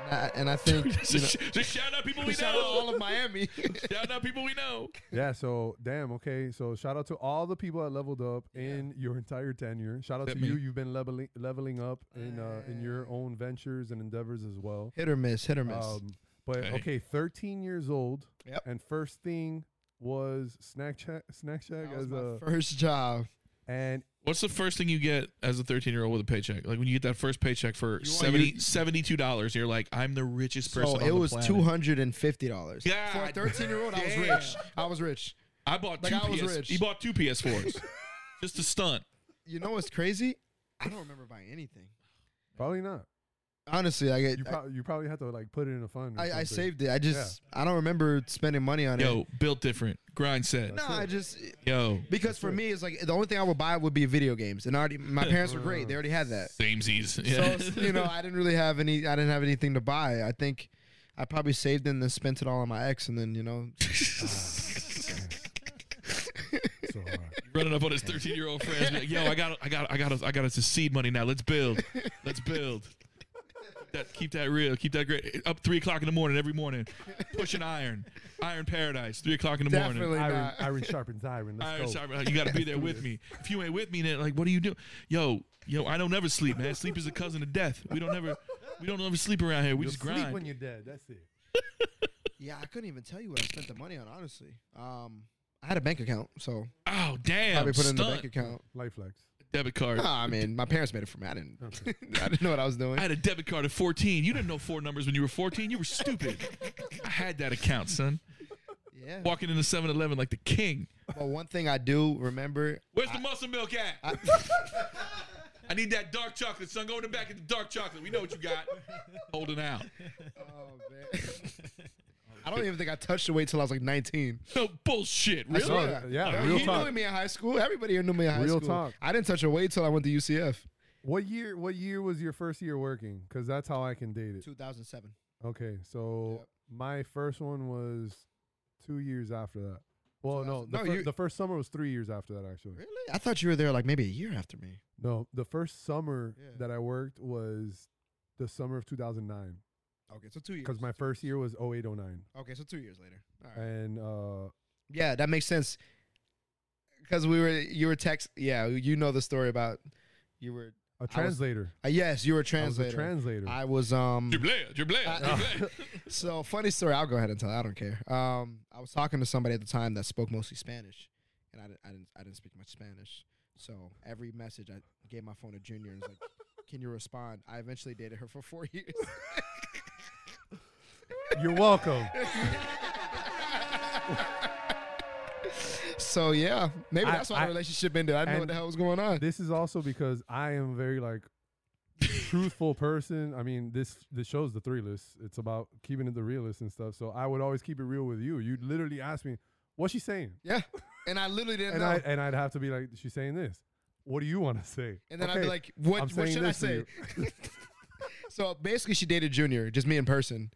Speaker 1: And I, and I think you know,
Speaker 4: Just just shout out people we know.
Speaker 1: shout out all of Miami.
Speaker 4: Shout out people we know.
Speaker 5: Yeah. So damn. Okay. So shout out to all the people that leveled up in your entire tenure. Shout out
Speaker 4: That
Speaker 5: to
Speaker 4: me.
Speaker 5: you. You've been leveling leveling up in uh, in
Speaker 1: Mm.
Speaker 5: your own ventures and endeavors as well.
Speaker 1: hit or miss, hit or miss.
Speaker 4: Oh,
Speaker 5: Um, but
Speaker 4: Hey.
Speaker 5: okay, 13 years old,
Speaker 1: Yep.
Speaker 5: and first thing was snack shack, snack shack
Speaker 1: that was
Speaker 5: as
Speaker 1: my
Speaker 5: a
Speaker 1: first job.
Speaker 5: and
Speaker 4: What's the first thing you get as a 13 year old with a paycheck? Like when you get that first paycheck for
Speaker 1: You want
Speaker 4: 70,
Speaker 1: your-
Speaker 4: $72, you're like, I'm the richest person.
Speaker 1: So
Speaker 4: on
Speaker 1: Oh, it
Speaker 4: the
Speaker 1: was
Speaker 4: planet.
Speaker 1: two hundred and fifty dollars
Speaker 4: God
Speaker 1: for a thirteen year old. I was
Speaker 4: damn.
Speaker 1: rich. I was rich.
Speaker 4: I bought
Speaker 1: Like,
Speaker 4: two
Speaker 1: I was
Speaker 4: PS.
Speaker 1: rich.
Speaker 4: He bought two PS4s just to stunt.
Speaker 1: You know what's crazy? I don't remember buying anything.
Speaker 5: probably not.
Speaker 1: Honestly, I get.
Speaker 5: You, prob- you probably had to like put it in a fund. or
Speaker 1: I, I
Speaker 5: something.
Speaker 1: saved it. I just I don't remember spending money on it.
Speaker 4: Yo, built different. Grind set.
Speaker 1: No, I just
Speaker 4: Yo,
Speaker 1: because for me it's like the only thing I would buy would be video games, and already my parents were great. They already had that.
Speaker 4: samesies. Yeah.
Speaker 1: So you know, I didn't really have any. I didn't have anything to buy. I think I probably saved and then spent it all on my ex, and then you know,
Speaker 5: so hard.
Speaker 4: running up on his 13 year old friends, be like, yo, I got, I got, I got, I got us his seed money now. Let's build, let's build. That, keep that real. Keep that great. Up three o'clock in the morning every morning, pushing iron, iron paradise. Three o'clock in the morning.
Speaker 1: Definitely
Speaker 5: Iron,
Speaker 1: not.
Speaker 5: iron sharpens iron. Let's
Speaker 4: I
Speaker 5: go.
Speaker 4: was sorry, like, you got to be there with me. If you ain't with me, then like, what do you do? Yo, yo, I don't never sleep, man. Sleep is a cousin of death. We don't never, we don't ever sleep around here. We
Speaker 5: You'll
Speaker 4: just
Speaker 5: sleep when
Speaker 4: grind.
Speaker 5: you're dead. That's it.
Speaker 1: Yeah, I couldn't even tell you what I spent the money on. Honestly, um, I had a bank account, so
Speaker 4: Oh damn!
Speaker 1: probably put it in the
Speaker 4: stunt.
Speaker 1: bank account. Oh,
Speaker 5: Life flex.
Speaker 4: debit card.
Speaker 1: Nah, I mean, my parents made it for me. I didn't. I didn't know what I was doing.
Speaker 4: I had a debit card at 14. You didn't know four numbers when you were 14. You were stupid. I had that account, son.
Speaker 1: yeah.
Speaker 4: Walking into 7-Eleven like the king.
Speaker 1: But one thing I do remember.
Speaker 4: Where's the muscle milk at? I, need that dark chocolate, son. Go in the back and get the dark chocolate. We know what you got. Holding out.
Speaker 1: Oh man. I don't even think I touched the weight till I was like 19.
Speaker 4: No bullshit.
Speaker 1: I
Speaker 4: Really?
Speaker 1: swear.
Speaker 5: Yeah, yeah,
Speaker 1: Yo,
Speaker 5: real
Speaker 1: he
Speaker 5: talk.
Speaker 1: knew me in high school. Everybody here knew me in high
Speaker 5: Real
Speaker 1: school.
Speaker 5: talk.
Speaker 1: I didn't touch a weight till I went to UCF.
Speaker 5: What year? What year was your first year working? Because that's how I can date it.
Speaker 1: 2007.
Speaker 5: Okay, so
Speaker 1: Yep.
Speaker 5: my first one was two years after that. Well, no,
Speaker 1: 2000
Speaker 5: the,
Speaker 1: No,
Speaker 5: fir-
Speaker 1: you-
Speaker 5: the first summer was three years after that, actually.
Speaker 1: Really? I thought you were there like maybe a year after me.
Speaker 5: No, the first summer
Speaker 1: Yeah.
Speaker 5: that I worked was the summer of 2009
Speaker 1: Okay, so two years.
Speaker 5: because my first year was 0809.
Speaker 1: Okay, so two years later. All right.
Speaker 5: And uh,
Speaker 1: Yeah, that makes sense. Because we were, you were text. Yeah, you know the story about you were.
Speaker 5: a translator.
Speaker 1: Uh, yes, you
Speaker 5: I
Speaker 1: were a
Speaker 5: was
Speaker 1: translator.
Speaker 5: a translator.
Speaker 1: I was um.
Speaker 4: Dribbler, dribbler, dribbler.
Speaker 1: So funny story. I'll go ahead and tell. it, I don't care. Um, I was talking to somebody at the time that spoke mostly Spanish, and I, di- I didn't I didn't speak much Spanish. So every message I gave my phone to Junior and was like, "Can you respond?" I eventually dated her for four years.
Speaker 5: You're welcome.
Speaker 1: so yeah, maybe
Speaker 5: I-
Speaker 1: that's why
Speaker 5: I-
Speaker 1: the relationship ended. I didn't know what
Speaker 5: and
Speaker 1: the hell was going on.
Speaker 5: this is also because I am very like
Speaker 1: uh,
Speaker 5: truthful person. I mean, this this shows the three list. It's about keeping it the realist and stuff. So I would always keep it real with you. You'd literally ask me, "What's she saying?"
Speaker 1: yeah, and I literally didn't
Speaker 5: And
Speaker 1: know.
Speaker 5: I uh, and I'd have to be like, "She's saying this. What do you want to say?"
Speaker 1: and then I'd
Speaker 5: Okay,
Speaker 1: be like, "What?
Speaker 5: I'm
Speaker 1: what
Speaker 5: saying
Speaker 1: should I
Speaker 5: this to
Speaker 1: say?" so basically, she dated Junior, just me in person,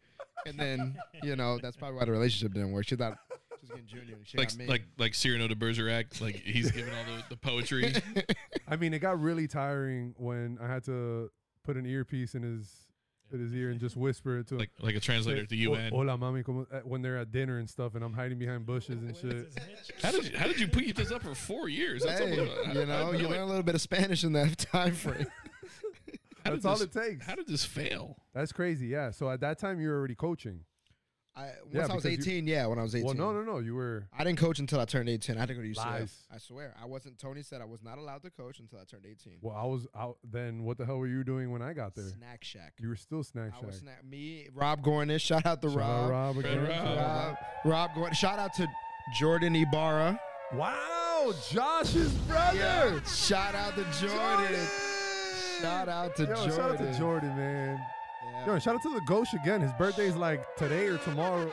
Speaker 1: and then you know that's probably why the relationship didn't work. She thought she was getting Junior, and she
Speaker 4: like,
Speaker 1: got me.
Speaker 4: like, like Cyrano de Bergerac. Like he's giving all the, the poetry.
Speaker 5: I mean, it got really tiring when I had to put an earpiece in his in his ear and just whisper it to him.
Speaker 4: Like, like a translator at the
Speaker 5: "Hol-
Speaker 4: UN.
Speaker 5: Hola, mami, como-" uh, when they're at dinner and stuff, and I'm hiding behind bushes and shit.
Speaker 4: How did you, how did you put this up for four years? That's
Speaker 1: hey,
Speaker 4: unbelievable. How-
Speaker 1: you know,
Speaker 4: how did-
Speaker 1: you learn a little bit of Spanish in that time frame.
Speaker 4: how did
Speaker 5: That's all
Speaker 4: this-
Speaker 5: it takes.
Speaker 4: How did this fail?
Speaker 5: That's crazy. Yeah. So at that time, you were already coaching.
Speaker 1: I, once
Speaker 5: Yeah,
Speaker 1: I was
Speaker 5: because you-
Speaker 1: 18, yeah, when I was 18.
Speaker 5: Well, no, no, no. You were.
Speaker 1: I didn't coach until I turned 18. I had to go to UCF.
Speaker 5: Lies.
Speaker 1: I swear. I wasn't, Tony said I was not allowed to coach until I turned 18.
Speaker 5: Well, I was out. Then what the hell were you doing when I got there?
Speaker 1: Snack Shack.
Speaker 5: You were still snack
Speaker 1: I
Speaker 5: shack.
Speaker 1: was snack, me, Rob Gornish. Shout out to
Speaker 5: Shout out
Speaker 1: Rob.
Speaker 5: Rob
Speaker 4: Shout out
Speaker 5: again.
Speaker 4: Rob.
Speaker 5: Shout out
Speaker 1: Rob, Rob Gorn- Shout out to Jordan Ibarra.
Speaker 5: Rob. Wow, Josh's brother.
Speaker 1: Yeah. Shout out to Jordan. Shout out to
Speaker 5: Yo,
Speaker 1: Jordan.
Speaker 5: shout out to Jordan, man.
Speaker 1: Yeah.
Speaker 5: Yo, shout out to the Ghost again. His birthday's like today or tomorrow.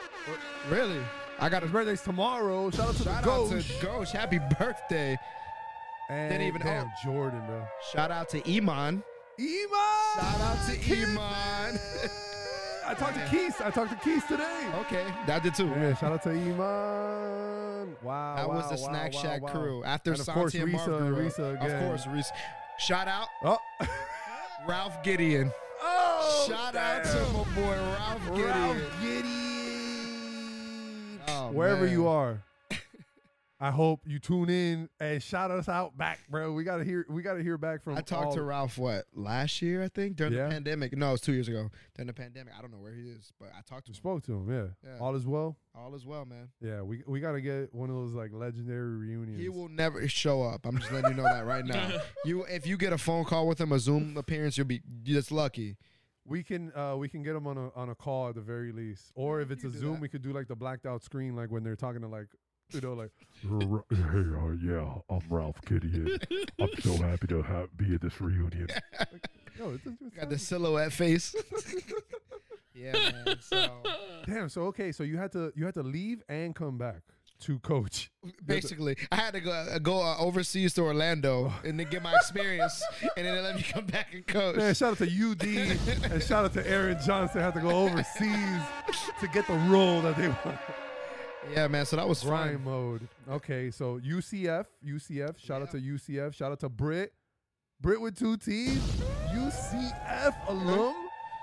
Speaker 1: really? I got
Speaker 5: His
Speaker 1: a
Speaker 5: birthday's tomorrow. Shout out to
Speaker 1: shout
Speaker 5: the
Speaker 1: out
Speaker 5: Ghost.
Speaker 1: to Ghosh. Happy birthday.
Speaker 5: and
Speaker 1: Didn't even-
Speaker 5: damn, Jordan, bro.
Speaker 1: Shout out to Iman.
Speaker 5: Iman.
Speaker 1: Shout out to Iman.
Speaker 5: I talked to Keith. I talked to Keith today.
Speaker 1: okay, that did too.
Speaker 5: Yeah, shout out to Iman. Wow.
Speaker 1: That was
Speaker 5: wow,
Speaker 1: the
Speaker 5: wow,
Speaker 1: Snack
Speaker 5: wow,
Speaker 1: Shack
Speaker 5: wow.
Speaker 1: crew. After
Speaker 5: And of
Speaker 1: Santi
Speaker 5: course,
Speaker 1: and Marv
Speaker 5: Risa,
Speaker 1: grew up.
Speaker 5: Risa
Speaker 1: Of
Speaker 5: again.
Speaker 1: course, Reese. Shout out
Speaker 5: Oh.
Speaker 1: Ralph Gideon.
Speaker 5: oh.
Speaker 1: Shout out to my boy Ralph Gideon.
Speaker 5: Ralph Giddy.
Speaker 1: Oh,
Speaker 5: Wherever
Speaker 1: man.
Speaker 5: you are. I hope you tune in and shout us out back, bro. We gotta hear. We gotta hear back from.
Speaker 1: I talked
Speaker 5: all-
Speaker 1: to Ralph what last year I think during
Speaker 5: Yeah.
Speaker 1: the pandemic. No, it was two years ago during the pandemic. I don't know where he is, but I talked to him.
Speaker 5: Spoke to him. Yeah.
Speaker 1: Yeah.
Speaker 5: All is well.
Speaker 1: All is well, man.
Speaker 5: Yeah. We we gotta get one of those like legendary reunions.
Speaker 1: He will never show up. I'm just letting you know that right now. You, if you get a phone call with him, a Zoom appearance, you'll be just lucky.
Speaker 5: We can uh we can get them on a on a call at the very least, or if it's a
Speaker 1: do
Speaker 5: Zoom,
Speaker 1: that.
Speaker 5: we could do like the blacked out screen, like when they're talking to like you know like
Speaker 8: R- Hey, uh, yeah, I'm Ralph Gideon. I'm so happy to ha- be at this reunion.
Speaker 5: yo it's, it's
Speaker 1: Got the silhouette face. yeah, man. So
Speaker 5: damn. So okay, so you had to you had to leave and come back to coach.
Speaker 1: basically, I had to go uh, go uh, overseas to Orlando and then get my experience, and then they let me come back and coach.
Speaker 5: Man, shout out to UD and shout out to Aaron Johnson. Had to go overseas to get the role that they want.
Speaker 1: Yeah, man. So that was
Speaker 5: Grind
Speaker 1: fun.
Speaker 5: mode. Okay, so UCF, UCF. Shout out to UCF. Shout out to Brit. Brit with two T's. UCF alum.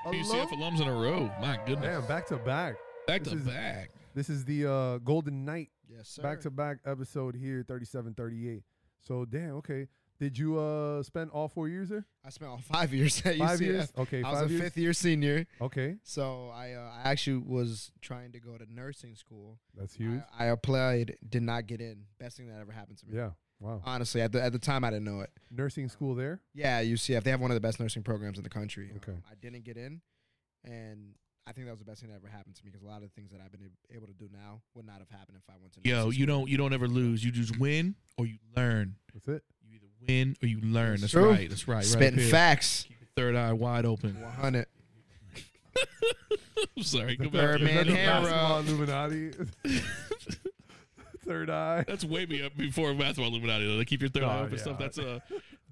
Speaker 4: UCF
Speaker 5: alum.
Speaker 4: alums in a row. My goodness.
Speaker 5: Damn, back to back.
Speaker 4: Back
Speaker 5: this
Speaker 4: to
Speaker 5: is-
Speaker 4: back.
Speaker 5: This is the uh, Golden Knight
Speaker 1: Yes, sir.
Speaker 5: back to back episode here, 37, 38. So damn, okay. Did you uh spend all four years there?
Speaker 1: I spent all five years at
Speaker 5: Five
Speaker 1: UCF.
Speaker 5: years? Okay,
Speaker 1: I was
Speaker 5: five
Speaker 1: a
Speaker 5: years.
Speaker 1: fifth year senior,
Speaker 5: Okay,
Speaker 1: so I uh, I actually was trying to go to nursing school.
Speaker 5: that's
Speaker 1: I,
Speaker 5: huge.
Speaker 1: I applied, did not get in. Best thing that ever happened to me.
Speaker 5: yeah, wow.
Speaker 1: Honestly, at the at the time I didn't know it.
Speaker 5: Nursing school there.
Speaker 1: Yeah, UCF. They have one of the best nursing programs in the country.
Speaker 5: Okay.
Speaker 1: Um, I didn't get in, and I think that was the best thing that ever happened to me because a lot of the things that I've been ab- able to do now would not have happened if I went to.
Speaker 4: Yo,
Speaker 1: nursing
Speaker 4: you
Speaker 1: school.
Speaker 4: don't you don't ever lose. You just win or you learn.
Speaker 5: That's it.
Speaker 4: You either win or you learn. That's
Speaker 1: That's true.
Speaker 4: right. That's right. right
Speaker 1: spitting
Speaker 4: there.
Speaker 1: facts.
Speaker 4: Third eye wide open.
Speaker 1: One hundred.
Speaker 4: I'm sorry. Go back
Speaker 1: Third
Speaker 4: to-
Speaker 1: man
Speaker 4: that's-
Speaker 1: Harold.
Speaker 5: Basketball Illuminati. Third eye.
Speaker 4: That's way be up before basketball Illuminati though. They keep your third eye
Speaker 5: Oh,
Speaker 4: open
Speaker 5: yeah.
Speaker 4: stuff. That's uh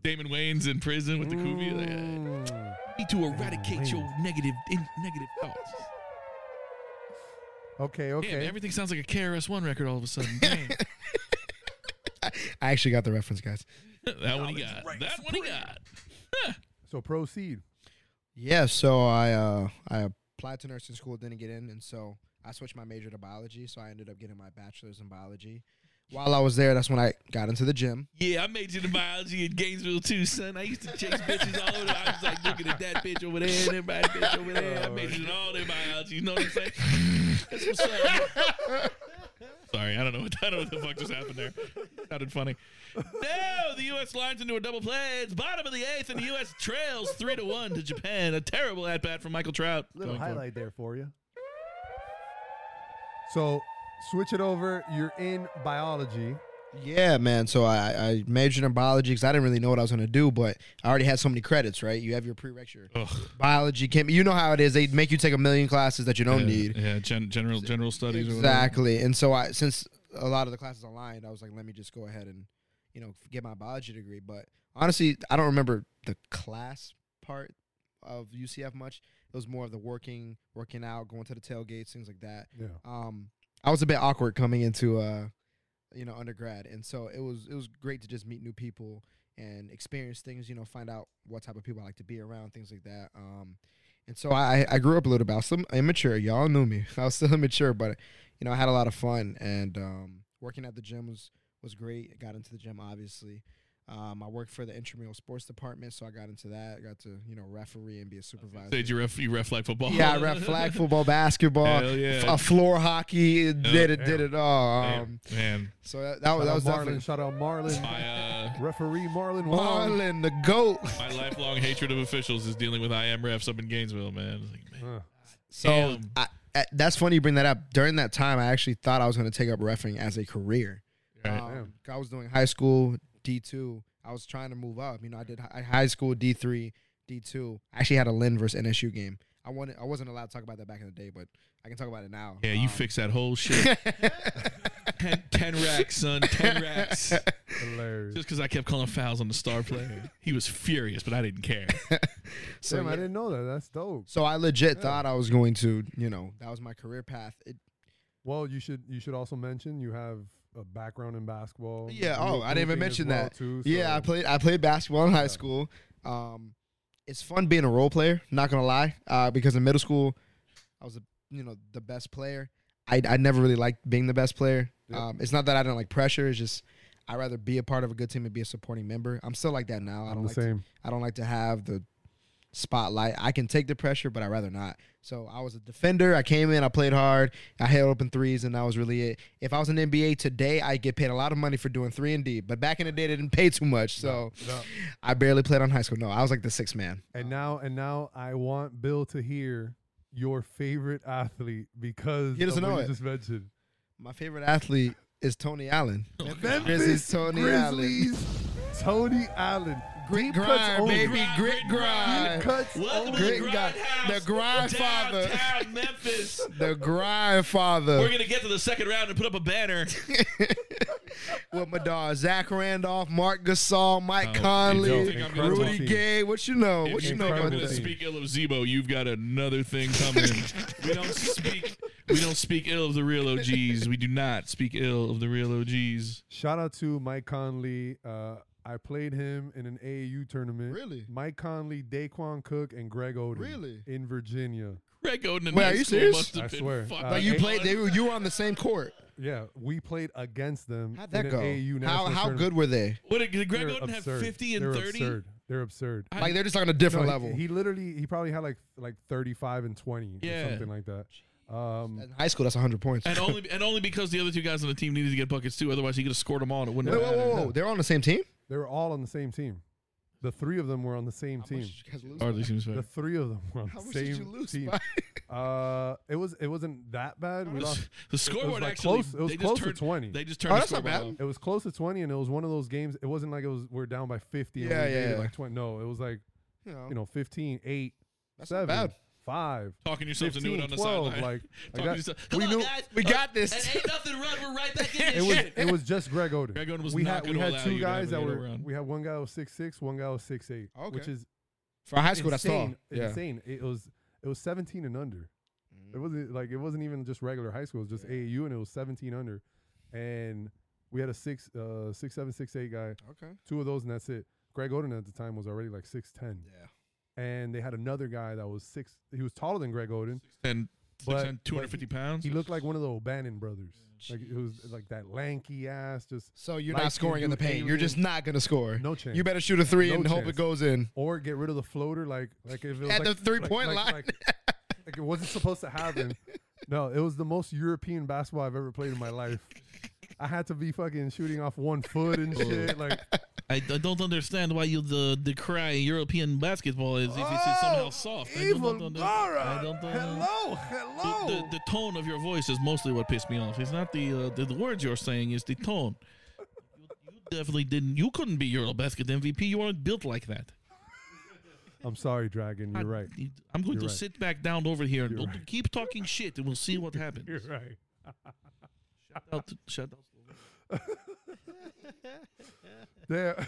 Speaker 4: Damon Wayne's in prison with the Kubi. Like, eh.
Speaker 5: Mm.
Speaker 4: Need to eradicate your
Speaker 5: Wayans.
Speaker 4: negative in, negative thoughts.
Speaker 5: Okay,
Speaker 4: Damn,
Speaker 5: okay.
Speaker 4: everything sounds like a KRS One record all of a sudden. Damn.
Speaker 1: I actually got the reference, guys.
Speaker 4: that one he got. That one he got.
Speaker 5: so proceed.
Speaker 1: Yeah, so I uh, I applied to nursing school, didn't get in, and so I switched my major to biology. So I ended up getting my bachelor's in biology. While I was there, that's when I got into the gym.
Speaker 4: Yeah, I majored in biology in Gainesville too, son. I used to chase bitches all over. I was like looking at that bitch over there and everybody bitch over there. I majored in all their biology. You know what I'm saying? That's what's up. Sorry, I don't know what I don't know what the fuck just happened there. Sounded funny. Now the U.S. lines into a double play. It's bottom of the eighth, and the U.S. trails three to one to Japan. A terrible at bat from Michael Trout.
Speaker 7: Little
Speaker 4: Going for it.
Speaker 7: highlight there for you.
Speaker 5: So switch it over. You're in biology.
Speaker 1: Yeah, man. So I, I majored in biology because I didn't really know what I was going to do, but I already had so many credits, right? You have your prereqs, your
Speaker 4: Ugh.
Speaker 1: biology, chem. You know how it is. They make you take a million classes that you don't need.
Speaker 4: Yeah, gen- general general studies. or whatever.
Speaker 1: Exactly. And so I, since a lot of the classes aligned, I was like, let me just go ahead and, you know, get my biology degree. But honestly, I don't remember the class part of UCF much. It was more of the working, working out, going to the tailgates, things like that.
Speaker 5: Yeah.
Speaker 1: Um, I was a bit awkward coming into, uh, you know, undergrad, and so it was it was great to just meet new people and experience things. You know, find out what type of people I like to be around, things like that. Um, and so I, I grew up a little bit. I was still immature. Y'all knew me. I was still immature, but you know, I had a lot of fun and um, working at the gym was was great. I got into the gym obviously. Um, I worked for the intramural sports department, so I got into that. I got to you know referee and be a supervisor.
Speaker 4: Did you ref you ref like football?
Speaker 1: Yeah, I rep flag football, basketball,
Speaker 4: Hell yeah.
Speaker 1: f- uh, floor hockey. Did it, did
Speaker 5: damn.
Speaker 1: it all.
Speaker 4: Damn,
Speaker 1: Um,
Speaker 4: man.
Speaker 1: so that, that
Speaker 5: Oh, Shout
Speaker 1: was that was
Speaker 5: out Marlon.
Speaker 1: definitely
Speaker 5: Shout out Marlon.
Speaker 4: My uh,
Speaker 5: Referee Marlon Wong.
Speaker 1: Marlon, the goat.
Speaker 4: my lifelong hatred of officials is dealing with IM refs up in Gainesville, man. It's like, man.
Speaker 5: Uh,
Speaker 1: So
Speaker 4: Damn.
Speaker 1: I, I, that's funny you bring that up. During that time, I actually thought I was going to take up refereeing as a career.
Speaker 4: Right.
Speaker 1: Um, I was doing high school D two. I was trying to move up. You know, I did hi- high school D three, D two. I actually had a Lynn versus NSU game. I wanted. I wasn't allowed to talk about that back in the day, but I can talk about it now.
Speaker 4: Yeah, you
Speaker 1: Um,
Speaker 4: fix that whole shit. ten, 10 racks, son. 10 racks. Just
Speaker 5: hilarious.
Speaker 4: because I kept calling fouls on the star player. He was furious, but I didn't care.
Speaker 1: So
Speaker 5: Damn, I
Speaker 1: yeah.
Speaker 5: didn't know that. That's dope.
Speaker 1: So I legit thought I was going to. You know, that was my career path. It,
Speaker 5: Well, you should you should also mention you have a background in basketball.
Speaker 1: Yeah.
Speaker 5: and
Speaker 1: Oh,
Speaker 5: you're
Speaker 1: I didn't even
Speaker 5: hooping as
Speaker 1: mention
Speaker 5: well,
Speaker 1: that.
Speaker 5: too,
Speaker 1: Yeah,
Speaker 5: so-
Speaker 1: I played. I played basketball in high school. Um, it's fun being a role player. Not gonna lie, uh, because in middle school, I was a, you know the best player. I I never really liked being the best player.
Speaker 5: Yep.
Speaker 1: Um, it's not that I don't like pressure. It's just I would rather be a part of a good team and be a supporting member. I'm still like that now. I
Speaker 5: I'm
Speaker 1: don't
Speaker 5: the
Speaker 1: like. To,
Speaker 5: same.
Speaker 1: I don't like to have the spotlight. I can take the pressure, but I would rather not. So I was a defender. I came in. I played hard. I held open threes, and that was really it. If I was in the NBA today, I would get paid a lot of money for doing three and D. But back in the day, they didn't pay too much, so I barely played on high school. No, I was like the sixth man.
Speaker 5: And now and now I want Bill to hear your favorite athlete because
Speaker 1: He doesn't
Speaker 5: of what
Speaker 1: know
Speaker 5: you
Speaker 1: it.
Speaker 5: just mentioned.
Speaker 1: My favorite athlete is Tony Allen. This is Tony Allen.
Speaker 5: Grizzlies, Tony Allen.
Speaker 1: Grit
Speaker 5: Deep cuts
Speaker 1: grind,
Speaker 5: only.
Speaker 1: baby. Grit
Speaker 5: Deep
Speaker 1: grind.
Speaker 5: cuts
Speaker 4: Welcome
Speaker 5: only.
Speaker 4: to the
Speaker 1: Great God.
Speaker 4: grind house.
Speaker 1: The grind father.
Speaker 4: downtown Memphis.
Speaker 1: The grindfather
Speaker 4: We're going to get to the second round and put up a banner.
Speaker 1: with my dog Zach Randolph, Mark Gasol, Mike
Speaker 4: Oh, you
Speaker 1: Conley,
Speaker 4: think I'm gonna
Speaker 1: Rudy
Speaker 5: talk-
Speaker 1: Gay. What you know?
Speaker 4: If
Speaker 1: What
Speaker 4: you
Speaker 1: you know
Speaker 4: think I'm
Speaker 1: about
Speaker 4: going to
Speaker 1: that?
Speaker 4: speak ill of Zebo, you've got another thing coming. we don't speak We don't speak ill of the real OGs. We do not speak ill of the real OGs.
Speaker 5: Shout out to Mike Conley. Uh, I played him in an AAU tournament.
Speaker 9: Really?
Speaker 5: Mike Conley, Daquan Cook, and Greg Oden.
Speaker 9: Really?
Speaker 5: In Virginia.
Speaker 4: Greg Oden and
Speaker 1: Wait,
Speaker 4: that
Speaker 1: are you
Speaker 4: school
Speaker 1: serious?
Speaker 4: must have
Speaker 5: I
Speaker 4: been
Speaker 5: swear.
Speaker 4: fucking
Speaker 5: Like,
Speaker 1: Like you
Speaker 4: fun.
Speaker 1: played, they were, you were on the same court.
Speaker 5: Yeah, we played against them.
Speaker 1: How'd that
Speaker 5: in
Speaker 1: go?
Speaker 5: An AAU
Speaker 1: How
Speaker 5: national
Speaker 1: how
Speaker 5: tournament.
Speaker 1: good were they?
Speaker 4: What did, did Greg
Speaker 5: They're
Speaker 4: Oden have
Speaker 5: absurd.
Speaker 4: fifty and
Speaker 5: They're
Speaker 4: thirty?
Speaker 5: absurd. They're absurd.
Speaker 4: I-
Speaker 1: Like they're just on a
Speaker 5: No,
Speaker 1: different
Speaker 5: he-
Speaker 1: level.
Speaker 5: He, literally, he probably had like like 35 and 20
Speaker 4: Yeah.
Speaker 5: or something like that. Um,
Speaker 1: In high school, that's 100 points.
Speaker 4: And only and only because the other two guys on the team needed to get buckets too. Otherwise, he could have scored them all. And it wouldn't
Speaker 1: whoa,
Speaker 4: have
Speaker 1: whoa,
Speaker 4: mattered.
Speaker 1: whoa, whoa. They're on the same team.
Speaker 5: they were all on the same team. The three of them were on the same
Speaker 1: How
Speaker 5: team.
Speaker 1: much did you guys lose
Speaker 4: Or
Speaker 1: by?
Speaker 4: they seems
Speaker 5: The
Speaker 4: fair.
Speaker 5: three of them were on
Speaker 1: How much
Speaker 5: the same
Speaker 1: did you lose
Speaker 5: team.
Speaker 1: by?
Speaker 5: Uh, it was it wasn't that bad. We lost.
Speaker 4: The
Speaker 5: It was
Speaker 4: scoreboard
Speaker 5: like
Speaker 4: actually.
Speaker 5: close. It was
Speaker 4: they
Speaker 5: close
Speaker 4: just turned,
Speaker 5: to 20.
Speaker 4: They just
Speaker 1: Oh,
Speaker 4: turned the
Speaker 1: that's not
Speaker 4: scoreboard.
Speaker 1: bad.
Speaker 4: off.
Speaker 5: it was close to 20, and it was one of those games. It wasn't like it was we're down by 50. and
Speaker 1: Yeah,
Speaker 5: we made
Speaker 1: yeah,
Speaker 5: it
Speaker 1: yeah.
Speaker 5: Like 20. No, it was like
Speaker 1: You know,
Speaker 5: you know 15, 8,
Speaker 1: that's not
Speaker 5: 7,
Speaker 1: bad.
Speaker 5: 5.
Speaker 4: Talking yourself
Speaker 5: 15,
Speaker 4: to nude on the
Speaker 5: 12,
Speaker 4: sideline.
Speaker 5: like,
Speaker 4: Talking
Speaker 5: that-
Speaker 4: to yourself.
Speaker 5: we
Speaker 4: Come on,
Speaker 5: knew
Speaker 4: guys.
Speaker 1: We got this.
Speaker 4: It ain't nothing to run. We're right back in
Speaker 5: it
Speaker 4: this
Speaker 5: was
Speaker 4: shit.
Speaker 5: it was just Greg Oden.
Speaker 4: Greg Oden was
Speaker 5: we
Speaker 4: not
Speaker 5: had we
Speaker 4: going to
Speaker 5: had
Speaker 4: allow
Speaker 5: two
Speaker 4: you to
Speaker 5: guys
Speaker 4: have
Speaker 5: that
Speaker 4: another
Speaker 5: were
Speaker 4: round.
Speaker 5: we had one guy was six six, one guy was six eight,
Speaker 1: Okay.
Speaker 5: which is
Speaker 1: For high school, that's tall.
Speaker 5: insane. Insane. It was it was seventeen and under.
Speaker 1: Mm.
Speaker 5: It wasn't like it wasn't even just regular high school. It was just AAU, and it was seventeen under, and we had a six uh six seven six eight guy.
Speaker 1: Okay.
Speaker 5: Two of those, and that's it. Greg Oden at the time was already like six ten,
Speaker 1: Yeah.
Speaker 5: and they had another guy that was six. He was taller than Greg Oden.
Speaker 4: And
Speaker 5: But-
Speaker 4: six and
Speaker 5: but
Speaker 4: 250 pounds.
Speaker 5: He looked like one of the O'Bannon brothers. Like it was like that lanky ass, just
Speaker 1: So you're
Speaker 5: Like
Speaker 1: not
Speaker 5: you
Speaker 1: scoring in
Speaker 5: do
Speaker 1: the paint. You're just
Speaker 5: aliens.
Speaker 1: not gonna score.
Speaker 5: no chance.
Speaker 1: You better shoot a three
Speaker 5: No
Speaker 1: and hope
Speaker 5: chance.
Speaker 1: it goes in.
Speaker 5: or get rid of the floater, like like if it was
Speaker 1: At
Speaker 5: like-
Speaker 1: the three-point
Speaker 5: like-
Speaker 1: line.
Speaker 5: like, like- like it wasn't supposed to happen. No, it was the most European basketball I've ever played in my life. I had to be fucking shooting off one foot and shit. Like
Speaker 4: I, I don't understand why you the decry European basketball is if it's
Speaker 5: Oh,
Speaker 4: somehow soft. I
Speaker 3: Evil
Speaker 4: don't,
Speaker 3: Dora!
Speaker 4: I don't,
Speaker 3: Hello, hello.
Speaker 5: Oh.
Speaker 4: The, the, the tone of your voice is mostly what pissed me off. It's not the uh, the, the words you're saying; it's the tone. You, you definitely didn't. You couldn't be Eurobasket MVP. You weren't built like that.
Speaker 5: I'm sorry, Dragon. You're right.
Speaker 4: You- I'm going
Speaker 5: You're
Speaker 4: to
Speaker 5: right.
Speaker 4: sit back down over here and
Speaker 5: You're
Speaker 4: we'll keep talking shit, and we'll see what happens.
Speaker 5: You're right.
Speaker 4: Shout out to- shout out to
Speaker 5: There.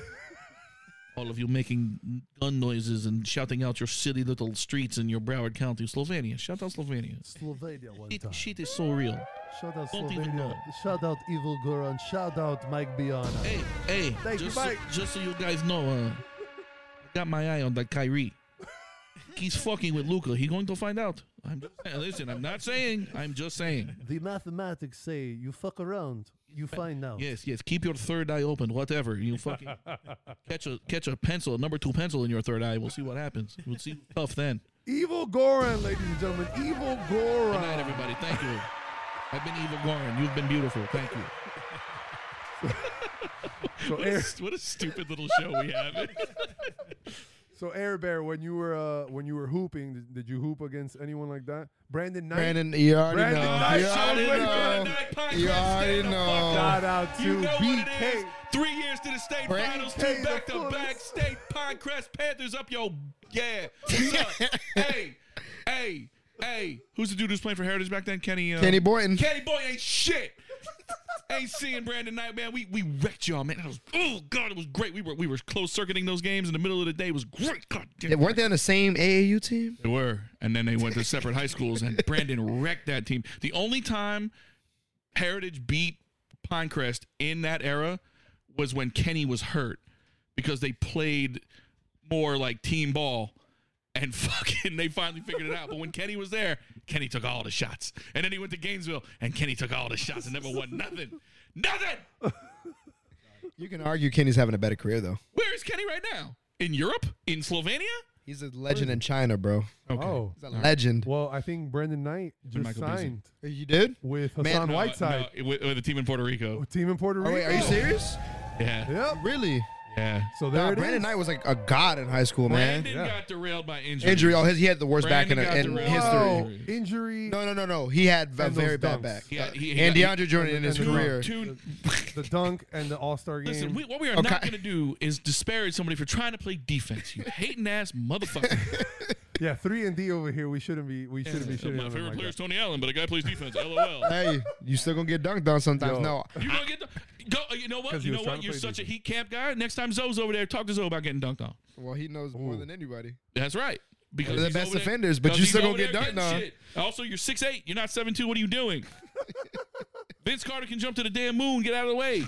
Speaker 4: all of you making gun noises and shouting out your silly little streets in your Broward County, Slovenia. Shout out Slovenia.
Speaker 7: Slovenia one time.
Speaker 4: Shit, shit is so real.
Speaker 7: Shout out
Speaker 4: Don't even
Speaker 7: Slovenia.
Speaker 4: know.
Speaker 7: Shout out Evil Goran. Shout out Mike Biana.
Speaker 4: Hey, hey,
Speaker 7: Thank you,
Speaker 4: just, so,
Speaker 7: Mike.
Speaker 4: just so you guys know, uh, I got my eye on that Kyrie. He's fucking with Luca. He going to find out. I'm just saying, listen. I'm not saying. I'm just saying.
Speaker 7: The mathematics say you fuck around, you find out.
Speaker 4: Yes, yes. Keep your third eye open. Whatever you fucking catch a catch a pencil, a number two pencil in your third eye. We'll see what happens. We'll see who's tough then.
Speaker 5: Evil Goran, ladies and gentlemen. Evil
Speaker 4: Good night,
Speaker 5: Goran.
Speaker 4: everybody. Thank you. I've been Eva Gorin. You've been beautiful. Thank you.
Speaker 5: So Air,
Speaker 4: What a stupid little show we have.
Speaker 5: so Air Bear, when you were uh, when you were hooping, did, did you hoop against anyone like that? Brandon Knight.
Speaker 1: Brandon, you already
Speaker 5: Brandon
Speaker 4: Uh,
Speaker 1: know.
Speaker 5: Knight
Speaker 1: you
Speaker 5: shot
Speaker 1: already
Speaker 5: it in Brandon
Speaker 1: know. You already know.
Speaker 5: Shout out to
Speaker 4: You know what it is.
Speaker 5: BK.
Speaker 4: Three years to the state
Speaker 1: Brandon
Speaker 4: finals,
Speaker 5: K,
Speaker 4: two
Speaker 5: the
Speaker 4: back to back
Speaker 5: fullest.
Speaker 4: state Pinecrest Panthers up your yeah. What's up? hey, hey, hey. Who's the dude who's playing for Heritage back then? Kenny. Uh,
Speaker 1: Kenny Boynton.
Speaker 4: Kenny Boy ain't shit. ain't seeing Brandon Knight, man. We we wrecked y'all, man. That was oh god, it was great. We were we were close circuiting those games in the middle of the day. It was great. God damn.
Speaker 1: Yeah, weren't they on the same AAU team?
Speaker 4: They were, and then they went to separate high schools, and Brandon wrecked that team. The only time Heritage beat Pinecrest in that era was when Kenny was hurt because they played more like team ball. And fucking, they finally figured it out. But when Kenny was there, Kenny took all the shots. And then he went to Gainesville, and Kenny took all the shots and never won nothing. Nothing!
Speaker 1: You can argue Kenny's having a better career though.
Speaker 4: Where is Kenny right now? In Europe? In Slovenia?
Speaker 1: He's a legend in China, bro.
Speaker 5: Oh,
Speaker 1: He's a legend.
Speaker 5: well, I think Brandon Knight just
Speaker 4: Michael Beasley.
Speaker 5: signed
Speaker 1: You did?
Speaker 5: with
Speaker 1: Man,
Speaker 5: Hassan
Speaker 4: No,
Speaker 5: Whiteside.
Speaker 4: no, with, with the team in Puerto Rico.
Speaker 5: A team in Puerto
Speaker 1: Oh,
Speaker 5: Rico.
Speaker 1: wait, are you serious?
Speaker 4: Yeah.
Speaker 5: Yep.
Speaker 1: Really?
Speaker 4: Yeah.
Speaker 5: So there
Speaker 1: Nah,
Speaker 5: it
Speaker 1: Brandon
Speaker 5: is.
Speaker 1: Knight was like a god in high school, man.
Speaker 4: Brandon
Speaker 5: Yeah.
Speaker 4: got derailed by injury.
Speaker 1: Injury, oh, his, he had the worst
Speaker 4: Brandon
Speaker 1: back in, in
Speaker 4: got
Speaker 1: history.
Speaker 4: derailed.
Speaker 5: Wow.
Speaker 4: history.
Speaker 5: Oh, Injury.
Speaker 1: No, no, no, no. He had a
Speaker 5: And those
Speaker 1: very bad
Speaker 5: dunks.
Speaker 1: back.
Speaker 4: He had- he- he
Speaker 1: and
Speaker 4: got-
Speaker 1: DeAndre Jordan in his
Speaker 5: and the
Speaker 1: career.
Speaker 4: Two,
Speaker 5: The dunk and the All Star game.
Speaker 4: listen, we, what we are
Speaker 1: Okay.
Speaker 4: not going to do is disparage somebody for trying to play defense. You hating ass motherfucker.
Speaker 5: yeah, three and D over here. We shouldn't be. We shouldn't be shooting.
Speaker 4: My
Speaker 5: on them
Speaker 4: favorite
Speaker 5: like
Speaker 4: player is
Speaker 5: that.
Speaker 4: Tony Allen, but a guy plays defense. LOL.
Speaker 1: Hey, you still gonna get dunked on sometimes.
Speaker 5: Yo.
Speaker 1: No,
Speaker 4: You gonna get the, go? You know what?
Speaker 5: 'Cause he
Speaker 4: You
Speaker 5: was
Speaker 4: know
Speaker 5: trying
Speaker 4: what?
Speaker 5: to
Speaker 4: You're
Speaker 5: play
Speaker 4: such a
Speaker 5: defense.
Speaker 4: heat camp guy. Next time Zoe's over there, talk to Zoe about getting dunked on.
Speaker 1: well, he knows more than anybody.
Speaker 4: That's right. Because
Speaker 1: One of the
Speaker 4: he's
Speaker 1: best
Speaker 4: over there-
Speaker 1: offenders, but
Speaker 4: because
Speaker 1: you
Speaker 4: he's
Speaker 1: still gonna
Speaker 4: over there
Speaker 1: get dunked
Speaker 4: getting
Speaker 1: on.
Speaker 4: shit. Also, you're 6'8". You're not 7'2". What are you doing? Vince Carter can jump to the damn moon. Get out of the way.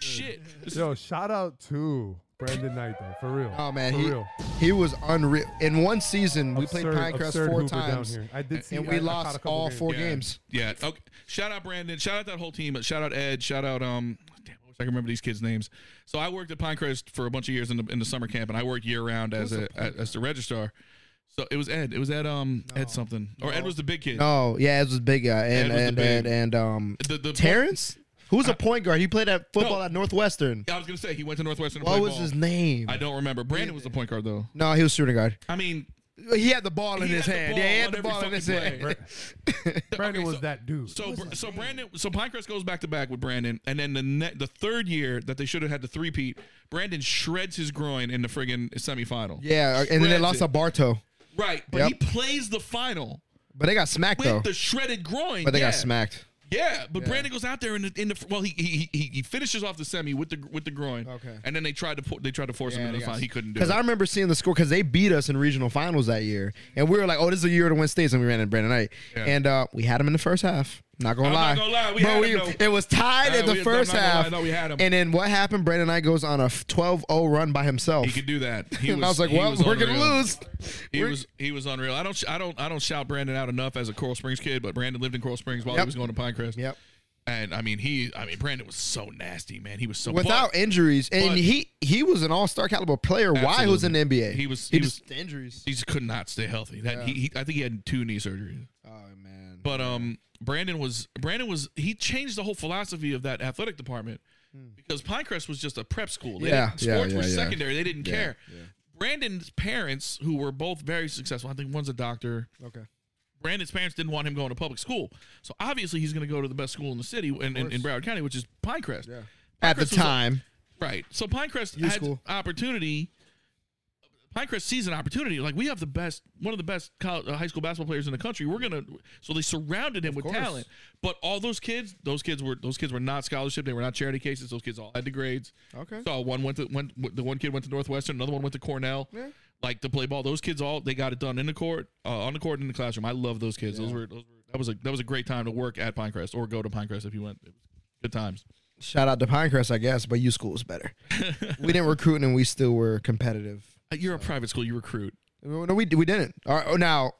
Speaker 4: shit. This is-
Speaker 5: Yo, shout out to Brandon Knight though, for real.
Speaker 1: Oh man,
Speaker 5: for
Speaker 1: he
Speaker 5: real.
Speaker 1: he was unreal. In one season, we played
Speaker 5: Absurd-
Speaker 1: Pinecrest
Speaker 5: absurd
Speaker 1: four
Speaker 5: Hooper down
Speaker 1: times,
Speaker 5: here. I did see.
Speaker 1: and
Speaker 5: I-
Speaker 1: we
Speaker 5: I caught a
Speaker 1: lost
Speaker 5: couple
Speaker 1: all
Speaker 5: games.
Speaker 1: four
Speaker 4: Yeah.
Speaker 1: games.
Speaker 4: Yeah. Okay. Shout out Brandon. Shout out that whole team. Shout out Ed. Shout out um. Damn, I wish I could remember these kids' names. So I worked at Pinecrest for a bunch of years in the in the summer camp, and I worked year round as a, as the registrar. So it was Ed. It was Ed um Ed something or Ed was the big kid.
Speaker 1: No, yeah, it was big guy and
Speaker 4: Ed was the
Speaker 1: and,
Speaker 4: big.
Speaker 1: and and um
Speaker 4: The- the-
Speaker 1: Terrence, who's a
Speaker 4: I-
Speaker 1: point guard. He played at football
Speaker 4: No.
Speaker 1: at Northwestern.
Speaker 4: I was gonna say he went to Northwestern. to
Speaker 1: What
Speaker 4: play
Speaker 1: was
Speaker 4: ball.
Speaker 1: his name?
Speaker 4: I don't remember. Brandon was the point guard though.
Speaker 1: No, he was shooting guard.
Speaker 4: I mean,
Speaker 1: He had the ball in
Speaker 4: He
Speaker 1: his
Speaker 4: had the
Speaker 1: hand.
Speaker 4: ball
Speaker 1: Yeah, he
Speaker 4: on
Speaker 1: had the
Speaker 4: every
Speaker 1: ball in
Speaker 4: fucking
Speaker 1: his hand.
Speaker 4: play.
Speaker 5: Brandon
Speaker 4: okay,
Speaker 5: was
Speaker 4: so-
Speaker 5: that dude.
Speaker 4: So, Br- so Brandon, so Pinecrest goes back to back with Brandon, and then the ne- the third year that they should have had the three peat, Brandon shreds his groin in the friggin' semifinal.
Speaker 1: Yeah, and then they
Speaker 4: Shreds
Speaker 1: lost
Speaker 4: it.
Speaker 1: to Barto,
Speaker 4: Right, but he plays the final
Speaker 1: but they got smacked
Speaker 4: with
Speaker 1: though.
Speaker 4: the shredded groin.
Speaker 1: But they
Speaker 4: yeah.
Speaker 1: got smacked.
Speaker 4: Yeah, but Brandon goes out there in the, in the well, he, he he he finishes off the semi with the with the groin.
Speaker 1: Okay.
Speaker 4: and then they tried to po- they tried to force him into the final. He couldn't do it.
Speaker 1: Because I remember seeing the score because they beat us in regional finals that year, and we were like, "Oh, this is a year to win states," and we ran in Brandon Knight,
Speaker 4: Yeah.
Speaker 1: and uh, we had him in the first half. Not gonna
Speaker 4: I'm
Speaker 1: lie,
Speaker 4: not gonna lie, we
Speaker 1: But
Speaker 4: had him, though.
Speaker 1: it was tied
Speaker 4: Uh,
Speaker 1: at the
Speaker 4: we- I'm
Speaker 1: first
Speaker 4: not gonna lie,
Speaker 1: half.
Speaker 4: no, we had him.
Speaker 1: And then what happened? Brandon Knight goes on a f- 12-0 run by himself.
Speaker 4: he could do that. He
Speaker 1: and I was like,
Speaker 4: he
Speaker 1: "Well,
Speaker 4: was
Speaker 1: we're gonna
Speaker 4: unreal.
Speaker 1: lose."
Speaker 4: He
Speaker 1: We're-
Speaker 4: was he was unreal. I don't sh- I don't I don't shout Brandon out enough as a Coral Springs kid, but Brandon lived in Coral Springs while
Speaker 1: Yep.
Speaker 4: he was going to Pinecrest.
Speaker 1: Yep.
Speaker 4: And I mean he I mean Brandon was so nasty, man. He was so
Speaker 1: Without
Speaker 4: but
Speaker 1: injuries, and
Speaker 4: but-
Speaker 1: he he was an all-star caliber player. Why he was in the
Speaker 4: Absolutely.
Speaker 1: NBA?
Speaker 4: He was-
Speaker 1: He,
Speaker 4: he
Speaker 1: just injuries.
Speaker 4: he just could not stay healthy. That he, he I think he had two knee surgeries.
Speaker 1: Oh man.
Speaker 4: But um Brandon was Brandon was he changed the whole philosophy of that athletic department because Pinecrest was just a prep school. They
Speaker 1: Hmm. Yeah,
Speaker 4: didn't-
Speaker 1: yeah,
Speaker 4: sports
Speaker 1: yeah,
Speaker 4: were
Speaker 1: yeah.
Speaker 4: secondary. They didn't care. Brandon's parents, who were both very successful, I think one's a doctor,
Speaker 1: okay.
Speaker 4: Brandon's parents didn't want him going to public school. So obviously he's going to go to the best school in the city in, in, in Broward County, which is Pinecrest.
Speaker 1: Yeah. At
Speaker 4: Pinecrest
Speaker 1: the
Speaker 4: was a-
Speaker 1: time,
Speaker 4: right. So Pinecrest
Speaker 1: Youth
Speaker 4: had
Speaker 1: school.
Speaker 4: opportunity. Pinecrest sees an opportunity. Like we have the best, one of the best college, uh, high school basketball players in the country. We're gonna. So they surrounded him with
Speaker 1: course.
Speaker 4: talent. But all those kids, those kids were those kids were not scholarship. They were not charity cases. Those kids all had the grades.
Speaker 1: Okay.
Speaker 4: So one went to went the one kid went to Northwestern. Another one went to Cornell.
Speaker 1: Yeah.
Speaker 4: Like to play ball. Those kids all they got it done in the court, uh, on the court, in the classroom. I love those kids. Those were those were that was a that was a great time to work at Pinecrest or go to Pinecrest if you went. It was good times.
Speaker 1: shout out to Pinecrest, I guess, but U school was better. we didn't recruit and we still were competitive.
Speaker 4: Uh, You're a private school. You recruit.
Speaker 1: No, we we didn't. All right, oh, now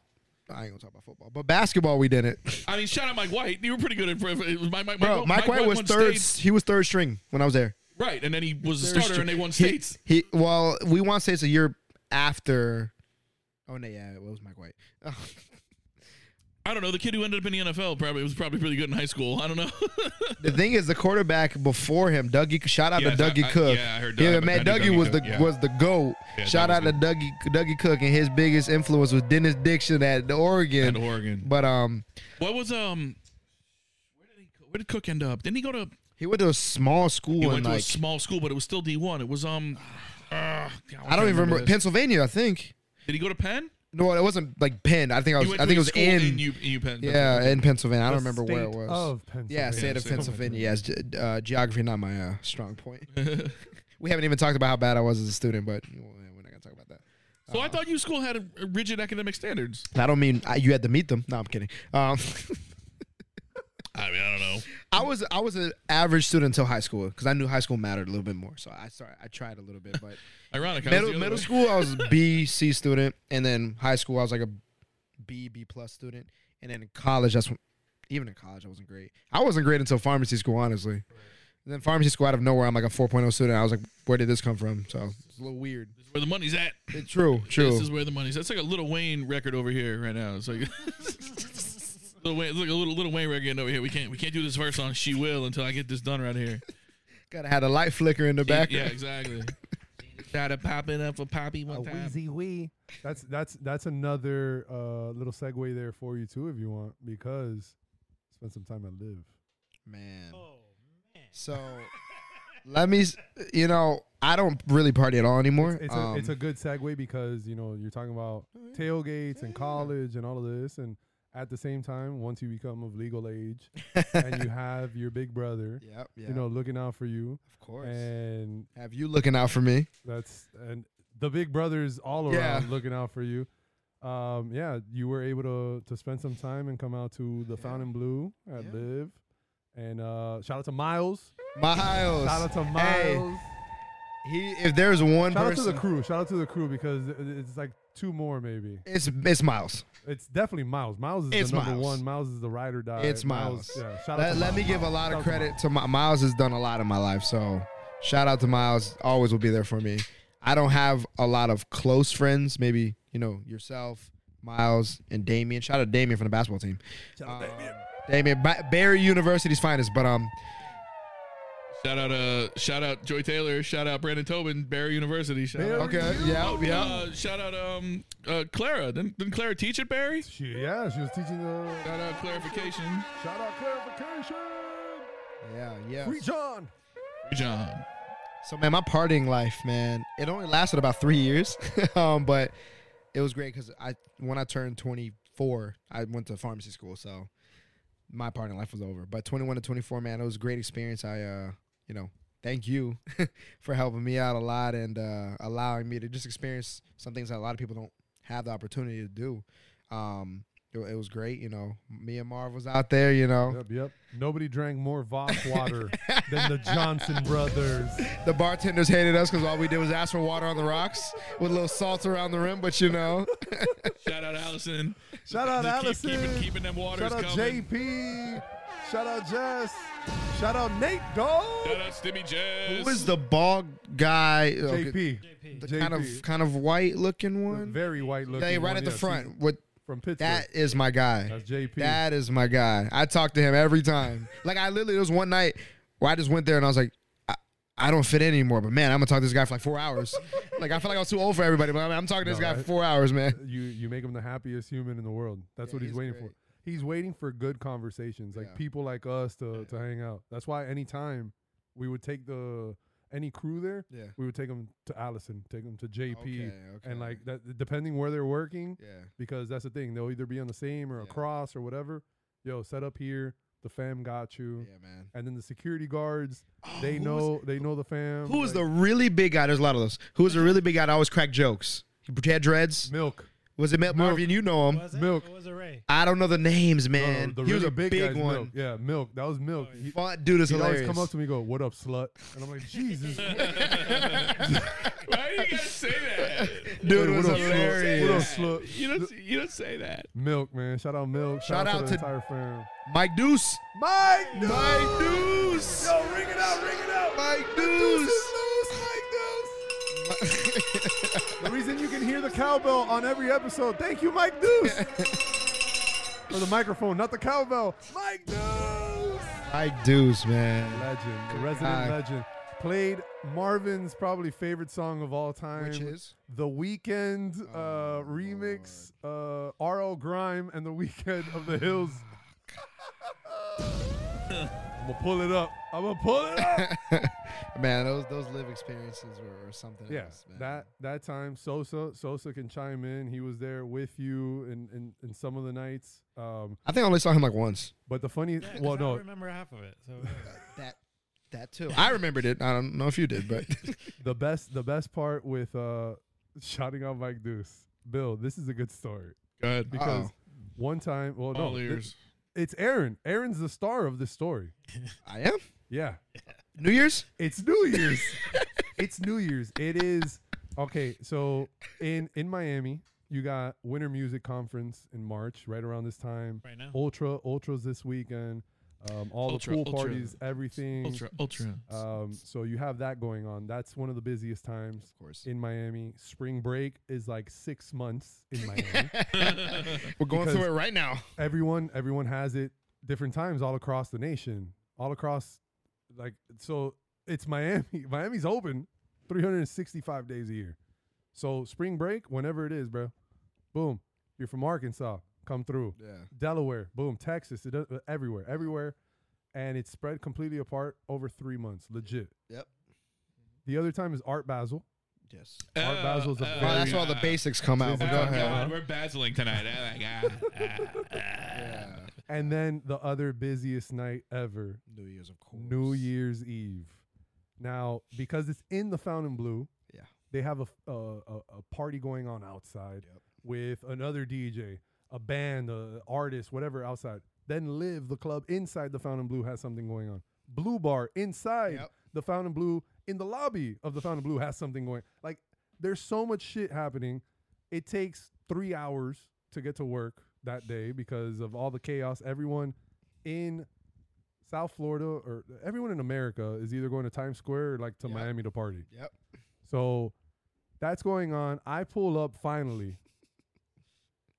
Speaker 1: I ain't gonna talk about football, but basketball we didn't.
Speaker 4: I mean, shout out Mike White. You were pretty good at it was Mike, Mike,
Speaker 1: Bro, Mike, White was
Speaker 4: won
Speaker 1: third.
Speaker 4: states.
Speaker 1: He was third string when I was there.
Speaker 4: right? And then he was a starter, and they won
Speaker 1: He-
Speaker 4: states.
Speaker 1: He, well, we won states a year after. Oh no, yeah, it was Mike White. Oh,
Speaker 4: I don't know. The kid who ended up in the NFL probably was probably pretty good in high school. I don't know.
Speaker 1: the thing is, the quarterback before him, Dougie. Shout out
Speaker 4: Yes,
Speaker 1: to
Speaker 4: I-
Speaker 1: Dougie
Speaker 4: I-
Speaker 1: Cook.
Speaker 4: yeah, I heard
Speaker 1: Yeah,
Speaker 4: that. I
Speaker 1: man,
Speaker 4: knew
Speaker 1: Dougie,
Speaker 4: Dougie
Speaker 1: was the
Speaker 4: Cook, yeah.
Speaker 1: was the goat.
Speaker 4: Yeah,
Speaker 1: shout
Speaker 4: that
Speaker 1: out
Speaker 4: was
Speaker 1: to Dougie Dougie Cook, and his biggest influence was Dennis Dixon at Oregon.
Speaker 4: At Oregon.
Speaker 1: but um,
Speaker 4: what was um? Where did, he, where did Cook end up? Didn't he go to?
Speaker 1: he went to a small school
Speaker 4: He
Speaker 1: and
Speaker 4: went to
Speaker 1: like
Speaker 4: a small school, but it was still D one. It was um. uh, I
Speaker 1: I don't even remember
Speaker 4: this.
Speaker 1: Pennsylvania. I think
Speaker 4: Did he go to Penn?
Speaker 1: no, it wasn't like Penn. I think I
Speaker 4: He
Speaker 1: was.
Speaker 4: went
Speaker 1: I
Speaker 4: to
Speaker 1: think
Speaker 4: his
Speaker 1: it was
Speaker 4: school
Speaker 1: in.
Speaker 4: in U, U Penn.
Speaker 1: yeah, in Pennsylvania. I don't remember where it
Speaker 5: State Oh,
Speaker 1: was.
Speaker 5: Of Pennsylvania.
Speaker 1: yeah, state of
Speaker 4: state of
Speaker 1: Pennsylvania. Yes, ge- uh, geography not my uh, strong point. we haven't even talked about how bad I was as a student, but well, we're not gonna talk about that.
Speaker 4: So I thought U school had a, a rigid academic standards.
Speaker 1: I don't mean I, you had to meet them. No, I'm kidding. Um,
Speaker 4: I mean, I don't know.
Speaker 1: I was I was an average student until high school because I knew high school mattered a little bit more. So I started I tried a little bit, but
Speaker 4: Ironic. I was the
Speaker 1: middle
Speaker 4: other
Speaker 1: middle
Speaker 4: way.
Speaker 1: school I was a B C student, and then high school I was like a B B plus student, and then in college that's when, even in college I wasn't great. I wasn't great until pharmacy school, honestly. And then pharmacy school out of nowhere I'm like a 4.0 student. I was like, where did this come from? So it's a little weird.
Speaker 4: Where the money's at.
Speaker 1: It's true, true.
Speaker 4: This is where the money's. That's like a Little Wayne record over here right now. It's like Little Wayne, look a little Little Wayne record over here. We can't we can't do this verse on "She Will" until I get this done right here.
Speaker 1: Gotta have a light flicker in the back.
Speaker 4: Yeah, exactly. Gotta pop it up for Poppy
Speaker 7: A
Speaker 4: one time.
Speaker 7: wheezy wee.
Speaker 5: That's that's that's another uh, little segue there for you too, if you want, because spend some time at Live.
Speaker 1: Man.
Speaker 4: Oh.
Speaker 6: oh,
Speaker 1: So let me, s- you know, I don't really party at all anymore.
Speaker 5: It's
Speaker 1: Um,
Speaker 5: a it's a good segue because you know you're talking about tailgates and college and all of this, and at the same time, once you become of legal age and you have your big brother,
Speaker 1: Yep, yep,
Speaker 5: you know, looking out for you,
Speaker 1: of course.
Speaker 5: and
Speaker 1: have you looking out for me?
Speaker 5: that's and the big brothers all around
Speaker 1: Yeah.
Speaker 5: looking out for you. Um, yeah, you were able to to spend some time and come out to the Fountain Blue at
Speaker 1: Yeah.
Speaker 5: Live. And uh, shout out to Miles.
Speaker 1: Miles.
Speaker 5: Shout out to Miles.
Speaker 1: Hey, he, if there's one
Speaker 5: Shout out to
Speaker 1: person,
Speaker 5: the crew. Shout out to the crew because it- it's like two more maybe.
Speaker 1: it's it's Miles.
Speaker 5: It's definitely Miles. Miles is
Speaker 1: It's
Speaker 5: the number
Speaker 1: Miles.
Speaker 5: one. Miles is the ride or die.
Speaker 1: It's Miles.
Speaker 5: yeah. Shout out
Speaker 1: Let,
Speaker 5: to
Speaker 1: let
Speaker 5: Miles.
Speaker 1: me give a
Speaker 5: Miles.
Speaker 1: lot
Speaker 5: Shout
Speaker 1: of
Speaker 5: out to
Speaker 1: credit
Speaker 5: Miles.
Speaker 1: to my, Miles. Has done a lot in my life, so shout out to Miles. Always will be there for me. I don't have a lot of close friends. Maybe you know yourself, Miles, and Damien. Shout out to Damien from the basketball team.
Speaker 7: Shout out
Speaker 1: Um, Damien, Ba- Barry University's finest. But um,
Speaker 4: Shout out, uh, shout out Joy Taylor. Shout out Brandon Tobin, Barry University. Shout out.
Speaker 1: okay, yeah,
Speaker 4: Oh,
Speaker 1: yeah.
Speaker 4: Uh, shout out, um, uh, Clara. Didn't, didn't Clara teach at Barry?
Speaker 5: She, yeah, she was teaching the
Speaker 4: Shout out clarification,
Speaker 5: shout out clarification.
Speaker 1: Yeah, yeah.
Speaker 5: Free John.
Speaker 4: John.
Speaker 1: So man, my partying life, man, it only lasted about three years, um, but it was great because I when I turned 24, I went to pharmacy school, so my partying life was over. But 21 to 24, man, it was a great experience. I, uh, you know, thank you for helping me out a lot and uh, allowing me to just experience some things that a lot of people don't have the opportunity to do. Um, it, it was great, you know. Me and Marv was out there, you know.
Speaker 5: Yep, yep. Nobody drank more Voss water than the Johnson brothers.
Speaker 1: The bartenders hated us because all we did was ask for water on the rocks with a little salt around the rim, but you know.
Speaker 4: Shout out Allison.
Speaker 5: Shout out
Speaker 4: Just keep-
Speaker 5: Allison.
Speaker 4: Keeping, keeping them waters
Speaker 5: Shout out
Speaker 4: coming.
Speaker 5: JP. Shout out Jess. Shout out Nate dog.
Speaker 4: Shout out Stimmy Jazz.
Speaker 1: Who is the bald guy? okay,
Speaker 5: JP.
Speaker 1: the
Speaker 5: JP.
Speaker 1: kind of kind of white looking
Speaker 5: The
Speaker 1: one.
Speaker 5: very white looking.
Speaker 1: They right
Speaker 5: one,
Speaker 1: at the
Speaker 5: yes, he's
Speaker 1: front. What
Speaker 5: From Pittsburgh.
Speaker 1: that is my guy.
Speaker 5: That's JP.
Speaker 1: That is my guy. I talk to him every time. Like I literally there was one night where I just went there and I was like, I, I don't fit in anymore. But man, I'm gonna talk to this guy for like four hours. like I feel like I was too old for everybody, but I'm, I'm talking to this
Speaker 5: No,
Speaker 1: guy
Speaker 5: I-
Speaker 1: for four hours, man.
Speaker 5: you you make him the happiest human in the world. That's
Speaker 1: Yeah,
Speaker 5: what he's,
Speaker 1: he's
Speaker 5: waiting
Speaker 1: great.
Speaker 5: for. He's waiting for good conversations, like
Speaker 1: Yeah.
Speaker 5: people like us to to hang out. That's why anytime we would take the any crew there,
Speaker 1: Yeah.
Speaker 5: we would take them to Allison, take them to JP,
Speaker 1: Okay, okay.
Speaker 5: and like that depending where they're working,
Speaker 1: Yeah.
Speaker 5: because that's the thing. They'll either be on the same or
Speaker 1: Yeah.
Speaker 5: across or whatever. Yo, set up here. The fam got you.
Speaker 1: Yeah, man.
Speaker 5: And then the security guards, they
Speaker 1: Oh, who was-
Speaker 5: know they know the fam.
Speaker 1: Who was the
Speaker 5: like,
Speaker 1: really big guy? There's a lot of those. Who was the really big guy that always cracked jokes? He had dreads.
Speaker 5: milk?
Speaker 1: Was it Matt
Speaker 5: Milk.
Speaker 1: Marvin? You know him.
Speaker 6: Was it?
Speaker 5: Milk.
Speaker 6: Or was it Ray?
Speaker 1: I don't know the names,
Speaker 5: No,
Speaker 1: man.
Speaker 5: the
Speaker 1: he was
Speaker 5: really
Speaker 1: a big,
Speaker 5: guy's
Speaker 1: one.
Speaker 5: Milk. Yeah, milk. That was milk. He-
Speaker 1: Fun dude is
Speaker 5: He'd always
Speaker 1: hilarious.
Speaker 5: come up to me and go, What up, slut? And I'm like, Jesus.
Speaker 4: Why do you guys say that?
Speaker 1: dude
Speaker 5: Hey,
Speaker 1: was
Speaker 5: what up, slut?
Speaker 1: hilarious.
Speaker 5: What up, slut?
Speaker 4: You don't. You don't say that.
Speaker 5: Milk, man. Shout out Milk. Shout, out, to the entire fam.
Speaker 1: Mike Deuce.
Speaker 5: Mike,
Speaker 1: Mike Deuce.
Speaker 3: Yo, ring it out, ring it out.
Speaker 1: Mike Deuce.
Speaker 5: The reason you can hear the cowbell on every episode. Thank you, Mike Deuce. For the microphone, not the cowbell.
Speaker 3: Mike Deuce.
Speaker 1: Mike Deuce, man.
Speaker 5: Legend, the resident
Speaker 1: God.
Speaker 5: legend. Played Marvin's probably favorite song of all time,
Speaker 1: Which is?
Speaker 5: the Weekend uh, remix, uh, R.L. Grime and the Weekend of the Hills. I'm gonna pull it up. I'm gonna pull it up.
Speaker 1: Man, those those live experiences were, were something
Speaker 5: yeah,
Speaker 1: else, man.
Speaker 5: that that time Sosa Sosa can chime in. He was there with you in in, in some of the nights. Um,
Speaker 1: I think I only saw him like once.
Speaker 5: but the funny,
Speaker 6: Yeah, 'cause
Speaker 5: well,
Speaker 6: I
Speaker 5: no,
Speaker 6: don't remember half of it. So yeah.
Speaker 1: That that too. I remembered it. I don't know if you did, but
Speaker 5: the best the best part with uh, shouting out Mike Deuce. Bill, this is a good story.
Speaker 4: God,
Speaker 5: because
Speaker 1: Uh-oh.
Speaker 5: one time, well, no,
Speaker 4: all
Speaker 5: th-
Speaker 4: ears.
Speaker 5: it's Aaron. Aaron's the star of this story.
Speaker 1: I am.
Speaker 5: Yeah,
Speaker 1: New Year's?
Speaker 5: it's New Year's. it's New Year's. It is okay. So in in Miami, you got Winter Music Conference in March, right around this time.
Speaker 6: right now.
Speaker 5: Ultra, ultras this weekend. Um, all
Speaker 4: Ultra,
Speaker 5: the pool
Speaker 4: ultra,
Speaker 5: parties,
Speaker 1: Uh,
Speaker 5: everything.
Speaker 4: Ultra, ultra.
Speaker 5: Um, so you have that going on. That's one of the busiest times
Speaker 1: Of course.
Speaker 5: in Miami. Spring break is like six months in Miami.
Speaker 1: We're going
Speaker 5: Because-
Speaker 1: through it right now.
Speaker 5: everyone everyone has it different times all across the nation all across like so it's miami miami's open 365 days a year so spring break whenever it is bro boom you're from arkansas come through
Speaker 1: Yeah.
Speaker 5: delaware boom texas it does, uh, everywhere everywhere and it's spread completely apart over three months legit
Speaker 1: Yep.
Speaker 5: the other time is art basel
Speaker 1: Yes.
Speaker 5: Art Basil's
Speaker 4: Uh,
Speaker 5: a
Speaker 1: Oh,
Speaker 5: very-
Speaker 1: that's where all the basics come out.
Speaker 4: Oh
Speaker 1: But go ahead.
Speaker 4: God, we're basiling tonight. Oh my God.
Speaker 1: Yeah.
Speaker 5: and then the other busiest night ever
Speaker 1: New Year's, of course.
Speaker 5: New Year's Eve. Now, because it's in the Fountain Blue,
Speaker 1: Yeah.
Speaker 5: They have a f- a, a, a party going on outside with another DJ, a band, a artist, whatever outside. Then live the club inside the Fountain Blue has something going on. Blue Bar inside
Speaker 1: Yep.
Speaker 5: the Fountain Blue in the lobby of the Fountain Blue has something going. Like there's so much shit happening. It takes three hours to get to work that day because of all the chaos. Everyone in South Florida or everyone in America is either going to Times Square or like to
Speaker 1: Yep.
Speaker 5: Miami to party.
Speaker 1: Yep.
Speaker 5: So that's going on. I pull up finally.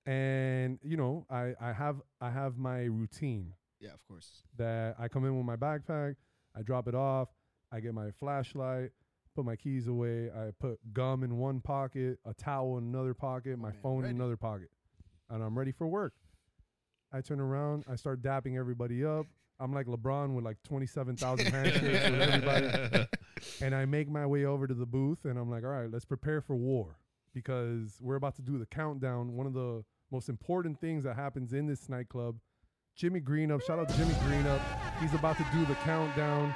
Speaker 5: and you know, I, I have I have my routine
Speaker 1: Yeah, of course.
Speaker 5: that I come in with my backpack, I drop it off, I get my flashlight, put my keys away, I put gum in one pocket, a towel in another pocket, my
Speaker 1: Oh, man,
Speaker 5: phone
Speaker 1: ready.
Speaker 5: in another pocket, and I'm ready for work. I turn around, I start dapping everybody up. I'm like LeBron with like 27,000 handshakes with everybody. And I make my way over to the booth and I'm like, all right, let's prepare for war because we're about to do the countdown. One of the most important things that happens in this nightclub. Jimmy Greenup, shout out to Jimmy Greenup. He's about to do the countdown.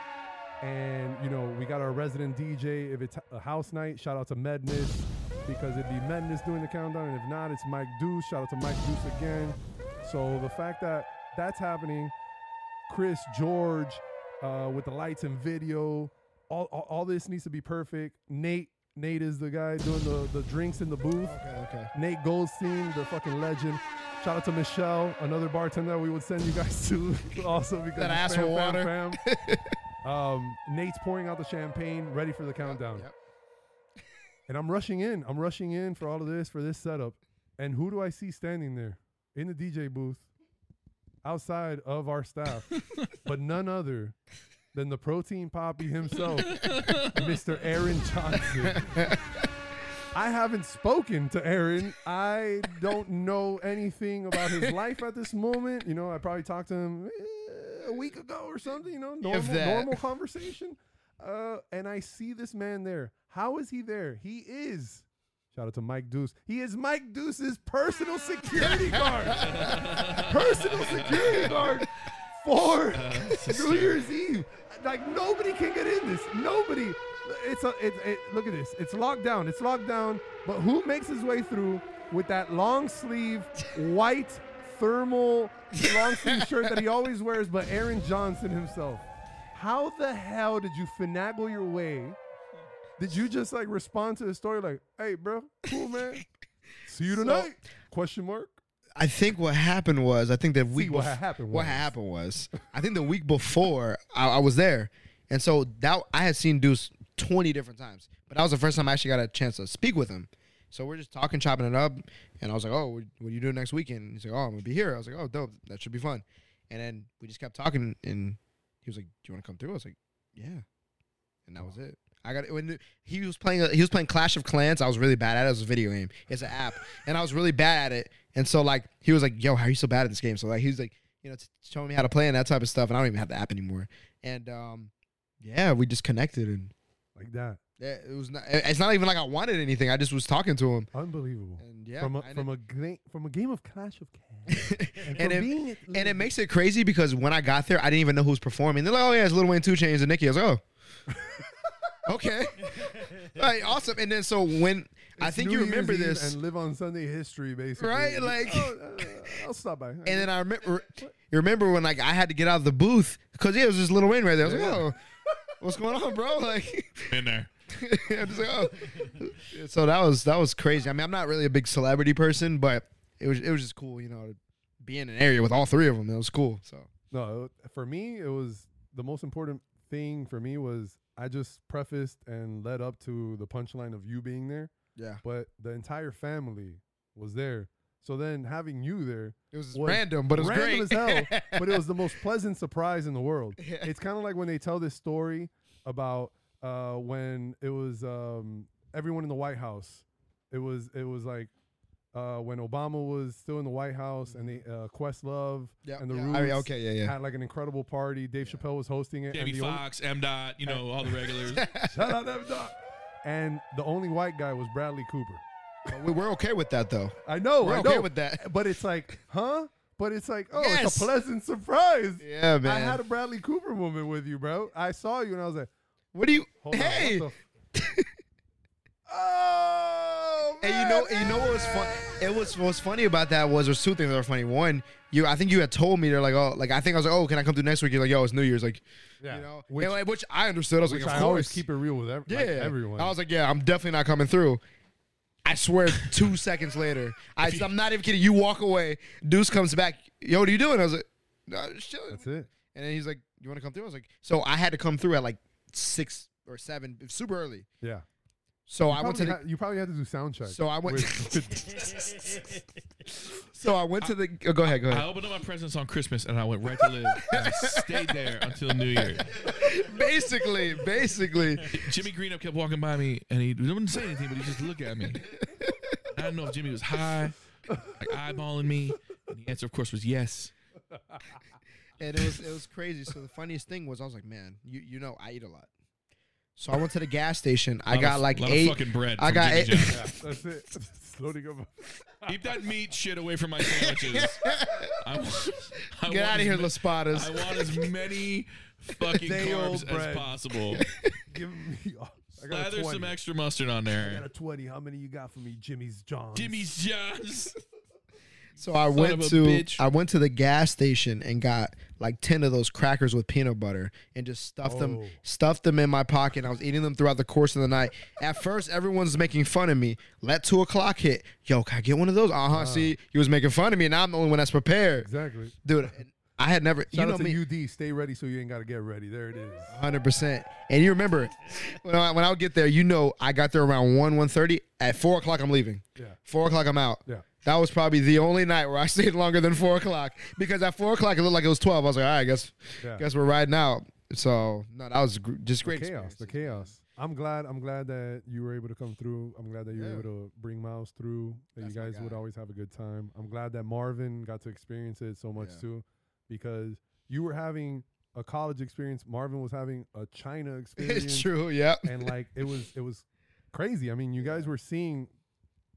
Speaker 5: And, you know, we got our resident DJ. If it's a house night, shout out to Medness because it'd be Medness doing the countdown. And if not, it's Mike Deuce. Shout out to Mike Deuce again. So the fact that that's happening, Chris, George, uh, with the lights and video, all, all, all this needs to be perfect. Nate, Nate is the guy doing the, the drinks in the booth.
Speaker 1: Okay, okay.
Speaker 5: Nate Goldstein, the fucking legend. Shout out to Michelle, another bartender we would send you guys to also because
Speaker 1: That
Speaker 5: it's
Speaker 1: ass with water.
Speaker 5: fam. Um, Nate's pouring out the champagne, ready for the countdown.
Speaker 1: Yep.
Speaker 5: And I'm rushing in. I'm rushing in for all of this, for this setup. And who do I see standing there in the DJ booth outside of our staff? but none other than the protein poppy himself, Mr. Aaron Johnson. I haven't spoken to Aaron. I don't know anything about his life at this moment. You know, I probably talked to him eh, a week ago or something, you know, normal,
Speaker 1: that.
Speaker 5: normal conversation. Uh, and I see this man there. How is he there? He is. Shout out to Mike Deuce. He is Mike Deuce's personal security guard. personal security guard for New Year's Eve. Like nobody can get in this. Nobody. It's a. It, it, look at this. It's locked down. It's locked down. But who makes his way through with that long sleeve white thermal long sleeve shirt that he always wears? But Aaron Johnson himself. How the hell did you finagle your way? Did you just like respond to the story like, "Hey, bro, cool man, see you tonight?" Question mark.
Speaker 1: I think what happened was I think that week
Speaker 5: what
Speaker 1: bef-
Speaker 5: happened
Speaker 1: what
Speaker 5: was.
Speaker 1: happened was I think the week before I, I was there, and so that I had seen Deuce twenty different times, but that was the first time I actually got a chance to speak with him. So we're just talking, chopping it up, and I was like, "Oh, what, what are you doing next weekend?" He's like, "Oh, I'm gonna be here." I was like, "Oh, dope, that should be fun." And then we just kept talking, and he was like, "Do you want to come through?" I was like, "Yeah," and that was it. I got when he was playing he was playing Clash of Clans. I was really bad at it. It was a video game. It's an app, and I was really bad at it. And so like he was like, "Yo, how are you so bad at this game?" So like he was like, you know, t- showing me how to play and that type of stuff. And I don't even have the app anymore. And um, yeah, we just connected, and
Speaker 5: Like that.
Speaker 1: yeah, it was not. it- It's not even like I wanted anything. I just was talking to him,
Speaker 5: Unbelievable.
Speaker 1: and Uh, yeah,
Speaker 5: from a,
Speaker 1: I
Speaker 5: from a game from a game of Clash of Clans.
Speaker 1: and,
Speaker 5: from
Speaker 1: it,
Speaker 5: being at-
Speaker 1: and it makes it crazy because when I got there, I didn't even know who's performing. They're like, "Oh yeah, it's Lil Wayne, Two Chains, and Nicki." I was like, "Oh, okay, Like, awesome." And then so when I
Speaker 5: It's
Speaker 1: think
Speaker 5: New
Speaker 1: you
Speaker 5: Year's
Speaker 1: remember
Speaker 5: Eve
Speaker 1: this,
Speaker 5: and live on Sunday history, basically.
Speaker 1: Right,
Speaker 5: You-
Speaker 1: like-
Speaker 5: oh, uh, I'll stop by. And
Speaker 1: and then I remember, you remember when like I had to get out of the booth because yeah, it was just Lil Wayne right there. I was like, "Oh, what's going on, bro?" Like.
Speaker 4: in there.
Speaker 1: I'm just like, oh. so that was that was crazy. I mean, I'm not really a big celebrity person, but it was it was just cool, you know, to be in an area with all three of them. It was cool. So
Speaker 5: no, for me, it was the most important thing for me was I just prefaced and led up to the punchline of you being there,
Speaker 1: yeah,
Speaker 5: but the entire family was there. So then having you there,
Speaker 1: it was
Speaker 5: was
Speaker 1: random, but it was
Speaker 5: random
Speaker 1: great.
Speaker 5: as hell, but it was the most pleasant surprise in the world. It's kind of like when they tell this story about uh, when it was um, everyone in the White House. It was it was like uh, when Obama was still in the White House and the uh, Questlove
Speaker 1: Yeah,
Speaker 5: and the
Speaker 1: yeah.
Speaker 5: Roots
Speaker 1: I mean, okay, yeah, yeah.
Speaker 5: had like an incredible party. Dave Chappelle was hosting it.
Speaker 4: Jamie
Speaker 5: and the only-
Speaker 4: Fox, M. Dot, you know all the regulars.
Speaker 5: Shout out Dave Chappelle. And the only white guy was Bradley Cooper.
Speaker 1: But we, we're okay with that though.
Speaker 5: I know,
Speaker 1: We're
Speaker 5: Oh, I
Speaker 1: okay
Speaker 5: know.
Speaker 1: with that.
Speaker 5: But it's like, huh? But it's like, oh,
Speaker 1: Yes.
Speaker 5: it's a pleasant surprise.
Speaker 1: Yeah, man.
Speaker 5: I had a Bradley Cooper moment with you, bro. I saw you and I was like,
Speaker 1: what do you?
Speaker 5: hold
Speaker 1: hey,
Speaker 5: on. What the f-
Speaker 3: Oh,
Speaker 1: And you know, and you know what was fun? It was what was funny about that was there's two things that were funny. One, you I think you had told me they're like, oh, like I think I was like, oh, can I come through next week? You're like, yo, it's New Year's, like, you know,
Speaker 5: Which,
Speaker 1: and, like, which I understood. I was
Speaker 5: which
Speaker 1: like, of
Speaker 5: I
Speaker 1: course,
Speaker 5: always keep it real with ev-
Speaker 1: yeah,
Speaker 5: like, everyone.
Speaker 1: I was like, yeah, I'm definitely not coming through. I swear, two seconds later, I, I'm not even kidding. You walk away, Deuce comes back. Yo, what are you doing? I was like, no, just chilling.
Speaker 5: That's it.
Speaker 1: And then he's like, you want to come through? I was like, so I had to come through at like six or seven, super early.
Speaker 5: Yeah.
Speaker 1: So I
Speaker 5: Probably
Speaker 1: went to the
Speaker 5: ha- you probably had to do sound check.
Speaker 1: So I went-
Speaker 5: with- with-
Speaker 1: So I went to the. oh, go ahead, go
Speaker 4: I
Speaker 1: ahead.
Speaker 4: opened up my presents on Christmas and I went right to live. and I stayed there until New Year.
Speaker 1: basically, basically,
Speaker 4: Jimmy Greenup kept walking by me and he wouldn't say anything, but he just looked at me. I don't know if Jimmy was high, like eyeballing me. And the answer, of course, was yes.
Speaker 1: and it was it was crazy. So the funniest thing was I was like, man, you you know I eat a lot. So I went to the gas station. I
Speaker 4: Lot
Speaker 1: got
Speaker 4: of-
Speaker 1: like
Speaker 4: lot
Speaker 1: eight.
Speaker 4: Of fucking bread.
Speaker 1: I
Speaker 4: from
Speaker 1: got
Speaker 4: Jimmy
Speaker 1: eight.
Speaker 4: John's.
Speaker 5: That's it. It's loading up.
Speaker 4: Keep that meat shit away from my sandwiches. I want, I
Speaker 1: Get
Speaker 4: want
Speaker 1: out of
Speaker 4: as
Speaker 1: here,
Speaker 4: ma-
Speaker 1: Las Patas.
Speaker 4: I want as many fucking
Speaker 5: Day-old
Speaker 4: carbs
Speaker 5: bread.
Speaker 4: as possible.
Speaker 5: Give me. all- I got a
Speaker 4: Lather
Speaker 5: 20.
Speaker 4: some extra mustard on
Speaker 5: I got
Speaker 4: there.
Speaker 5: a 20. How many you got for me, Jimmy's John?
Speaker 4: Jimmy's John's.
Speaker 1: so I
Speaker 4: of
Speaker 1: went
Speaker 4: a
Speaker 1: to
Speaker 4: bitch.
Speaker 1: I went to the gas station and got like ten of those crackers with peanut butter and just stuffed them
Speaker 5: Oh.
Speaker 1: stuffed them in my pocket. I was eating them throughout the course of the night. At first, everyone's making fun of me. Let two o'clock hit. Yo, can I get one of those? Uh huh. See, you was making fun of me, and I'm the only one that's prepared.
Speaker 5: Exactly.
Speaker 1: dude. and I had never,
Speaker 5: Shout
Speaker 1: you know
Speaker 5: out to
Speaker 1: me,
Speaker 5: UD. Stay ready so you ain't got to get ready. There it is.
Speaker 1: hundred percent. And you remember when I when I would get there, you know, I got there around one one thirty. At four o'clock, I'm leaving.
Speaker 5: Yeah.
Speaker 1: Four o'clock, I'm out.
Speaker 5: Yeah.
Speaker 1: That was probably the only night where I stayed longer than four o'clock because at four o'clock it looked like it was twelve. I was like, all right, guess
Speaker 5: Yeah.
Speaker 1: guess we're riding out. So no, that was gr- just
Speaker 5: The
Speaker 1: great.
Speaker 5: chaos. The
Speaker 1: experience.
Speaker 5: chaos. I'm glad. I'm glad that you were able to come through. I'm glad that you
Speaker 1: Yeah.
Speaker 5: were able to bring Miles through. That
Speaker 1: That's
Speaker 5: you
Speaker 1: my
Speaker 5: guys would
Speaker 1: guy.
Speaker 5: always have a good time. I'm glad that Marvin got to experience it so much
Speaker 1: Yeah.
Speaker 5: too, because you were having a college experience. Marvin was having a China experience.
Speaker 1: it's true. Yeah.
Speaker 5: and like it was it was crazy. I mean, you guys were seeing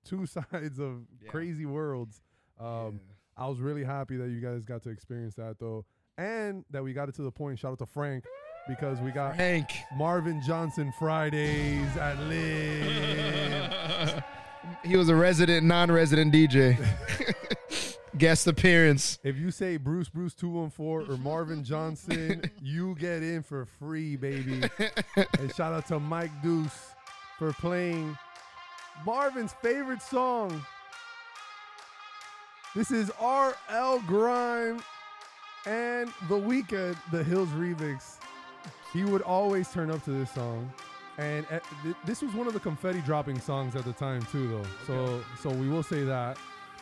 Speaker 5: two sides of
Speaker 1: Yeah.
Speaker 5: crazy worlds. Um, I was really happy that you guys got to experience that though, and that we got it to the point. Shout out to Frank because we got
Speaker 1: Hank.
Speaker 5: Marvin Johnson Fridays at Live.
Speaker 1: He was a resident, non-resident DJ. Guest appearance.
Speaker 5: if you say Bruce Bruce two one four or Marvin Johnson, you get in for free, baby. and shout out to Mike Deuce for playing Marvin's favorite song. This is R.L. Grime and The Weeknd, The Hills Remix. He would always turn up to this song. And uh, th- this was one of the confetti dropping songs at the time too, though. So, so we will say that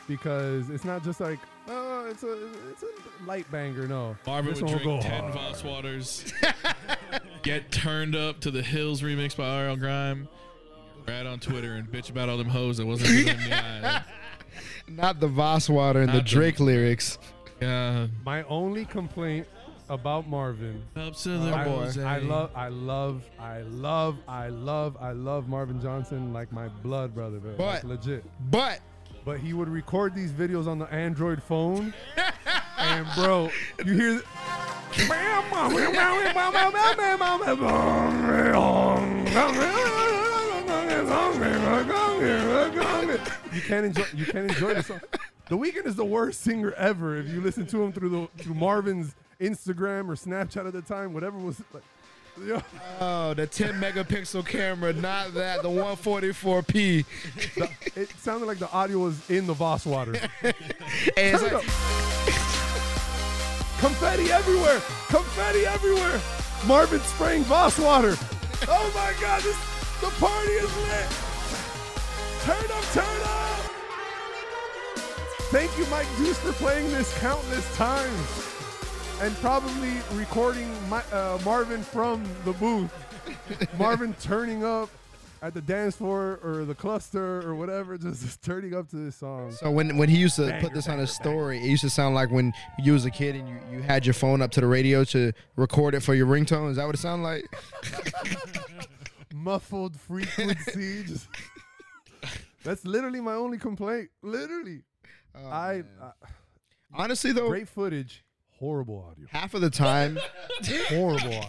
Speaker 5: because it's not just like oh, it's a it's a light banger. No,
Speaker 4: Marvin
Speaker 5: This
Speaker 4: would
Speaker 5: one will
Speaker 4: drink
Speaker 5: go
Speaker 4: ten
Speaker 5: hard.
Speaker 4: Voss waters. get turned up to the Hills remix by RL Grime. Right on Twitter and bitch about all them hoes that wasn't really in the eye.
Speaker 1: Not the Voss water and the
Speaker 4: Not the-
Speaker 1: Drake lyrics.
Speaker 4: Yeah.
Speaker 5: My only complaint about Marvin,
Speaker 4: Ups to the
Speaker 5: I,
Speaker 4: rose.
Speaker 5: I love, I love, I love, I love, I love Marvin Johnson like my blood brother, bro. Like,
Speaker 1: But-
Speaker 5: legit.
Speaker 1: But
Speaker 5: But he would record these videos on the Android phone, and bro, you hear. th- you can't enjoy. You can't enjoy the song. The Weeknd is the worst singer ever. If you listen to him through the through Marvin's Instagram or Snapchat at the time, whatever was. Like, yo,
Speaker 1: Oh, the 10 megapixel camera, not that, the 144p.
Speaker 5: the- it sounded like the audio was in the Voss water.
Speaker 1: And it's
Speaker 5: Turn it
Speaker 1: like,
Speaker 5: up. Confetti everywhere! Confetti everywhere! Marvin spraying Voss water! Oh my god, this, the party is lit! Turn up, turn up! Thank you, Mike Deuce, for playing this countless times and probably recording my, uh, Marvin from the booth. Marvin turning up at the dance floor or the cluster or whatever, just, just turning up to this song.
Speaker 1: so when, when he used to put this on his story, it used to sound like when you was a kid and you, you had your phone up to the radio to record it for your ringtone. Is that what it sounded like?
Speaker 5: muffled frequency. just that's literally my only complaint. Literally,
Speaker 1: Oh,
Speaker 5: I,
Speaker 1: man.
Speaker 5: I
Speaker 1: honestly though,
Speaker 5: great footage, horrible audio.
Speaker 1: Half of the time,
Speaker 5: Horrible audio.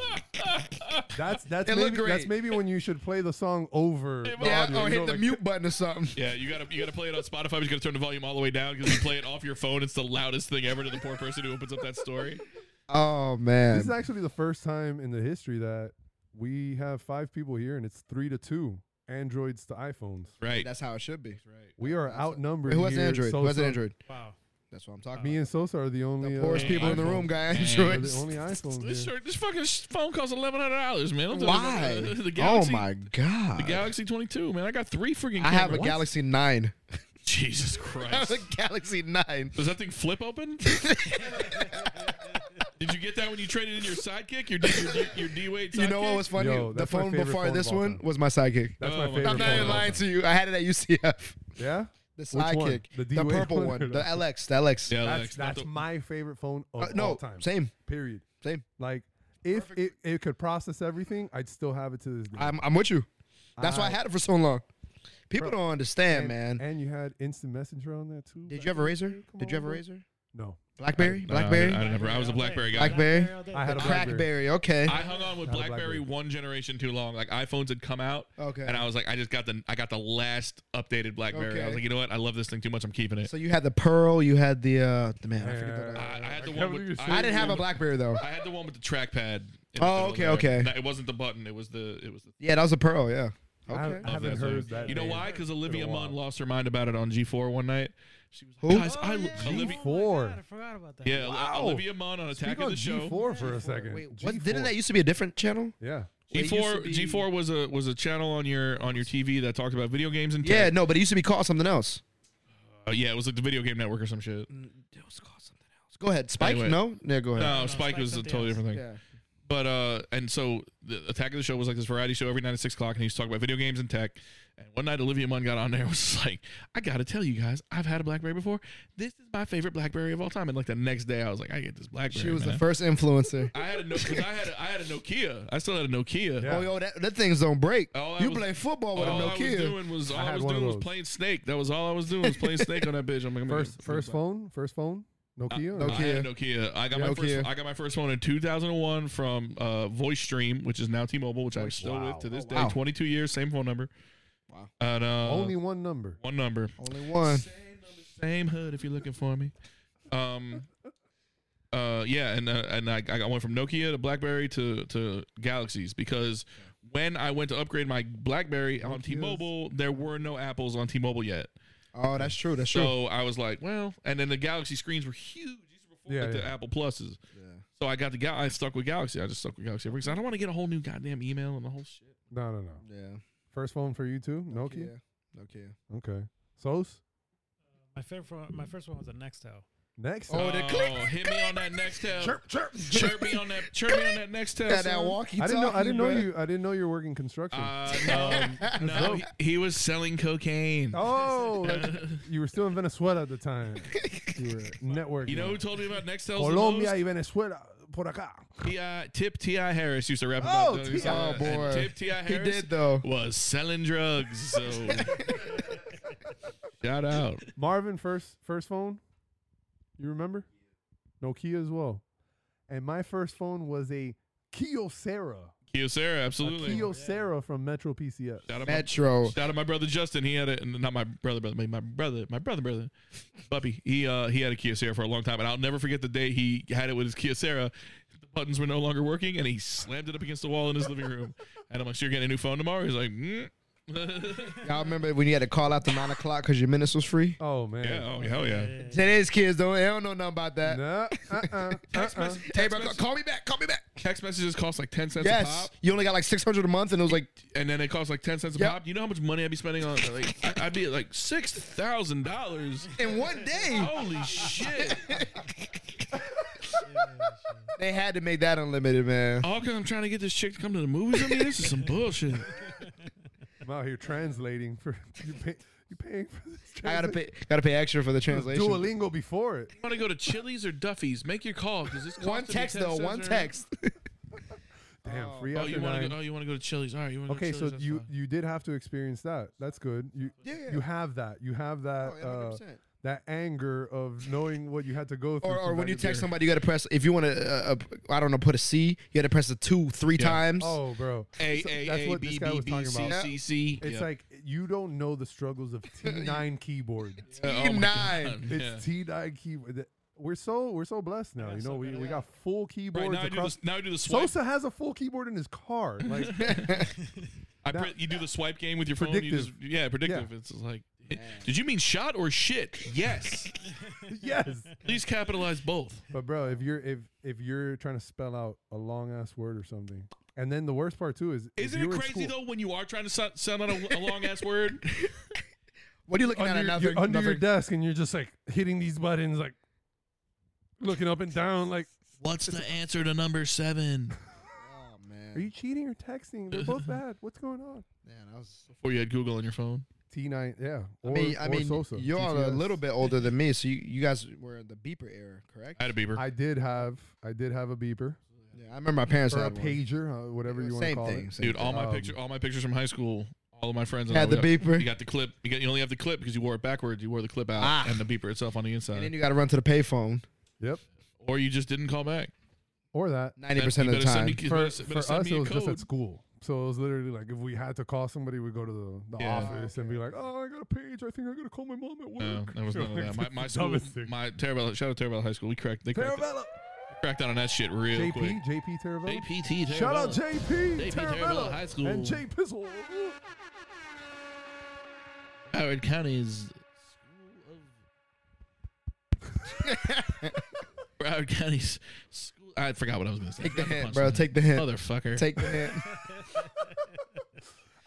Speaker 5: That's that's
Speaker 1: It looked
Speaker 5: maybe that's
Speaker 1: great.
Speaker 5: maybe when you should play the song over the
Speaker 1: yeah,
Speaker 5: audio.
Speaker 1: or
Speaker 5: you
Speaker 1: hit
Speaker 5: know,
Speaker 1: the
Speaker 5: like-
Speaker 1: mute button or something.
Speaker 4: Yeah, you gotta you gotta play it on Spotify. but You gotta turn the volume all the way down because you play it off your phone. It's the loudest thing ever to the poor person who opens up that story.
Speaker 1: Oh
Speaker 5: This
Speaker 1: man,
Speaker 5: is actually the first time in the history that we have five people here, and it's three to two Androids to iPhones.
Speaker 4: Right.
Speaker 1: that's how it should be.
Speaker 5: We are outnumbered.
Speaker 1: Who has
Speaker 5: here,
Speaker 1: Android? Who has
Speaker 5: Sosa-
Speaker 1: Android?
Speaker 6: Wow.
Speaker 1: That's what I'm talking
Speaker 5: Me
Speaker 1: about.
Speaker 5: and Sosa are the only
Speaker 1: The
Speaker 5: uh,
Speaker 1: poorest people in the
Speaker 5: iPhone-
Speaker 1: room got
Speaker 4: Dang.
Speaker 5: are
Speaker 1: Androids.
Speaker 5: the only
Speaker 1: Oh,
Speaker 5: iPhones.
Speaker 4: This
Speaker 5: here.
Speaker 4: shirt, this fucking sh- phone costs eleven hundred dollars, man. I'm talking
Speaker 1: Why?
Speaker 4: about The, the
Speaker 1: oh
Speaker 4: Galaxy,
Speaker 1: my god.
Speaker 4: The Galaxy 22, man. I got three freaking.
Speaker 1: I have a
Speaker 4: cameras.
Speaker 1: Galaxy Nine.
Speaker 4: Jesus
Speaker 1: I have
Speaker 4: Christ.
Speaker 1: a Galaxy Nine.
Speaker 4: Does that thing flip open? Did you get that when you traded in your sidekick? Your D, your, D- your D weight.
Speaker 1: You know what was funny?
Speaker 5: Yo,
Speaker 1: the
Speaker 5: that's my
Speaker 1: phone
Speaker 5: favorite
Speaker 1: before
Speaker 5: phone of
Speaker 1: this
Speaker 5: all
Speaker 1: one
Speaker 5: time.
Speaker 1: was my sidekick.
Speaker 5: That's
Speaker 4: Oh my
Speaker 5: my favorite.
Speaker 4: God.
Speaker 1: I'm not
Speaker 5: phone
Speaker 1: even
Speaker 5: of all
Speaker 1: lying
Speaker 5: time.
Speaker 1: to you. I had it at UCF.
Speaker 5: Yeah,
Speaker 1: The
Speaker 5: Which one?
Speaker 1: sidekick,
Speaker 5: The
Speaker 1: the,
Speaker 5: D-Wave
Speaker 1: purple
Speaker 5: one or
Speaker 1: one,
Speaker 5: the-
Speaker 1: the LX, the LX.
Speaker 4: Yeah,
Speaker 5: that's
Speaker 4: Alex, not
Speaker 5: that's
Speaker 4: the-
Speaker 5: my favorite phone of
Speaker 1: Uh, no,
Speaker 5: all time.
Speaker 1: same,
Speaker 5: Period.
Speaker 1: same.
Speaker 5: Like if it, it could process everything, I'd still have it to this day.
Speaker 1: I'm, I'm with you. That's why I
Speaker 5: I-
Speaker 1: had it for so long. People
Speaker 5: Bro,
Speaker 1: don't understand,
Speaker 5: and,
Speaker 1: man.
Speaker 5: And you had instant messenger on that too.
Speaker 1: Did
Speaker 5: back
Speaker 1: you have a
Speaker 5: then,
Speaker 1: razor?
Speaker 5: too? Come
Speaker 1: Did you
Speaker 5: on,
Speaker 1: have a
Speaker 5: bro.
Speaker 1: razor?
Speaker 5: No.
Speaker 1: Blackberry?
Speaker 4: No, I-
Speaker 1: Blackberry?
Speaker 4: I, never. I was a BlackBerry guy.
Speaker 1: Blackberry?
Speaker 6: all day.
Speaker 5: I had a Blackberry.
Speaker 1: Crackberry, okay.
Speaker 4: I hung on with
Speaker 5: Not a
Speaker 4: BlackBerry
Speaker 5: BlackBerry.
Speaker 4: one generation too long. Like iPhones had come out,
Speaker 1: Oh, Okay.
Speaker 4: and I was like, I just got the I got the last updated BlackBerry. I
Speaker 1: Okay.
Speaker 4: was like, you know what? I love this thing too much. I'm keeping it.
Speaker 1: So you had the pearl, you had the uh the man, I forget
Speaker 5: Yeah.
Speaker 1: the
Speaker 4: I, I had the
Speaker 5: I
Speaker 4: one
Speaker 5: can't
Speaker 4: with.
Speaker 5: believe you're
Speaker 4: I,
Speaker 5: saying
Speaker 1: I didn't have a
Speaker 4: black.
Speaker 1: Blackberry though.
Speaker 4: I had the one with the trackpad. in the
Speaker 1: Oh,
Speaker 4: middle there.
Speaker 1: okay, okay.
Speaker 4: No, it wasn't the button. It was the. It was the
Speaker 1: Yeah, that was a pearl, yeah.
Speaker 5: I
Speaker 1: Okay.
Speaker 5: I haven't
Speaker 4: Of that
Speaker 5: heard
Speaker 4: thing.
Speaker 5: that.
Speaker 4: You know
Speaker 5: name.
Speaker 4: why? Because Olivia
Speaker 5: while.
Speaker 4: Munn lost her mind about it on G4 one night. She was
Speaker 1: Who?
Speaker 4: like, guys,
Speaker 6: Oh,
Speaker 4: I
Speaker 6: yeah.
Speaker 4: Olivia,
Speaker 5: G4.
Speaker 6: Oh my God, I forgot about that.
Speaker 4: yeah,
Speaker 5: Wow.
Speaker 4: Olivia Munn on Attack
Speaker 5: Speak
Speaker 4: of
Speaker 5: on
Speaker 4: the Show.
Speaker 5: G4 for a second.
Speaker 1: Wait, what,
Speaker 5: G4.
Speaker 1: didn't that used to be a different channel?
Speaker 5: Yeah.
Speaker 1: Wait, it
Speaker 4: G4
Speaker 1: used to be-
Speaker 4: G4 was a was a channel on your on your TV that talked about video games and
Speaker 1: Yeah,
Speaker 4: tech.
Speaker 1: no, but it used to be called something else.
Speaker 4: Uh, yeah, it was like the video game network or some shit.
Speaker 1: It was called something else. Go ahead, Spike.
Speaker 4: Anyway.
Speaker 1: No, yeah, go ahead.
Speaker 5: Oh,
Speaker 4: No, Spike
Speaker 6: Spike's
Speaker 4: was a
Speaker 6: something
Speaker 4: totally
Speaker 6: else.
Speaker 4: different thing.
Speaker 1: Yeah.
Speaker 4: But uh, and so the Attack of the Show was like this variety show every night at six o'clock, and he used to talk about video games and tech. And one night Olivia Munn got on there and was just like, "I gotta tell you guys, I've had a BlackBerry before. This is my favorite BlackBerry of all time." And like the next day, I was like, "I get this BlackBerry."
Speaker 1: She was
Speaker 4: man.
Speaker 1: the first influencer.
Speaker 4: I had a no- 'cause I had a, I had a Nokia. I still had a Nokia.
Speaker 5: Yeah.
Speaker 1: Oh, yo, that, that things don't break.
Speaker 4: All Oh, I
Speaker 1: you
Speaker 4: was-
Speaker 1: play football with a
Speaker 4: All I was
Speaker 1: Nokia.
Speaker 4: doing was all
Speaker 5: I
Speaker 4: I,
Speaker 5: had
Speaker 4: was
Speaker 5: one of
Speaker 4: doing was
Speaker 5: those.
Speaker 4: playing Snake. That was all I was doing was playing Snake on that bitch. I'm like, I'm gonna-
Speaker 5: First first phone, first phone, Nokia. or-
Speaker 1: Uh, Nokia.
Speaker 4: I had a Nokia. I got my
Speaker 1: Nokia.
Speaker 4: first. I got my first phone in 2001 from uh, VoiceStream, which is now T-Mobile, which I'm still with to this day. 22 years, same phone number. Wow. And uh,
Speaker 5: Only one number.
Speaker 4: one number.
Speaker 1: Only one.
Speaker 4: Same hood if you're looking for me. Um. Uh yeah, and uh, and I, I went from Nokia to BlackBerry to to Galaxies because when I went to upgrade my BlackBerry on
Speaker 5: Nokias.
Speaker 4: T-Mobile, there were no Apples on T-Mobile yet.
Speaker 1: Oh, that's true. That's true.
Speaker 4: So I was like, well, and then the Galaxy screens were huge. These were before
Speaker 5: Yeah,
Speaker 4: like, the
Speaker 5: yeah.
Speaker 4: Apple Pluses. So I got the Gal. I stuck with Galaxy. I just stuck with Galaxy because I don't want to get a whole new goddamn email and the whole shit.
Speaker 5: No, no, no.
Speaker 1: Yeah.
Speaker 5: First phone for you too, Nokia.
Speaker 1: Nokia. Nokia.
Speaker 5: Okay. Sos,
Speaker 6: My favorite, phone- my first one was a Nextel.
Speaker 5: next.
Speaker 1: Oh,
Speaker 5: up.
Speaker 1: the click, click,
Speaker 4: hit me on that next tab. Chirp,
Speaker 1: chirp.
Speaker 4: me on that. Chirp me on that next tab.
Speaker 1: Got that
Speaker 4: son.
Speaker 1: walkie
Speaker 5: I didn't know. I didn't know you. I didn't know you were working construction.
Speaker 4: Uh, no, no he, he was selling cocaine.
Speaker 5: oh, that's- you were still in Venezuela at the time. You were networking.
Speaker 4: You know who told me about Nextel?
Speaker 5: Colombia y Venezuela por acá.
Speaker 4: T.I. Tip T.I. Harris used to rap
Speaker 5: Oh,
Speaker 4: about doing
Speaker 5: T.I.
Speaker 4: that.
Speaker 1: Oh,
Speaker 4: And
Speaker 1: boy.
Speaker 4: Tip T.I.
Speaker 1: He
Speaker 4: Harris
Speaker 1: did, though.
Speaker 4: was selling drugs. So shout out.
Speaker 5: Marvin first first phone. You remember? Nokia as well. And my first phone was a Kyocera.
Speaker 4: Kyocera,
Speaker 5: A
Speaker 4: absolutely.
Speaker 5: Kyocera from Metro PCS.
Speaker 4: Shout out, my,
Speaker 1: Metro.
Speaker 4: shout out my brother Justin. He had it, and not my brother, brother, my brother, my brother, brother, Puppy. He uh he had a Kyocera for a long time, and I'll never forget the day he had it with his Kyocera. The buttons were no longer working, and he slammed it up against the wall in his living room. And I'm like, "So you're getting a new phone tomorrow?" He's like, mm.
Speaker 1: Y'all remember when you had to call out the nine o'clock because your minutes was free?
Speaker 5: Oh man.
Speaker 4: "Yeah, oh hell yeah."
Speaker 1: Today's kids don't they don't know nothing about that.
Speaker 5: No, uh-uh, uh-uh.
Speaker 1: Hey, bro, ca- call me back. Call me back.
Speaker 4: Text messages cost like ten cents a
Speaker 1: Yes,
Speaker 4: pop,
Speaker 1: you only got like six hundred a month, and it was like
Speaker 4: and then it costs like ten cents a
Speaker 1: Yep.
Speaker 4: pop. You know how much money I'd be spending on? Like, I- I'd be at like six thousand dollars.
Speaker 1: in one day
Speaker 4: Holy shit! Oh.
Speaker 1: they had to make that unlimited, man.
Speaker 4: All because I'm trying to get this chick to come to the movies. I mean, this is some bullshit.
Speaker 5: I'm out here translating for you. Pay, you paying for this?
Speaker 1: I gotta pay, gotta pay extra for the translation.
Speaker 5: Duolingo before it.
Speaker 4: want to go to Chili's or Duffy's? Make your call because this
Speaker 1: One
Speaker 4: costs me
Speaker 1: text
Speaker 4: 10
Speaker 1: though,
Speaker 4: cents
Speaker 1: one
Speaker 4: right
Speaker 1: text.
Speaker 5: Damn,
Speaker 1: Oh.
Speaker 5: free
Speaker 4: now. Oh,
Speaker 5: after
Speaker 4: you want to
Speaker 5: nine.
Speaker 4: go? Oh, you want to go to Chili's? All right, you want to
Speaker 5: okay,
Speaker 4: go
Speaker 5: so
Speaker 4: to Chili's? that's
Speaker 5: you
Speaker 4: fine.
Speaker 5: you did have to experience that. That's good. You
Speaker 1: Yeah, yeah.
Speaker 5: you have that. You have that.
Speaker 1: Oh, yeah,
Speaker 5: uh,
Speaker 1: 100%.
Speaker 5: that anger of knowing what you had to go through.
Speaker 1: Or,
Speaker 5: to
Speaker 1: or when you
Speaker 5: validate-
Speaker 1: text somebody, you got to press. If you want to, uh, uh, I don't know, put a C. You got to press the two, three
Speaker 4: Yeah.
Speaker 1: times.
Speaker 5: Oh, bro.
Speaker 4: A
Speaker 5: So
Speaker 4: A A B B B C C C.
Speaker 5: It's like you don't know the struggles of T9 keyboard.
Speaker 4: Oh
Speaker 1: nine.
Speaker 5: It's T9 keyboard. Th- We're so we're so blessed now. you know, we, we got full keyboards
Speaker 4: Right now I do
Speaker 5: across.
Speaker 4: the now I do the swipe.
Speaker 5: Sosa has a full keyboard in his car. Like
Speaker 4: I
Speaker 5: Now-
Speaker 4: pre- you do the swipe game with your phone. You
Speaker 5: Predictive.
Speaker 4: just, yeah, predictive. It's just like, did you mean shot or shit? Yes.
Speaker 5: yes.
Speaker 4: Please capitalize both.
Speaker 5: But bro, if you're if if you're trying to spell out a long ass word or something, and then the worst part too is if
Speaker 4: Isn't
Speaker 5: you
Speaker 4: it
Speaker 5: were in
Speaker 4: crazy
Speaker 5: school-
Speaker 4: though when you are trying to so- sound out a, long ass word?
Speaker 1: What are you looking at?
Speaker 5: Under, your-
Speaker 1: Another,
Speaker 5: you're under your
Speaker 1: another
Speaker 5: desk, and you're just like hitting these buttons, like looking up and down, like
Speaker 4: What's the answer to number seven?
Speaker 1: Oh
Speaker 5: Are
Speaker 1: man,
Speaker 5: you cheating or texting? They're both bad. What's going on?
Speaker 1: man, I was.
Speaker 4: Before you had Google on your phone.
Speaker 5: T9, yeah.
Speaker 1: I
Speaker 5: or-
Speaker 1: mean, I
Speaker 5: or
Speaker 1: mean,
Speaker 5: Sosa,
Speaker 1: you're a
Speaker 5: TTS.
Speaker 1: little bit older than me, so you, you guys were in the beeper era, correct?
Speaker 4: I had a beeper.
Speaker 5: I did have, I did have a beeper
Speaker 1: yeah, I remember my parents
Speaker 5: or a
Speaker 1: had one.
Speaker 5: pager, uh, whatever you want to
Speaker 1: Same
Speaker 5: call
Speaker 1: thing,
Speaker 5: it.
Speaker 1: same
Speaker 4: Dude, all my
Speaker 5: Um,
Speaker 4: picture, all my pictures from high school, all of my friends and I,
Speaker 1: Had
Speaker 4: we
Speaker 1: the
Speaker 4: got-
Speaker 1: beeper?
Speaker 4: You got the clip. You, got, you only have the clip because you wore it backwards. You wore the clip out
Speaker 1: Ah.
Speaker 4: and the beeper itself on the
Speaker 1: and then
Speaker 4: inside,
Speaker 1: you got to run to the payphone
Speaker 5: Yep.
Speaker 4: or you just didn't call back.
Speaker 5: Or that.
Speaker 1: ninety percent
Speaker 4: You
Speaker 1: of the
Speaker 4: better
Speaker 1: time.
Speaker 4: send me- you
Speaker 5: For,
Speaker 4: better s- better
Speaker 5: for
Speaker 4: send
Speaker 5: us,
Speaker 4: me
Speaker 5: it
Speaker 4: a
Speaker 5: was just at
Speaker 4: code.
Speaker 5: school. So it was literally like if we had to call somebody, we go to the, the
Speaker 4: Yeah.
Speaker 5: office and be like, "Oh, I got a page. I think I gotta call my mom at
Speaker 4: No,
Speaker 5: work."
Speaker 4: there was none of that. My, my
Speaker 5: Dumbest
Speaker 4: school,
Speaker 5: thing.
Speaker 4: my Terabella, shout out Terabella High School. We cracked, they cracked,
Speaker 5: Tarabella,
Speaker 4: cracked down on that shit real
Speaker 5: JP,
Speaker 4: quick.
Speaker 5: JP Taravella.
Speaker 4: JPT. Terabella.
Speaker 5: Shout out JP,
Speaker 4: JP Tarabella
Speaker 5: Taravella
Speaker 4: High School.
Speaker 5: and J Pizzle.
Speaker 4: Howard County's School of Howard County's School. I forgot what I was going to say.
Speaker 1: Take the
Speaker 4: Not
Speaker 1: hint, bro.
Speaker 4: punchline.
Speaker 1: Take the hint.
Speaker 4: motherfucker.
Speaker 1: Take the hint.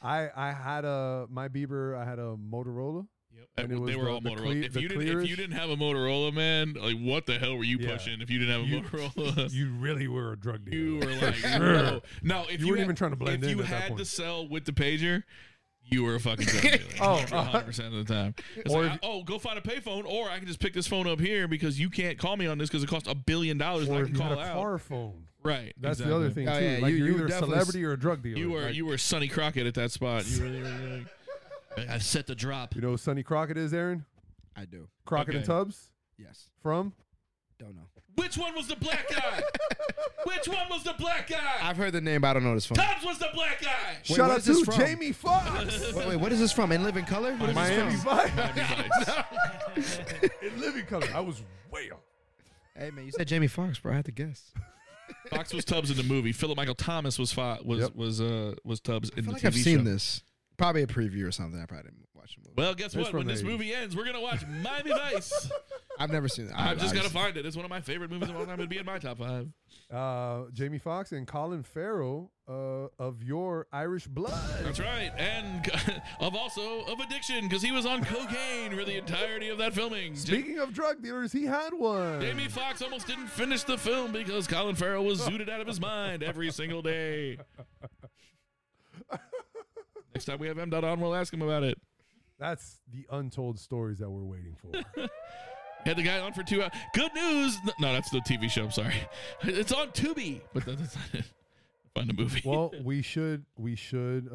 Speaker 5: I I had a my Bieber. I had a Motorola.
Speaker 4: And
Speaker 5: it was
Speaker 4: they were
Speaker 5: the-
Speaker 4: all
Speaker 5: the
Speaker 4: Motorola.
Speaker 5: clear-
Speaker 4: if
Speaker 5: the
Speaker 4: you didn't, if you
Speaker 5: clearest-
Speaker 4: didn't have a Motorola, man, like what the hell were you
Speaker 5: Yeah.
Speaker 4: pushing? If you didn't have a
Speaker 5: You-
Speaker 4: Motorola, you,
Speaker 5: You really were a drug dealer.
Speaker 4: were like,
Speaker 5: sure.
Speaker 4: no, no. If you,
Speaker 5: You weren't
Speaker 4: had-
Speaker 5: even trying to blend
Speaker 4: If
Speaker 5: in
Speaker 4: you
Speaker 5: at that
Speaker 4: had
Speaker 5: point.
Speaker 4: the cell with the pager. You were a fucking drug dealer.
Speaker 5: Oh,
Speaker 4: oh, 100 percent of the time. It's
Speaker 5: Or
Speaker 4: like,
Speaker 5: if-
Speaker 4: I- oh, go find a payphone, or I can just pick this phone up here because you can't call me on this because it costs a billion dollars. and
Speaker 5: or
Speaker 4: I
Speaker 5: if
Speaker 4: can
Speaker 5: you had
Speaker 4: call
Speaker 5: a
Speaker 4: out.
Speaker 5: car phone.
Speaker 4: Right.
Speaker 5: That's the
Speaker 4: exactly.
Speaker 5: other thing too.
Speaker 1: Oh, yeah,
Speaker 5: like
Speaker 1: you-
Speaker 5: you,
Speaker 1: you
Speaker 5: are either
Speaker 1: were
Speaker 5: a
Speaker 1: definitely
Speaker 5: celebrity or a drug dealer.
Speaker 4: You were
Speaker 5: Like,
Speaker 4: you were Sonny Crockett at that spot. You were, you were like, I set the drop.
Speaker 5: you know who Sonny Crockett is, Aaron?
Speaker 1: I do.
Speaker 5: Crockett and
Speaker 4: Okay.
Speaker 5: Tubbs
Speaker 1: Yes.
Speaker 5: from
Speaker 1: Don't know.
Speaker 4: Which one was the black guy? Which one was the black guy?
Speaker 1: I've heard the name, but I don't know this phone.
Speaker 4: Tubbs was the black guy.
Speaker 1: Wait,
Speaker 5: Shout
Speaker 1: what
Speaker 5: out
Speaker 1: is this
Speaker 5: to
Speaker 1: from?
Speaker 5: Jamie Foxx.
Speaker 1: Wait, wait, what is this from? In Living Color? What is this
Speaker 5: Miami
Speaker 1: from?
Speaker 5: Vice
Speaker 4: Nice.
Speaker 5: in Living Color. I was way off.
Speaker 1: Hey man, you said Jamie Foxx, bro. I had to guess.
Speaker 4: Fox was Tubbs in the movie. Philip Michael Thomas was fi- was
Speaker 5: Yep.
Speaker 4: was uh was Tubbs in
Speaker 1: I feel
Speaker 4: the
Speaker 1: like
Speaker 4: TV
Speaker 1: I've seen
Speaker 4: show.
Speaker 1: this. Probably a preview or something. I probably didn't watch the movie.
Speaker 4: Well, guess
Speaker 5: It's
Speaker 4: what?
Speaker 5: from
Speaker 4: When
Speaker 5: the
Speaker 4: this
Speaker 5: 80s.
Speaker 4: movie ends, we're gonna watch Miami Vice.
Speaker 1: I've never seen that.
Speaker 4: I've just
Speaker 1: I-
Speaker 4: gotta find it. It's one of my favorite movies of all time. It'd be in my top five.
Speaker 5: Uh, Jamie Foxx and Colin Farrell uh, of your Irish blood.
Speaker 4: That's right, and of also of addiction because he was on cocaine for the entirety of that filming.
Speaker 5: Speaking of drug dealers, he had one.
Speaker 4: Jamie Foxx almost didn't finish the film because Colin Farrell was zooted out of his mind every single day. Next time we have M. Dot on, we'll ask him about it.
Speaker 5: That's the untold stories that we're waiting for.
Speaker 4: Had the guy on for two hours. Good news! No, that's the TV show. I'm sorry. It's on Tubi, but that- that's not it. Find the movie.
Speaker 5: well, we should we should uh,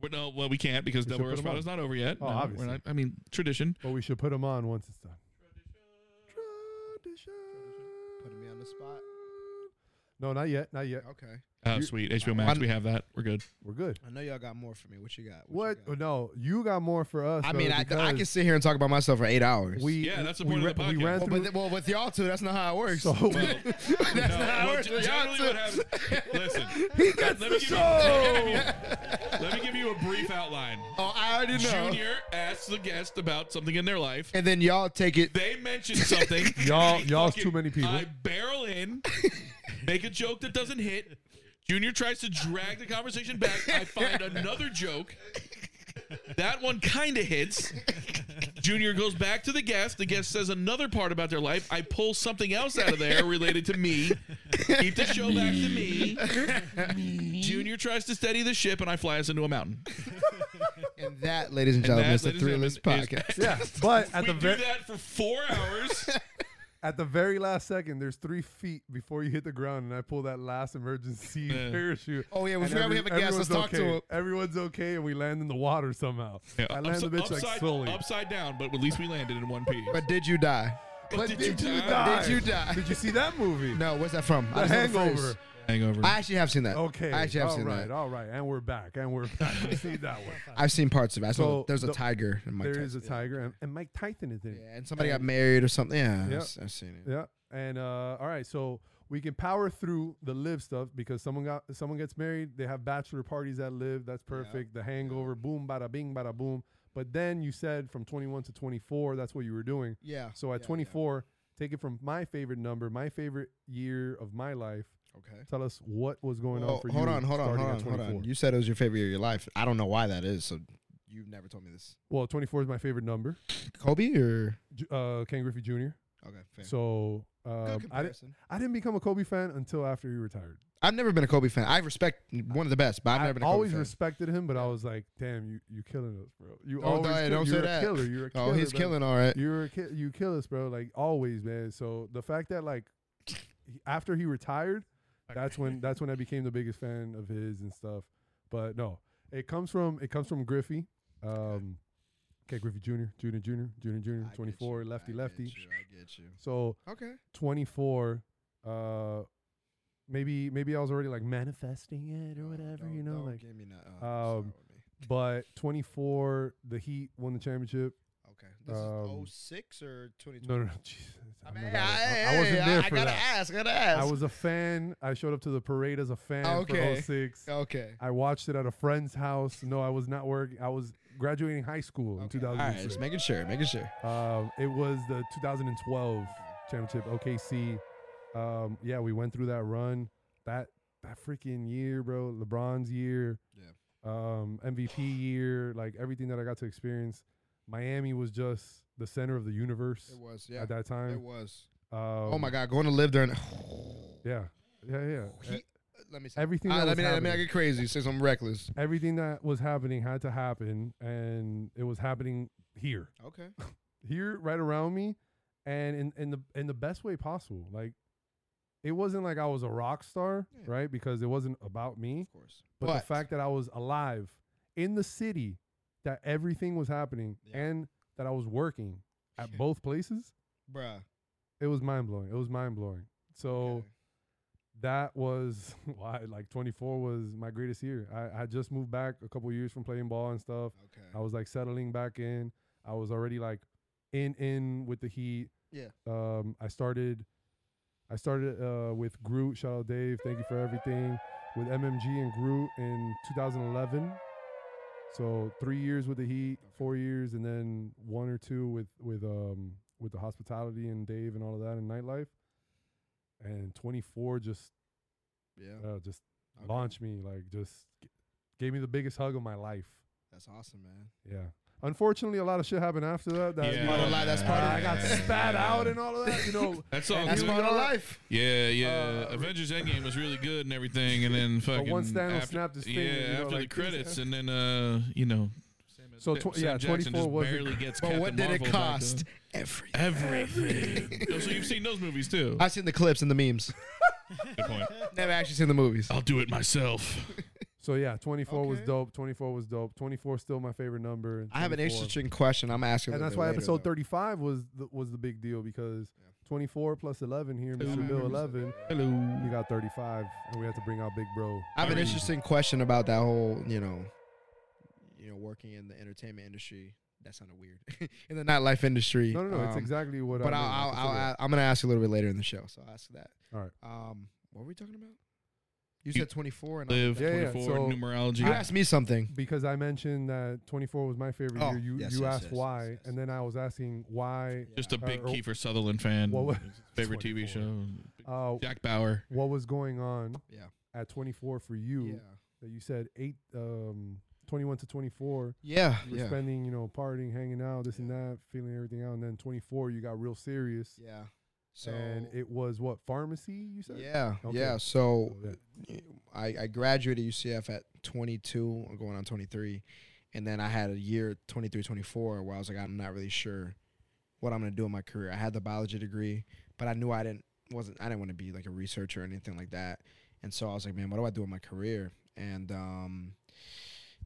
Speaker 4: We're- no, well, we can't because
Speaker 5: We
Speaker 4: the
Speaker 5: should put
Speaker 4: Rosh
Speaker 5: him on.
Speaker 4: Pada's not over yet.
Speaker 5: Oh,
Speaker 4: No, we're
Speaker 5: obviously.
Speaker 4: not- I mean, tradition.
Speaker 5: well we should put them on once it's done.
Speaker 1: Putting me on the spot.
Speaker 5: No, not yet, not yet.
Speaker 1: Okay.
Speaker 4: Oh,
Speaker 5: You-
Speaker 4: sweet. HBO Max,
Speaker 1: I'm-
Speaker 4: we have that. We're good.
Speaker 5: We're good.
Speaker 1: I know y'all got more for me. What you got?
Speaker 5: What?
Speaker 1: you got?
Speaker 5: No, you got more for us.
Speaker 1: I
Speaker 5: brother,
Speaker 1: mean, I, I can
Speaker 5: because
Speaker 1: sit here and talk about myself for eight hours.
Speaker 5: We
Speaker 4: Yeah, that's the
Speaker 5: we
Speaker 4: point of
Speaker 5: ra-
Speaker 4: the
Speaker 5: we
Speaker 4: podcast.
Speaker 5: ran
Speaker 1: well,
Speaker 5: through.
Speaker 1: but th- well, with y'all two, that's not how it works.
Speaker 5: so
Speaker 1: that's not how it
Speaker 4: well,
Speaker 1: works.
Speaker 4: ge-
Speaker 1: with y'all
Speaker 4: generally
Speaker 1: two.
Speaker 4: what happens. Listen,
Speaker 5: he gets
Speaker 4: let
Speaker 5: the
Speaker 4: me give you- let
Speaker 5: show.
Speaker 4: me give you- let me give you a brief outline.
Speaker 1: Oh, I already know.
Speaker 4: Junior asks the guest about something in their life.
Speaker 1: And then y'all take it.
Speaker 4: They mention something.
Speaker 5: Y'all-
Speaker 4: I
Speaker 5: y'all's
Speaker 4: fucking-
Speaker 5: too many people.
Speaker 4: I barrel in, make a joke that doesn't hit. Junior tries to drag the conversation back. I find another joke. That one kind of hits. Junior goes back to the guest. The guest says another part about their life. I pull something else out of there related to me. Keep the show back to me. Junior tries to steady the ship, and I fly us into a mountain.
Speaker 1: And that, ladies and
Speaker 4: And
Speaker 1: gentlemen,
Speaker 4: that,
Speaker 1: is the
Speaker 4: ladies and
Speaker 1: Three List
Speaker 4: gentlemen, is-
Speaker 1: Podcast.
Speaker 5: yeah, but at
Speaker 4: we
Speaker 5: the
Speaker 4: do
Speaker 5: very
Speaker 4: that for four hours.
Speaker 5: At the very last second, there's three feet before you hit the ground, and I pull that last emergency
Speaker 4: Yeah.
Speaker 5: parachute.
Speaker 1: Oh yeah, we
Speaker 5: and
Speaker 1: forgot we have
Speaker 5: every-
Speaker 1: a guest.
Speaker 5: everyone's
Speaker 1: Let's talk to
Speaker 5: okay.
Speaker 1: him.
Speaker 5: Everyone's okay, and we land in the water somehow.
Speaker 4: Yeah,
Speaker 5: I land
Speaker 4: upsi-
Speaker 5: the bitch
Speaker 4: upside,
Speaker 5: like slowly.
Speaker 4: upside down, but at least we landed in one piece.
Speaker 1: But did you die?
Speaker 5: But
Speaker 4: Did
Speaker 5: did,
Speaker 4: you
Speaker 5: you,
Speaker 4: die?
Speaker 5: die?
Speaker 1: Did you die?
Speaker 5: Did you see that movie?
Speaker 1: No, where's that from?
Speaker 5: The
Speaker 1: just know phrase.
Speaker 5: Hangover.
Speaker 4: Hangover.
Speaker 1: I actually have seen that.
Speaker 5: Okay.
Speaker 1: I actually have
Speaker 5: all
Speaker 1: seen
Speaker 5: right,
Speaker 1: that.
Speaker 5: all right, and we're back, and we're back. I see that one.
Speaker 1: I've seen parts of it. I saw
Speaker 5: So,
Speaker 1: there's a
Speaker 5: the-
Speaker 1: tiger in my
Speaker 5: There is a tiger, and, and Mike Tyson is in it.
Speaker 1: Yeah, and somebody got married or something. Yeah,
Speaker 5: Yeah.
Speaker 1: I've, s- I've seen it.
Speaker 5: Yeah. And uh, all right, so we can power through the live stuff because someone got someone gets married, they have bachelor parties that live, that's perfect. The hangover, boom, bada bing, bada boom. But then you said from 21 to 24, that's what you were doing.
Speaker 1: Yeah.
Speaker 5: So at
Speaker 1: yeah,
Speaker 5: 24, take it from my favorite number, my favorite year of my life.
Speaker 1: yeah. Okay.
Speaker 5: Tell us what was going
Speaker 1: Well,
Speaker 5: on for
Speaker 1: hold
Speaker 5: you.
Speaker 1: on, hold on,
Speaker 5: starting
Speaker 1: hold
Speaker 5: at
Speaker 1: on, hold on.
Speaker 5: 24.
Speaker 1: You said it was your favorite year of your life. I don't know why that is. So you've never told me this.
Speaker 5: Well, 24 is my favorite number.
Speaker 1: Kobe or
Speaker 5: Ju- Uh, Ken Griffey Jr.
Speaker 1: okay, fair.
Speaker 5: So uh,
Speaker 1: Good
Speaker 5: I, di-
Speaker 1: comparison.
Speaker 5: I didn't become a Kobe fan until after he retired.
Speaker 1: I've never been a Kobe fan. I respect one of the best, but I've
Speaker 5: I
Speaker 1: never been a Kobe
Speaker 5: always
Speaker 1: fan.
Speaker 5: respected him, but I was like, "Damn, you you killing us, bro. You
Speaker 1: Oh,
Speaker 5: always
Speaker 1: no, hey,
Speaker 5: kill-
Speaker 1: don't
Speaker 5: you're
Speaker 1: say
Speaker 5: a
Speaker 1: that.
Speaker 5: killer. You're a killer.
Speaker 1: oh, he's
Speaker 5: bro.
Speaker 1: killing all right.
Speaker 5: You're a ki- you kill us, bro. Like always, man. So the fact that like he- after he retired, that's when that's when I became the biggest fan of his and stuff. But no, it comes from it comes from Griffey. Um, okay, Griffey Jr., Jr., Jr., Jr., Jr.,
Speaker 1: I get
Speaker 5: 24,
Speaker 1: you.
Speaker 5: lefty,
Speaker 1: I get
Speaker 5: lefty.
Speaker 1: you. I get you.
Speaker 5: So
Speaker 1: Okay.
Speaker 5: 24 uh maybe maybe i was already like manifesting it or whatever you know like
Speaker 1: give me that.
Speaker 5: um, but 24 the heat won the championship
Speaker 1: okay. This
Speaker 5: um,
Speaker 1: is 06 or 2020.
Speaker 5: no no, no Jesus,
Speaker 1: I
Speaker 5: I'm
Speaker 1: mean,
Speaker 5: not
Speaker 1: hey,
Speaker 5: that-
Speaker 1: I,
Speaker 5: I, I wasn't there
Speaker 1: I
Speaker 5: for
Speaker 1: gotta
Speaker 5: that
Speaker 1: ask. I gotta ask.
Speaker 5: i was a fan i showed up to the parade as a fan
Speaker 1: Okay.
Speaker 5: for 06
Speaker 1: okay.
Speaker 5: i watched it at a friend's house no i was not working i was graduating high school in
Speaker 1: Okay. All right,
Speaker 5: 2006
Speaker 1: just making sure, making sure.
Speaker 5: Um, it was the 2012 championship OKC. Um, yeah, we went through that run. That that freaking year, bro. LeBron's year.
Speaker 1: Yeah.
Speaker 5: Um, MVP year. Like everything that I got to experience. Miami was just the center of the universe
Speaker 1: It was, yeah.
Speaker 5: at that
Speaker 1: It
Speaker 5: time.
Speaker 1: was.
Speaker 5: Um,
Speaker 1: oh my God, going to live during.
Speaker 5: Yeah. Yeah, yeah.
Speaker 1: He-
Speaker 5: E-
Speaker 1: let me see.
Speaker 5: Everything.
Speaker 1: Ah,
Speaker 5: that
Speaker 1: let
Speaker 5: was
Speaker 1: me let me
Speaker 5: happening-
Speaker 1: not get crazy since I'm reckless.
Speaker 5: everything that was happening had to happen, and it was happening here.
Speaker 1: Okay.
Speaker 5: here right around me and in, in the in the best way possible. Like it wasn't like I was a rock star,
Speaker 1: Yeah.
Speaker 5: right? Because it wasn't about me.
Speaker 1: Of course.
Speaker 5: Hmm? But, the fact that I was alive in the city, that everything was happening
Speaker 1: Yeah.
Speaker 5: and that I was working at
Speaker 1: Yeah.
Speaker 5: both places,
Speaker 1: bruh.
Speaker 5: it was mind blowing. It was mind blowing. So that was why like 24 was my greatest year. I I had just moved back a couple years from playing ball and stuff.
Speaker 1: Okay.
Speaker 5: I was like settling back in. I was already like in in with the heat.
Speaker 1: Yeah.
Speaker 5: Um, I started, I started uh, with Groot. Shout out Dave. Thank you for everything. With MMG and Groot in 2011. So three years with the Heat, four years, and then one or two with with um with the hospitality and Dave and all of that and nightlife. And 24 just
Speaker 1: Yeah.
Speaker 5: uh, just
Speaker 1: Okay.
Speaker 5: launched me like just g- gave me the biggest hug of my life.
Speaker 1: That's awesome, man.
Speaker 5: Yeah. Unfortunately, a lot of shit happened after that. that
Speaker 4: Yeah.
Speaker 5: you
Speaker 1: Part
Speaker 5: know,
Speaker 1: of life. That's part of.
Speaker 5: I got spat out and all of that. You know,
Speaker 4: That's all.
Speaker 1: That's
Speaker 4: good.
Speaker 1: part of life.
Speaker 4: Yeah, yeah.
Speaker 5: Uh,
Speaker 4: Avengers Endgame was really good and everything, and then fucking.
Speaker 5: once Thanos
Speaker 4: after,
Speaker 5: snapped his
Speaker 4: yeah,
Speaker 5: finger, you know,
Speaker 4: after
Speaker 5: like,
Speaker 4: the
Speaker 5: things
Speaker 4: credits,
Speaker 5: happen.
Speaker 4: and then uh, you know.
Speaker 5: So
Speaker 4: Sam
Speaker 5: tw- yeah,
Speaker 4: Jackson
Speaker 5: 24
Speaker 4: just
Speaker 5: was a-
Speaker 4: barely gets.
Speaker 1: But
Speaker 4: Captain
Speaker 1: what did it
Speaker 4: Marvel back
Speaker 1: cost?
Speaker 4: up.
Speaker 1: Every.
Speaker 4: Everything. Oh, so you've seen those movies too.
Speaker 1: I've seen the clips and the memes.
Speaker 4: Good point.
Speaker 1: Never actually seen the movies.
Speaker 4: I'll do it myself.
Speaker 5: so yeah, 24 was
Speaker 1: Okay.
Speaker 5: dope. 24 was dope. 24 is still my favorite number. and
Speaker 1: I have an
Speaker 5: 24
Speaker 1: interesting question. I'm asking.
Speaker 5: And that's why episode 35 was the, was the big deal because
Speaker 1: Yeah.
Speaker 5: 24 plus 11 here,
Speaker 4: Hello.
Speaker 5: Mr. Bill 11,
Speaker 4: Hello.
Speaker 5: we got 35, and we had to bring out Big Bro.
Speaker 1: I have an
Speaker 4: Alright.
Speaker 1: interesting question about that whole, you know, you know, working in the entertainment industry. That sounded weird. in the nightlife industry.
Speaker 5: No, no, no. it's
Speaker 1: um,
Speaker 5: exactly what.
Speaker 1: But
Speaker 5: I
Speaker 1: I'll,
Speaker 5: meant.
Speaker 1: I'll,
Speaker 5: It's
Speaker 1: I'll,
Speaker 5: okay.
Speaker 1: i am gonna ask you a little bit later in the show, so I'll ask you that.
Speaker 5: Alright.
Speaker 1: Um, what were we talking about? You
Speaker 4: You
Speaker 1: said 24 and I-
Speaker 4: Live
Speaker 5: Yeah, yeah,
Speaker 4: 24
Speaker 5: so-
Speaker 4: numerology.
Speaker 1: you asked me something.
Speaker 5: because I mentioned that 24 was my favorite
Speaker 1: Oh,
Speaker 5: year. You
Speaker 1: yes,
Speaker 5: you
Speaker 1: yes,
Speaker 5: asked
Speaker 1: yes,
Speaker 5: why,
Speaker 1: yes, yes,
Speaker 5: and then I was asking why.
Speaker 4: Just a big
Speaker 5: Uh, or-
Speaker 4: Kiefer Sutherland fan.
Speaker 5: What wa-
Speaker 4: favorite TV show.
Speaker 5: Uh,
Speaker 4: Jack Bauer.
Speaker 5: what was going on
Speaker 1: Yeah.
Speaker 5: at 24 for you that you said eight um 21 to 24
Speaker 1: Yeah.
Speaker 5: you were
Speaker 1: Yeah.
Speaker 5: spending you know partying hanging out this and that feeling everything out and then 24 you got real serious
Speaker 1: Yeah. So
Speaker 5: and it was what pharmacy you said
Speaker 1: yeah,
Speaker 5: Okay.
Speaker 1: yeah. So
Speaker 5: So, yeah.
Speaker 1: I, I graduated UCF at 22, or going on 23. And then I had a year 23, 24 where I was like, I'm not really sure what I'm gonna do in my career. I had the biology degree, but I knew I didn't wasn't I didn't want to be like a researcher or anything like that. And so I was like, man, what do I do in my career? And um,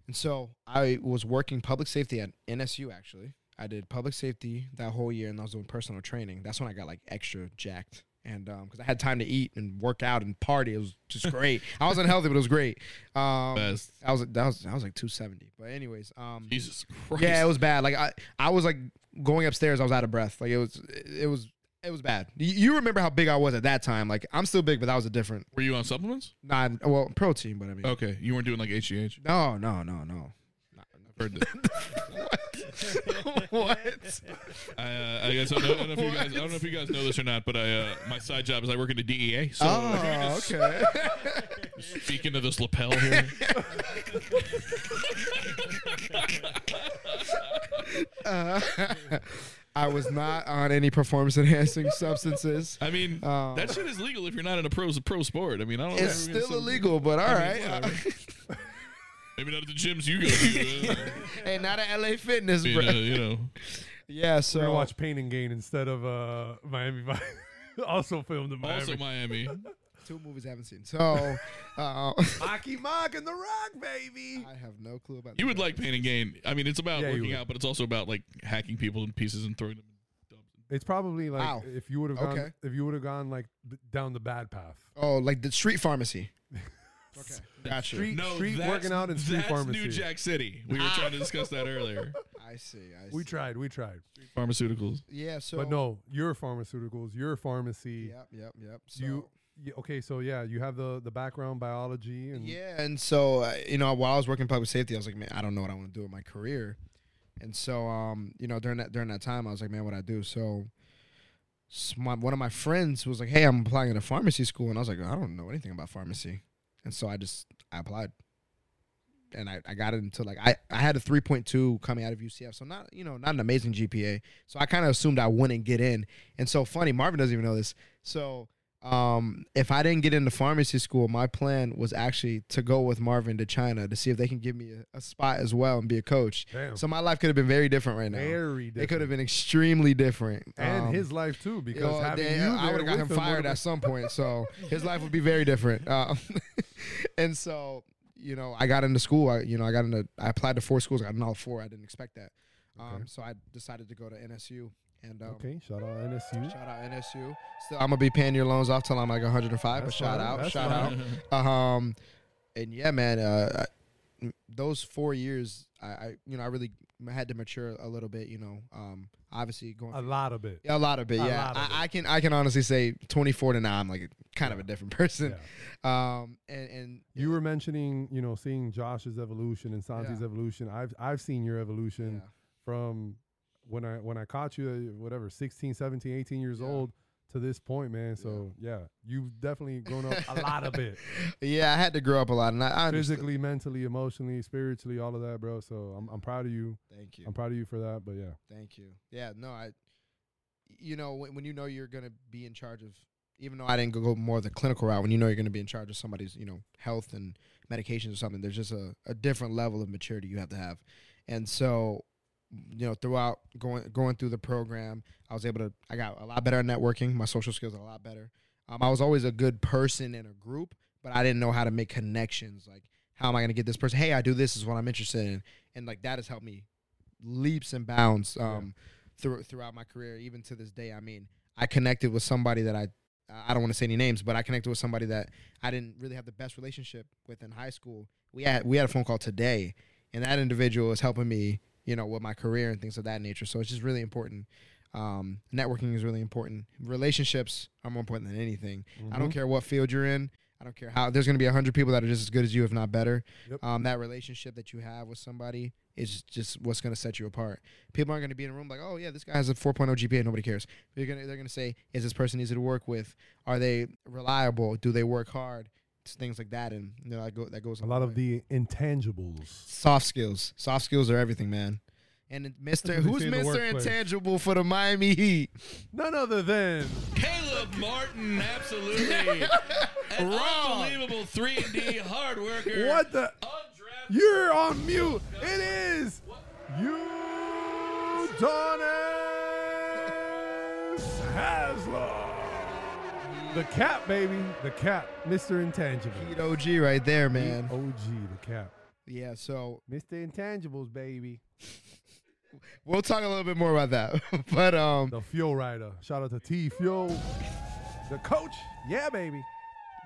Speaker 1: and so I was working public safety at NSU actually. I did public safety that whole year, and I was doing personal training. That's when I got like extra jacked, and because I had time to eat and work out and party, it was just great. I was unhealthy, but it was great. Um,
Speaker 4: Best.
Speaker 1: I was that was I was like two seventy, but anyways, um,
Speaker 4: Jesus Christ.
Speaker 1: yeah, it was bad. Like I, I was like going upstairs. I was out of breath. Like it was, it was, it was bad. Y- You remember how big I was at that time? Like I'm still big, but that was a different.
Speaker 4: Were you on supplements?
Speaker 1: Not well, protein, but I mean,
Speaker 4: Okay, you weren't doing like HGH.
Speaker 1: no, no, no, no.
Speaker 4: Heard that.
Speaker 1: what?
Speaker 4: I, uh, I guess I don't, know, I don't know if you guys I don't know if you guys know this or not, but I uh, my side job is I work in the DEA. So
Speaker 1: Oh, okay.
Speaker 4: speaking of this lapel here,
Speaker 1: Uh, I was not on any performance enhancing substances.
Speaker 4: I mean
Speaker 1: Um,
Speaker 4: that shit is legal if you're not in a pro pro sport. I mean I don't. know.
Speaker 1: It's still illegal, but all right.
Speaker 4: Maybe not at the gyms you go to. uh,
Speaker 1: hey, not at LA Fitness,
Speaker 4: you, know,
Speaker 1: bro.
Speaker 4: you know.
Speaker 1: Yeah,
Speaker 5: We're
Speaker 1: so
Speaker 5: gonna watch Pain and Gain instead of uh, Miami Vice. also filmed in Miami.
Speaker 4: Also Miami.
Speaker 1: two movies I haven't seen. So uh,
Speaker 5: Aki Mock and The Rock, baby.
Speaker 1: I have no clue about
Speaker 4: You
Speaker 1: that.
Speaker 4: would like pain and gain. I mean, it's about
Speaker 5: Yeah, you
Speaker 4: working
Speaker 5: would.
Speaker 4: out, but it's also about like hacking people in pieces and throwing them.
Speaker 5: It's probably like
Speaker 1: Wow.
Speaker 5: if you would have gone
Speaker 1: Okay.
Speaker 5: if you would have gone like th- down the bad path.
Speaker 1: Oh, like the street pharmacy. okay, gotcha.
Speaker 5: Street, street working out in street
Speaker 4: that's
Speaker 5: pharmacy.
Speaker 4: New Jack City. We were trying to discuss that earlier.
Speaker 1: I see. I see.
Speaker 5: We tried, we tried,
Speaker 4: Pharmaceuticals.
Speaker 1: yeah. So.
Speaker 5: but no, your pharmaceuticals, your pharmacy.
Speaker 1: Yep. Yep. Yep. So,
Speaker 5: You, y- okay, so yeah, you have the the background biology and
Speaker 1: Yeah, and so uh, you know, while I was working public safety, I was like, man, I don't know what I want to do with my career. And so, um, you know, during that during that time, I was like, man, what I do? So, s- my, one of my friends was like, hey, I'm applying to pharmacy school, and I was like, I don't know anything about pharmacy, and so I just I applied, and I, I got it until like I I had a 3.2 coming out of UCF, so not you know not an amazing GPA, so I kind of assumed I wouldn't get in. And so funny, Marvin doesn't even know this. So um, if I didn't get into pharmacy school, my plan was actually to go with Marvin to China to see if they can give me a, a spot as well and be a coach.
Speaker 5: Damn.
Speaker 1: So my life could have been very different right now.
Speaker 5: very
Speaker 1: It could have
Speaker 5: different.
Speaker 1: been extremely different.
Speaker 5: and
Speaker 1: Um,
Speaker 5: his life too because
Speaker 1: you know,
Speaker 5: having
Speaker 1: they-
Speaker 5: you there
Speaker 1: I would have got
Speaker 5: with
Speaker 1: him
Speaker 5: him
Speaker 1: fired
Speaker 5: would've
Speaker 1: at some point, so his life would be very different. Um, and so, you know, I got into school. I, you know, I got into. I applied to four schools. I got in all four. I didn't expect that. Um, So I decided to go to NSU. And um,
Speaker 5: been- okay, shout out NSU.
Speaker 1: Shout out NSU. Still, I'm gonna be paying your loans off till I'm like 105. but
Speaker 5: That's
Speaker 1: shout
Speaker 5: fine,
Speaker 1: out,
Speaker 5: that's
Speaker 1: shout out. Um, and yeah, man. Uh, I- those four years, I, I, you know, I really had to mature a little bit. You know, um, obviously going
Speaker 5: A lot of it.
Speaker 1: yeah, a lot of it.
Speaker 5: A
Speaker 1: yeah,
Speaker 5: lot of
Speaker 1: I,
Speaker 5: it.
Speaker 1: I can I can honestly say 24 to now I'm like kind of a different person.
Speaker 5: Yeah.
Speaker 1: Um, and and
Speaker 5: You were mentioning, you know, seeing Josh's evolution and Santi's
Speaker 1: Yeah.
Speaker 5: evolution. I've I've seen your evolution
Speaker 1: Yeah.
Speaker 5: from when I when I caught you uh, whatever 16, 17, 18 years
Speaker 1: Yeah.
Speaker 5: old to this point, man. So, yeah, you've definitely grown up a lot of it.
Speaker 1: yeah, I had to grow up a lot, and I, I understand.
Speaker 5: Physically, mentally, emotionally, spiritually, all of that, bro. So, I'm I'm proud of you.
Speaker 1: Thank you.
Speaker 5: I'm proud of you for that, but yeah.
Speaker 1: Thank you. Yeah, no, I, you know, when, when you know you're going to be in charge of, even though I didn't go- go more the clinical route, when you know you're going to be in charge of somebody's, you know, health and medications or something, there's just a, a different level of maturity you have to have. And so, you know, throughout going going through the program, I was able to, I got a lot better at networking. My social skills are a lot better. Um, I was always a good person in a group, but I didn't know how to make connections. Like, how am I going to get this person? Hey, I do this is what I'm interested in, and like that has helped me leaps and bounds um, through, throughout my career, even to this day. I mean, I connected with somebody that I I don't want to say any names, but I connected with somebody that I didn't really have the best relationship with in high school. We had we had a phone call today, and that individual is helping me, you know, with my career and things of that nature. So it's just really important. Um, networking is really important. Relationships are more important than anything.
Speaker 5: Mm-hmm.
Speaker 1: I don't care what field you're in. I don't care how. There's going to be hundred people that are just as good as you, if not better.
Speaker 5: Yep.
Speaker 1: Um, that relationship that you have with somebody is just what's going to set you apart. People aren't going to be in a room like, oh yeah, this guy has a 4.0 GPA, nobody cares. They're gonna they're gonna say, is this person easy to work with? Are they reliable? Do they work hard? It's things like that, and you know, that, go, that goes
Speaker 5: A lot of
Speaker 1: long way.
Speaker 5: the intangibles.
Speaker 1: soft skills. Soft skills are everything, man. And Mister,
Speaker 5: That's what they
Speaker 1: who's
Speaker 5: say in the
Speaker 1: Mister
Speaker 5: workplace.
Speaker 1: Intangible for the Miami Heat?
Speaker 5: None other than
Speaker 4: Caleb Martin, absolutely. An
Speaker 1: Wrong.
Speaker 4: unbelievable 3 and D hard worker.
Speaker 5: what the
Speaker 4: Undrafted.
Speaker 5: You're on mute. It is you, Donnie. Haslam. The cap, baby. The cap. Mr. Intangible.
Speaker 1: Heat OG right there, man.
Speaker 5: OG, the cap.
Speaker 1: Yeah, so
Speaker 5: Mr. Intangibles, baby.
Speaker 1: we'll talk a little bit more about that. but um
Speaker 5: The Fuel Rider. Shout out to T Fuel. The coach. Yeah, baby.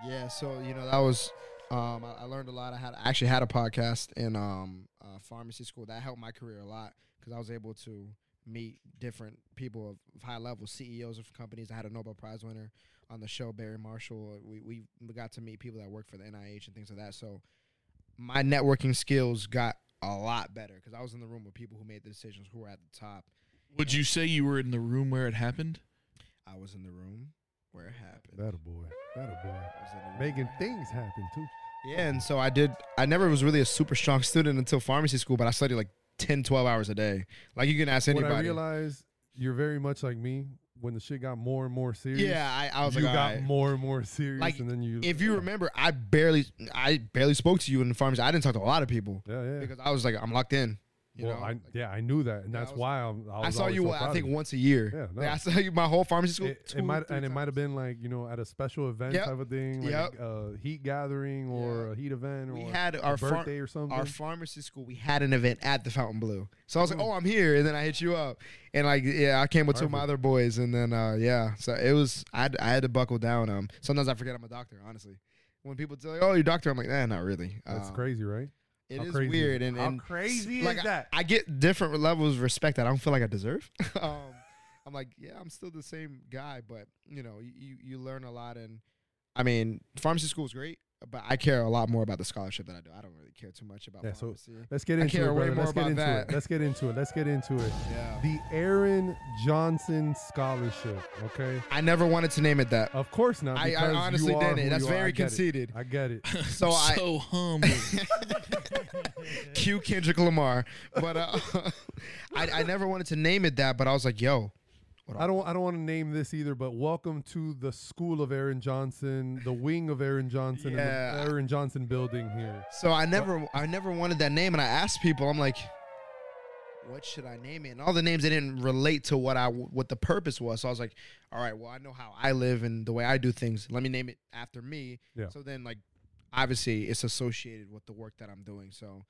Speaker 1: yeah, so you know, that was um I, I learned a lot. I had I actually had a podcast in um uh, pharmacy school. That helped my career a lot cuz I was able to meet different people of, of high level CEOs of companies. I had a Nobel Prize winner on the show Barry Marshall. We we we got to meet people that work for the NIH and things like that. So my networking skills got a lot better because I was in the room with people who made the decisions who were at the top.
Speaker 4: Would you say you were in the room where it happened?
Speaker 1: I was in the room where it happened.
Speaker 5: That a boy. That a boy.
Speaker 1: I was in the room
Speaker 5: Making
Speaker 1: where it
Speaker 5: things happen, too.
Speaker 1: Yeah, and so I did. I never was really a super strong student until pharmacy school, but I studied like 10, 12 hours a day. Like you can ask
Speaker 5: When I
Speaker 1: anybody.
Speaker 5: realized you're very much like me, when the shit got more and more serious,
Speaker 1: yeah, I, I was
Speaker 5: you
Speaker 1: like,
Speaker 5: got
Speaker 1: "Alright."
Speaker 5: more and more serious,
Speaker 1: Like,
Speaker 5: and then you.
Speaker 1: if you remember, I barely, I barely spoke to you in the pharmacy. I didn't talk to a lot of people
Speaker 5: yeah, yeah.
Speaker 1: because I was like, I'm locked in. You
Speaker 5: well,
Speaker 1: know,
Speaker 5: I,
Speaker 1: Like,
Speaker 5: yeah, I knew that, and
Speaker 1: Yeah, I
Speaker 5: that's
Speaker 1: was-
Speaker 5: why I, was
Speaker 1: I saw
Speaker 5: always
Speaker 1: you.
Speaker 5: so
Speaker 1: I
Speaker 5: proud
Speaker 1: think
Speaker 5: of you.
Speaker 1: once a year.
Speaker 5: Yeah, no.
Speaker 1: Like, I saw you my whole pharmacy school.
Speaker 5: It,
Speaker 1: two,
Speaker 5: it might
Speaker 1: three
Speaker 5: and it might
Speaker 1: times.
Speaker 5: have been like you know at a special event
Speaker 1: Yep.
Speaker 5: type of thing, like
Speaker 1: Yep.
Speaker 5: a heat gathering or
Speaker 1: Yeah.
Speaker 5: a heat event or
Speaker 1: We had
Speaker 5: a
Speaker 1: our far-
Speaker 5: birthday or something.
Speaker 1: our pharmacy school, we had an event at the Fountain Blue. So I
Speaker 5: Mm.
Speaker 1: was like, oh, I'm here. And then I hit you up. And like, yeah, I came with two of my
Speaker 5: Perfect.
Speaker 1: other boys. And then, uh, yeah, so it was, I had, I had to buckle down. Um, sometimes I forget I'm a doctor, honestly. When people tell like, oh, you're a doctor, I'm like, eh, not really.
Speaker 5: That's
Speaker 1: Um,
Speaker 5: crazy, right?
Speaker 1: It
Speaker 5: How
Speaker 1: is
Speaker 5: crazy is
Speaker 1: weird.
Speaker 5: it?
Speaker 1: And,
Speaker 5: How
Speaker 1: and
Speaker 5: crazy
Speaker 1: like,
Speaker 5: is
Speaker 1: I-
Speaker 5: that?
Speaker 1: I, get different levels of respect that I don't feel like I deserve. um, I'm like, yeah, I'm still the same guy, but you know, you- you, you learn a lot. And I mean, pharmacy school is great, but I care a lot more about the scholarship that I do. I don't really care too much about
Speaker 5: Yeah, so-
Speaker 1: pharmacy.
Speaker 5: Let's get
Speaker 1: I
Speaker 5: into it,
Speaker 1: care way
Speaker 5: brother.
Speaker 1: more
Speaker 5: Let's get
Speaker 1: about
Speaker 5: into
Speaker 1: that.
Speaker 5: it. Let's get into it. Let's get into it.
Speaker 1: yeah.
Speaker 5: The Aaron Johnson Scholarship. Okay,
Speaker 1: I never wanted to name it that.
Speaker 5: of course not. Uh,
Speaker 1: I, I
Speaker 5: because you
Speaker 1: honestly
Speaker 5: are
Speaker 1: didn't.
Speaker 5: who
Speaker 1: That's
Speaker 5: you are. I
Speaker 1: very
Speaker 5: get it.
Speaker 1: conceited.
Speaker 5: I get it.
Speaker 1: So I
Speaker 4: so humble.
Speaker 1: cue Kendrick Lamar, but uh, I, I never wanted to name it that. But I was like, yo,
Speaker 5: I don't I don't want to name this either, but welcome to the school of Aaron Johnson, the wing of Aaron Johnson, and
Speaker 1: Yeah.
Speaker 5: the Aaron Johnson building here.
Speaker 1: So I never, I never wanted that name, and I asked people, I'm like, what should I name it? And all the names they didn't relate to what I, what the purpose was. So I was like, all right, well, I know how I live and the way I do things. Let me name it after me.
Speaker 5: Yeah.
Speaker 1: So then, like, obviously, it's associated with the work that I'm doing. So.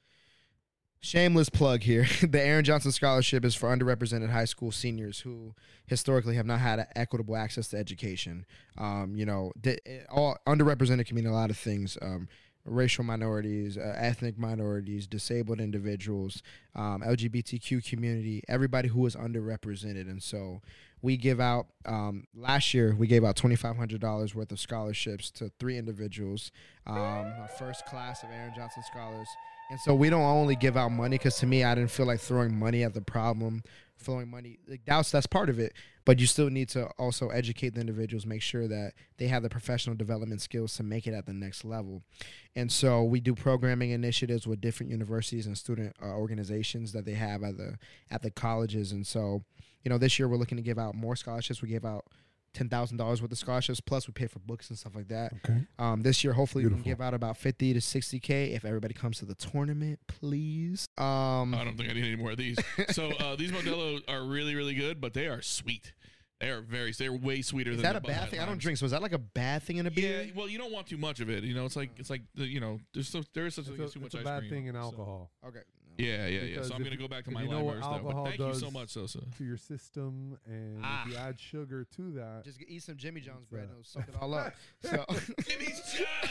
Speaker 1: Shameless plug here. The Aaron Johnson Scholarship is for underrepresented high school seniors who historically have not had equitable access to education. Um, you know, the, it- all underrepresented can mean a lot of things. Um, racial minorities, uh, ethnic minorities, disabled individuals, um, LGBTQ community, everybody who is underrepresented. And so we give out, um, last year, we gave out $2,500 worth of scholarships to three individuals, um, our first class of Aaron Johnson Scholars. And so we don't only give out money because to me, I didn't feel like throwing money at the problem. Throwing money, like that's that's part of it, but you still need to also educate the individuals, make sure that they have the professional development skills to make it at the next level. And so we do programming initiatives with different universities and student uh, organizations that they have at the at the colleges. And so, you know, this year we're looking to give out more scholarships. We gave out ten thousand dollars worth of scholarships, plus we pay for books and stuff like that.
Speaker 5: Okay.
Speaker 1: Um, this year, hopefully, we
Speaker 5: Beautiful.
Speaker 1: can give out about fifty to sixty k if everybody comes to the tournament, please. Um,
Speaker 4: I don't think I need any more of these. So uh, these Modelo are really, really good, but they are sweet. They are very. They're way sweeter
Speaker 1: is
Speaker 4: than
Speaker 1: that
Speaker 4: the
Speaker 1: a
Speaker 4: Bud
Speaker 1: bad
Speaker 4: Light
Speaker 1: thing? I don't
Speaker 4: Limes.
Speaker 1: drink, so is that like a bad thing in a
Speaker 4: Yeah,
Speaker 1: beer?
Speaker 4: well, you don't want too much of it. You know, it's like it's like the, you know, there's so, there is such a
Speaker 5: It's
Speaker 4: thing as too
Speaker 5: a, it's
Speaker 4: much
Speaker 5: a
Speaker 4: ice
Speaker 5: bad
Speaker 4: cream.
Speaker 5: thing in
Speaker 4: so-
Speaker 5: alcohol
Speaker 1: Okay.
Speaker 4: Yeah, yeah, yeah.
Speaker 5: Because
Speaker 4: So I'm
Speaker 5: if-
Speaker 4: gonna go back to
Speaker 5: if
Speaker 4: my
Speaker 5: you know what
Speaker 4: limers though. But
Speaker 5: alcohol
Speaker 4: thank you so
Speaker 5: does-
Speaker 4: much, Sosa.
Speaker 5: to your system, and
Speaker 1: Ah.
Speaker 5: if you add sugar to that,
Speaker 1: Just eat some Jimmy John's
Speaker 5: It's, uh,
Speaker 1: bread and it'll suck it all up. So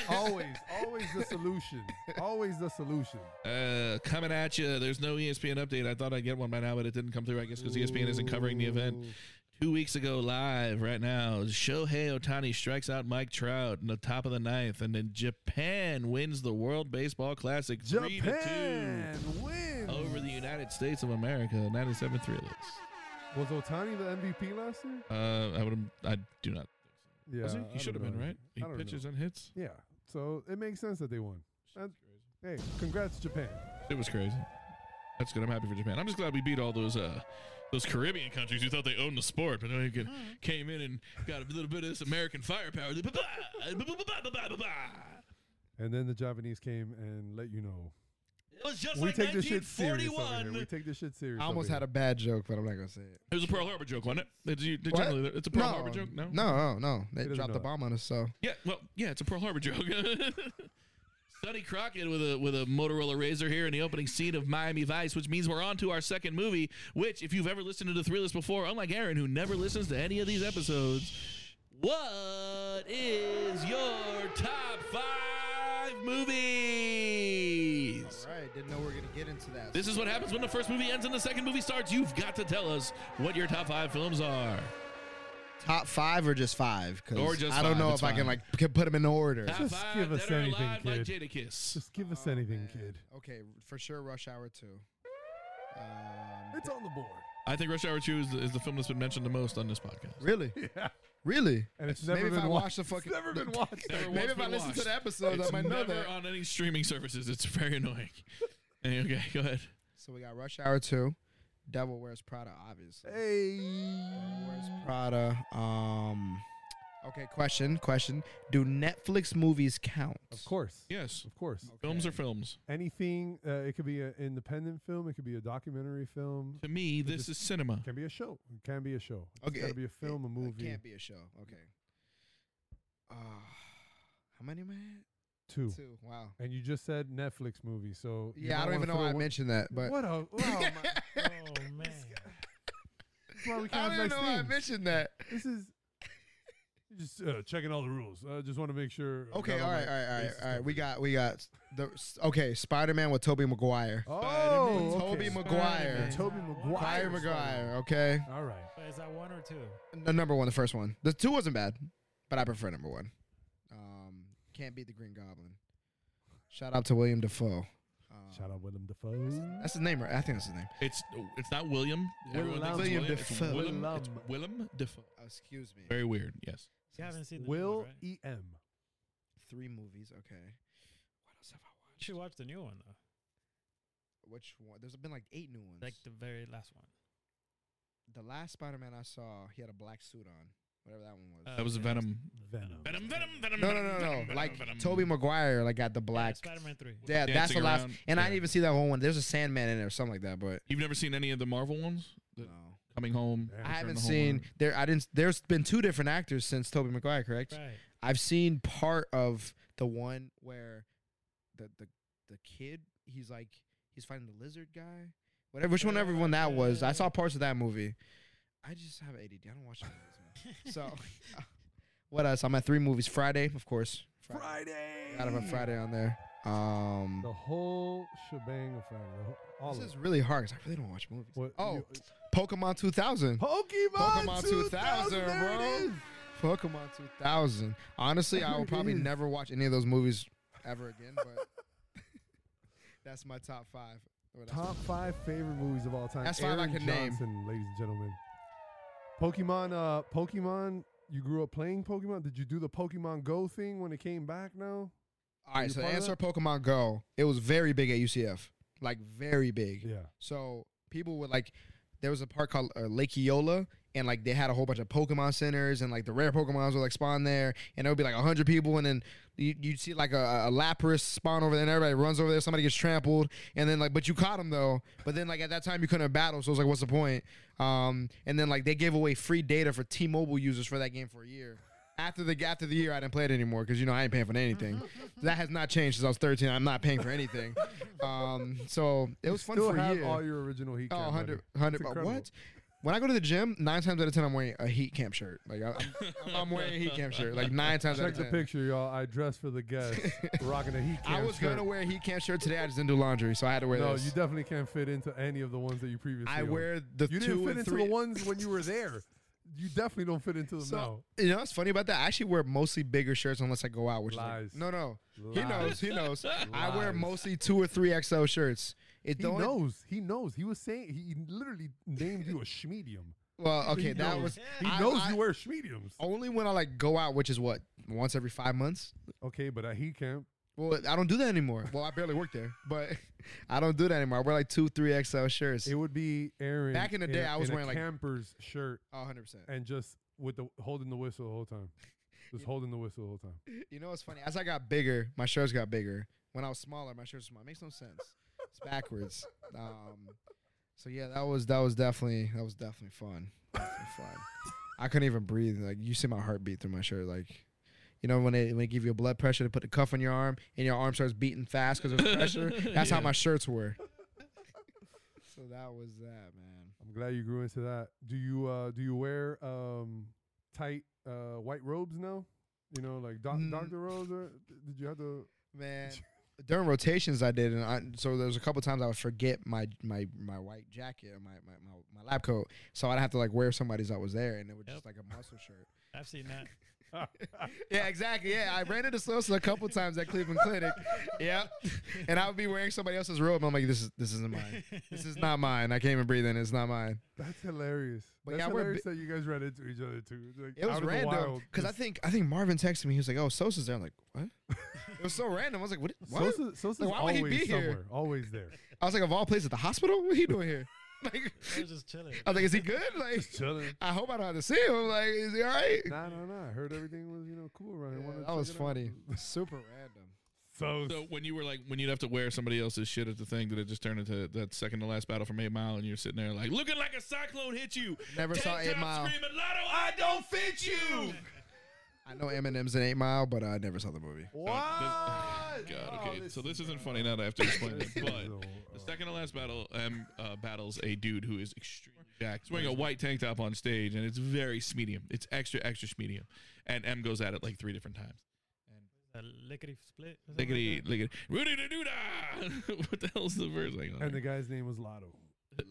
Speaker 5: always, always the solution, always the solution.
Speaker 4: Uh, coming at you. There's no E ESPN update. I thought I'd get one by now, but it didn't come through. I guess E because ESPN isn't covering the event.
Speaker 5: Ooh.
Speaker 4: Two weeks ago, live right now, Shohei Otani strikes out Mike Trout in the top of the ninth, and then Japan wins the World Baseball Classic three to
Speaker 5: Japan wins.
Speaker 4: two over the United States of America, 97 3 Oh.
Speaker 5: Was Otani the MVP last year?
Speaker 4: Uh, I would I do not.
Speaker 5: Yeah,
Speaker 4: was he?
Speaker 5: I
Speaker 4: He should have
Speaker 5: don't
Speaker 4: been
Speaker 5: know.
Speaker 4: right. He
Speaker 5: I don't
Speaker 4: pitches
Speaker 5: know.
Speaker 4: and hits.
Speaker 5: Yeah, so it makes sense that they won. That- hey, congrats Japan.
Speaker 4: It was crazy. That's good. I'm happy for Japan. I'm just glad we beat all those uh those Caribbean countries who thought they owned the sport, but they could- came in and got a little bit of this American firepower. Ba-ba, ba-ba, ba-ba, ba-ba, ba-ba.
Speaker 5: And then the Japanese came and let you know
Speaker 4: It was just
Speaker 5: we
Speaker 4: like
Speaker 5: take this shit serious. Over
Speaker 4: 1941.
Speaker 5: here. We take this shit serious.
Speaker 1: I almost had a bad joke, but I'm not gonna say it.
Speaker 4: It was a Pearl Harbor joke, wasn't it? Did you- did
Speaker 1: What?
Speaker 4: generally- it's a Pearl Harbor joke. No.
Speaker 1: no, no, no. They
Speaker 5: doesn't
Speaker 1: dropped
Speaker 5: know
Speaker 1: the
Speaker 5: that.
Speaker 1: bomb on us. So
Speaker 4: Yeah. Well, yeah. It's a Pearl Harbor joke. Sonny Crockett with a with a Motorola Razor here in the opening scene of Miami Vice, which means we're on to our second movie. Which, if you've ever listened to the Three List before, unlike Aaron, who never listens to any of these episodes, what is your top five movies?
Speaker 1: all right, didn't know we were gonna get into that.
Speaker 4: This is what happens when the first movie ends and the second movie starts. You've got to tell us what your top five films are.
Speaker 1: top five or just five? 'Cause
Speaker 4: Or just
Speaker 1: I don't
Speaker 4: five,
Speaker 1: know
Speaker 4: it's
Speaker 1: if I
Speaker 4: fine.
Speaker 1: can like can put them in order.
Speaker 4: Top
Speaker 5: Just
Speaker 4: five
Speaker 5: give us
Speaker 4: that are
Speaker 5: anything,
Speaker 4: alive like
Speaker 5: kid.
Speaker 4: Jadakiss.
Speaker 5: Just give us anything,
Speaker 1: Man.
Speaker 5: kid.
Speaker 1: Okay, for sure, Rush Hour two. Um,
Speaker 5: It's on the board.
Speaker 4: I think Rush Hour 2 is the, is the film that's been mentioned the most on this podcast.
Speaker 1: really,
Speaker 5: Yeah.
Speaker 1: really.
Speaker 5: And it's never
Speaker 1: Maybe if
Speaker 5: been
Speaker 1: I
Speaker 5: watched.
Speaker 1: watch the fucking.
Speaker 5: It's never been
Speaker 1: the-
Speaker 5: watched.
Speaker 4: Never
Speaker 1: Maybe
Speaker 4: once
Speaker 1: if I
Speaker 4: been
Speaker 1: listen to
Speaker 4: watched.
Speaker 1: the episode, I
Speaker 4: It's
Speaker 1: might know
Speaker 4: never
Speaker 1: Oh, that.
Speaker 4: on any streaming services. It's very annoying. Hey, okay, go ahead.
Speaker 1: So we got Rush Hour two, Devil Wears Prada, obviously.
Speaker 5: Hey.
Speaker 1: Where's Prada? Um, okay, question, question. Do Netflix movies count?
Speaker 5: Of course.
Speaker 4: Yes,
Speaker 5: Of course.
Speaker 4: films are films.
Speaker 5: Anything. Uh, it could be an independent film. It could be a documentary film.
Speaker 4: To me,
Speaker 5: They
Speaker 4: this
Speaker 5: just-
Speaker 4: is cinema.
Speaker 5: It can be a show. It can be a show.
Speaker 1: Okay,
Speaker 5: It's got to be a film, a
Speaker 1: It
Speaker 5: movie.
Speaker 1: can't be a show. Okay. Uh, how many am I at?
Speaker 5: Two.
Speaker 1: Two. Wow.
Speaker 5: And you just said Netflix movie, so you
Speaker 1: Yeah,
Speaker 5: might
Speaker 1: I don't even
Speaker 5: wanna
Speaker 1: know why
Speaker 5: throw
Speaker 1: I
Speaker 5: one-
Speaker 1: mentioned that, but
Speaker 5: what a wow, my,
Speaker 6: Oh
Speaker 5: that's
Speaker 6: man.
Speaker 5: why we
Speaker 1: I
Speaker 5: can't
Speaker 1: don't
Speaker 5: have
Speaker 1: even
Speaker 5: nice
Speaker 1: know why I
Speaker 5: things.
Speaker 1: mentioned that.
Speaker 5: This is just uh, checking all the rules. I just want to make sure. I
Speaker 1: Okay,
Speaker 5: got
Speaker 1: all right, all
Speaker 5: my
Speaker 1: right, all right,
Speaker 5: bases
Speaker 1: all right.
Speaker 5: covered.
Speaker 1: We got, we got the okay. Spider Man with Tobey Maguire.
Speaker 5: Oh, okay.
Speaker 1: Tobey Maguire.
Speaker 6: Spider-Man.
Speaker 5: Tobey Maguire.
Speaker 1: Fire
Speaker 5: Spider-Man.
Speaker 1: Maguire. Okay,
Speaker 5: All right.
Speaker 6: Is that one or two?
Speaker 1: the number one, the first one. The two wasn't bad, but I prefer number one. Um, can't beat the Green Goblin. Shout out to William Defoe. Um,
Speaker 5: Shout out Willem Dafoe.
Speaker 1: That's his name, right? I think that's his name.
Speaker 4: It's it's not William. Everyone thinks it's William. It's
Speaker 1: William Defoe.
Speaker 4: Willem.
Speaker 5: Willem.
Speaker 4: It's Willem Defoe.
Speaker 1: Uh, excuse me.
Speaker 4: Very weird. Yes.
Speaker 6: You haven't seen the new one,
Speaker 5: Will
Speaker 6: right?
Speaker 5: E M.
Speaker 1: Three movies. Okay. What else have I
Speaker 6: You should watch the new one though,
Speaker 1: watched? Which one? There's been like eight new ones.
Speaker 6: like the very last one.
Speaker 1: the last Spider Man I saw, he had a black suit on. Whatever that one was.
Speaker 6: Uh,
Speaker 4: That was
Speaker 6: Okay.
Speaker 4: Venom.
Speaker 5: Venom.
Speaker 4: Venom. Venom. Venom.
Speaker 1: no, no,
Speaker 4: Venom,
Speaker 1: no, no.
Speaker 4: Venom,
Speaker 1: like
Speaker 4: Venom.
Speaker 1: Tobey Maguire, like got the black.
Speaker 6: Spider-Man three.
Speaker 1: Yeah, that's
Speaker 4: Dancing
Speaker 1: the last.
Speaker 4: around,
Speaker 1: And I
Speaker 4: yeah.
Speaker 1: didn't even see that whole one. There's a Sandman in there or something like that, but
Speaker 4: You've never seen any of the Marvel ones? The-
Speaker 1: no.
Speaker 4: Coming home.
Speaker 5: Yeah.
Speaker 1: I
Speaker 4: Return
Speaker 1: haven't
Speaker 4: to Home
Speaker 1: seen
Speaker 4: Alone.
Speaker 1: there. I didn't. There's been two different actors since Tobey Maguire, correct?
Speaker 6: Right.
Speaker 1: I've seen part of the one where the the the kid he's like he's fighting the lizard guy, whatever. Which one, everyone that was. I saw parts of that movie. I just have ADD. I don't watch movies. Man. So, what else? I'm at three movies. Friday, of course. Friday. Out of a Friday on there. Um,
Speaker 5: The whole shebang of Friday. The whole, all
Speaker 1: this
Speaker 5: of
Speaker 1: is
Speaker 5: it.
Speaker 1: really hard because I really don't watch movies.
Speaker 5: What
Speaker 1: oh,
Speaker 5: you-
Speaker 1: Pokemon 2000.
Speaker 5: Pokemon,
Speaker 1: Pokemon 2000,
Speaker 5: there it
Speaker 1: bro.
Speaker 5: is.
Speaker 1: Pokemon 2000. Honestly, I will
Speaker 5: It
Speaker 1: probably
Speaker 5: is.
Speaker 1: never watch any of those movies ever again, but that's my top five. Or that's-
Speaker 5: Top five favorite movies of all time.
Speaker 1: That's five I
Speaker 5: Aaron
Speaker 1: can name.
Speaker 5: Johnson, ladies and gentlemen. Pokemon, uh, Pokemon. You grew up playing Pokemon. Did you do the Pokemon Go thing when it came back? No.
Speaker 1: All right,
Speaker 5: you
Speaker 1: so to
Speaker 5: part of
Speaker 1: answer
Speaker 5: that?
Speaker 1: Pokemon Go, it was very big at UCF. Like, very big.
Speaker 5: Yeah.
Speaker 1: So people would like, there was a park called uh, Lake Eola, and like they had a whole bunch of Pokemon centers, and like the rare Pokemons would like spawn there, and there would be like hundred people, and then you, you'd see like a, a Lapras spawn over there, and everybody runs over there, somebody gets trampled, and then like, but you caught them though, but then like at that time you couldn't battle, so it was like, what's the point? Um, and then like they gave away free data for T-Mobile users for that game for a year. After the after the year, I didn't play it anymore because you know I ain't paying for anything. That has not changed since I was 13. I'm not paying for anything. Um, so it was fun
Speaker 5: Still
Speaker 1: for a
Speaker 5: have
Speaker 1: year.
Speaker 5: all your original heat.
Speaker 1: Oh,
Speaker 5: Cam,
Speaker 1: 100,
Speaker 5: buddy.
Speaker 1: 100
Speaker 5: It's
Speaker 1: but
Speaker 5: incredible.
Speaker 1: what? When I go to the gym, nine times out of ten, I'm wearing a heat camp shirt. Like I, I'm, I'm wearing a heat camp shirt. Like nine times out
Speaker 5: Check
Speaker 1: of
Speaker 5: the
Speaker 1: ten.
Speaker 5: picture, y'all. I dressed for the guest, rocking a heat.
Speaker 1: I
Speaker 5: Cam
Speaker 1: was
Speaker 5: shirt.
Speaker 1: gonna wear a heat camp shirt today. I just didn't do laundry, so I had to wear
Speaker 5: No,
Speaker 1: this.
Speaker 5: you definitely can't fit into any of the ones that you previously.
Speaker 1: I
Speaker 5: owned.
Speaker 1: wear the
Speaker 5: You
Speaker 1: two
Speaker 5: didn't fit
Speaker 1: and
Speaker 5: into
Speaker 1: three.
Speaker 5: the ones when you were there. You definitely don't fit into them
Speaker 1: So-
Speaker 5: now.
Speaker 1: You know what's funny about that? I actually wear mostly bigger shirts unless I go out. Which
Speaker 5: Lies.
Speaker 1: Is like, no, no, he
Speaker 5: Lies.
Speaker 1: knows. He knows. I wear
Speaker 5: Lies.
Speaker 1: mostly two or three XL shirts. It
Speaker 5: He
Speaker 1: don't.
Speaker 5: knows. He knows. He was saying he literally named you a schmedium.
Speaker 1: Well,
Speaker 5: He
Speaker 1: okay, that
Speaker 5: knows.
Speaker 1: was
Speaker 5: He
Speaker 1: I- Oh.
Speaker 5: knows
Speaker 1: I-
Speaker 5: you wear schmediums.
Speaker 1: only when I like go out, which is what once every five months.
Speaker 5: Okay, but at heat camp,
Speaker 1: Well, I don't do that anymore. Well, I barely work there, but I don't do that anymore. I wear like two, three XL shirts.
Speaker 5: it would be Aaron.
Speaker 1: Back in the
Speaker 5: a-
Speaker 1: day, I was
Speaker 5: in a
Speaker 1: wearing, like-
Speaker 5: campers shirt
Speaker 1: Oh, 100%.
Speaker 5: and just with the holding the whistle the whole time, just holding the whistle the whole time.
Speaker 1: You know what's funny? As I got bigger, my shirts got bigger. When I was smaller, my shirts were small. It makes no sense. It's backwards. Um, so yeah, that was that was definitely that was definitely fun. Definitely fun. I couldn't even breathe. Like you see my heartbeat through my shirt. Like, you know when they when they give you a blood pressure to put the cuff on your arm and your arm starts beating fast because there's pressure. That's how my shirts were. so that was that man.
Speaker 5: I'm glad you grew into that. Do you uh do you wear um tight uh white robes now? You know, like doc-
Speaker 1: Mm.
Speaker 5: doctor robes. Or did you have to?
Speaker 1: man. During rotations, I did, and I, so there was a couple times I would forget my my my white jacket or my my, my, my lab coat, so I'd have to like wear somebody's that was there, and it was just
Speaker 6: Yep.
Speaker 1: like a muscle shirt.
Speaker 6: I've seen that.
Speaker 1: yeah, exactly. Yeah, I ran into Sosa a couple times at Cleveland Clinic. Yeah, and I would be wearing somebody else's robe, and I'm like, this is this isn't mine. This is not mine. I can't even breathe in. it. It's not mine.
Speaker 5: That's hilarious.
Speaker 1: But
Speaker 5: That's
Speaker 1: yeah, we're
Speaker 5: hilarious that you guys ran into each other too. Like,
Speaker 1: It was
Speaker 5: out in the
Speaker 1: random
Speaker 5: wild,
Speaker 1: because I
Speaker 5: just-
Speaker 1: think I think Marvin texted me. He was like, "Oh, Sosa's there." I'm like, "What?" it was so random. I was like, "What?" what?
Speaker 5: Sosa, Sosa's
Speaker 1: Like, why would
Speaker 5: always
Speaker 1: he be here?
Speaker 5: somewhere, always there,
Speaker 1: I was like, "Of all places, at the hospital? What are you doing here?" Like,
Speaker 6: I was just chilling.
Speaker 1: I was like, "Is he good?" Like,
Speaker 5: just chilling.
Speaker 1: I hope I don't have to see him. Like, is he all right?
Speaker 5: Nah, nah, nah. I heard everything was you know cool around here. Wanted to
Speaker 1: that was
Speaker 5: check it out.
Speaker 1: funny. Super random.
Speaker 5: So,
Speaker 4: So when you were like, when you'd have to wear somebody else's shit at the thing, did it just turn into that second to last battle from Eight Mile, and you're sitting there like, looking like a cyclone hit you?
Speaker 1: Never
Speaker 4: Tank
Speaker 1: saw Eight
Speaker 4: top
Speaker 1: Mile.
Speaker 4: Screaming, Lotto, I don't fit you.
Speaker 1: I know Eminem's in Eight Mile, but I never saw the movie.
Speaker 5: what?
Speaker 4: God,
Speaker 5: Oh,
Speaker 4: okay. so this
Speaker 5: is-
Speaker 4: isn't funny now that I have to explain it,
Speaker 5: this is
Speaker 4: but.
Speaker 5: all-
Speaker 4: The
Speaker 5: oh.
Speaker 4: second to last battle um, uh, battles a dude who is extremely jacked. He's wearing a white tank top on stage, and it's very medium. It's extra, extra medium. And M goes at it like three different times.
Speaker 6: A lickety split. or something
Speaker 5: Oh
Speaker 4: Lickety,
Speaker 6: like that.
Speaker 4: lickety, Rudy da doo da. What the hell's the verse like?
Speaker 5: And the guy's name was Lotto.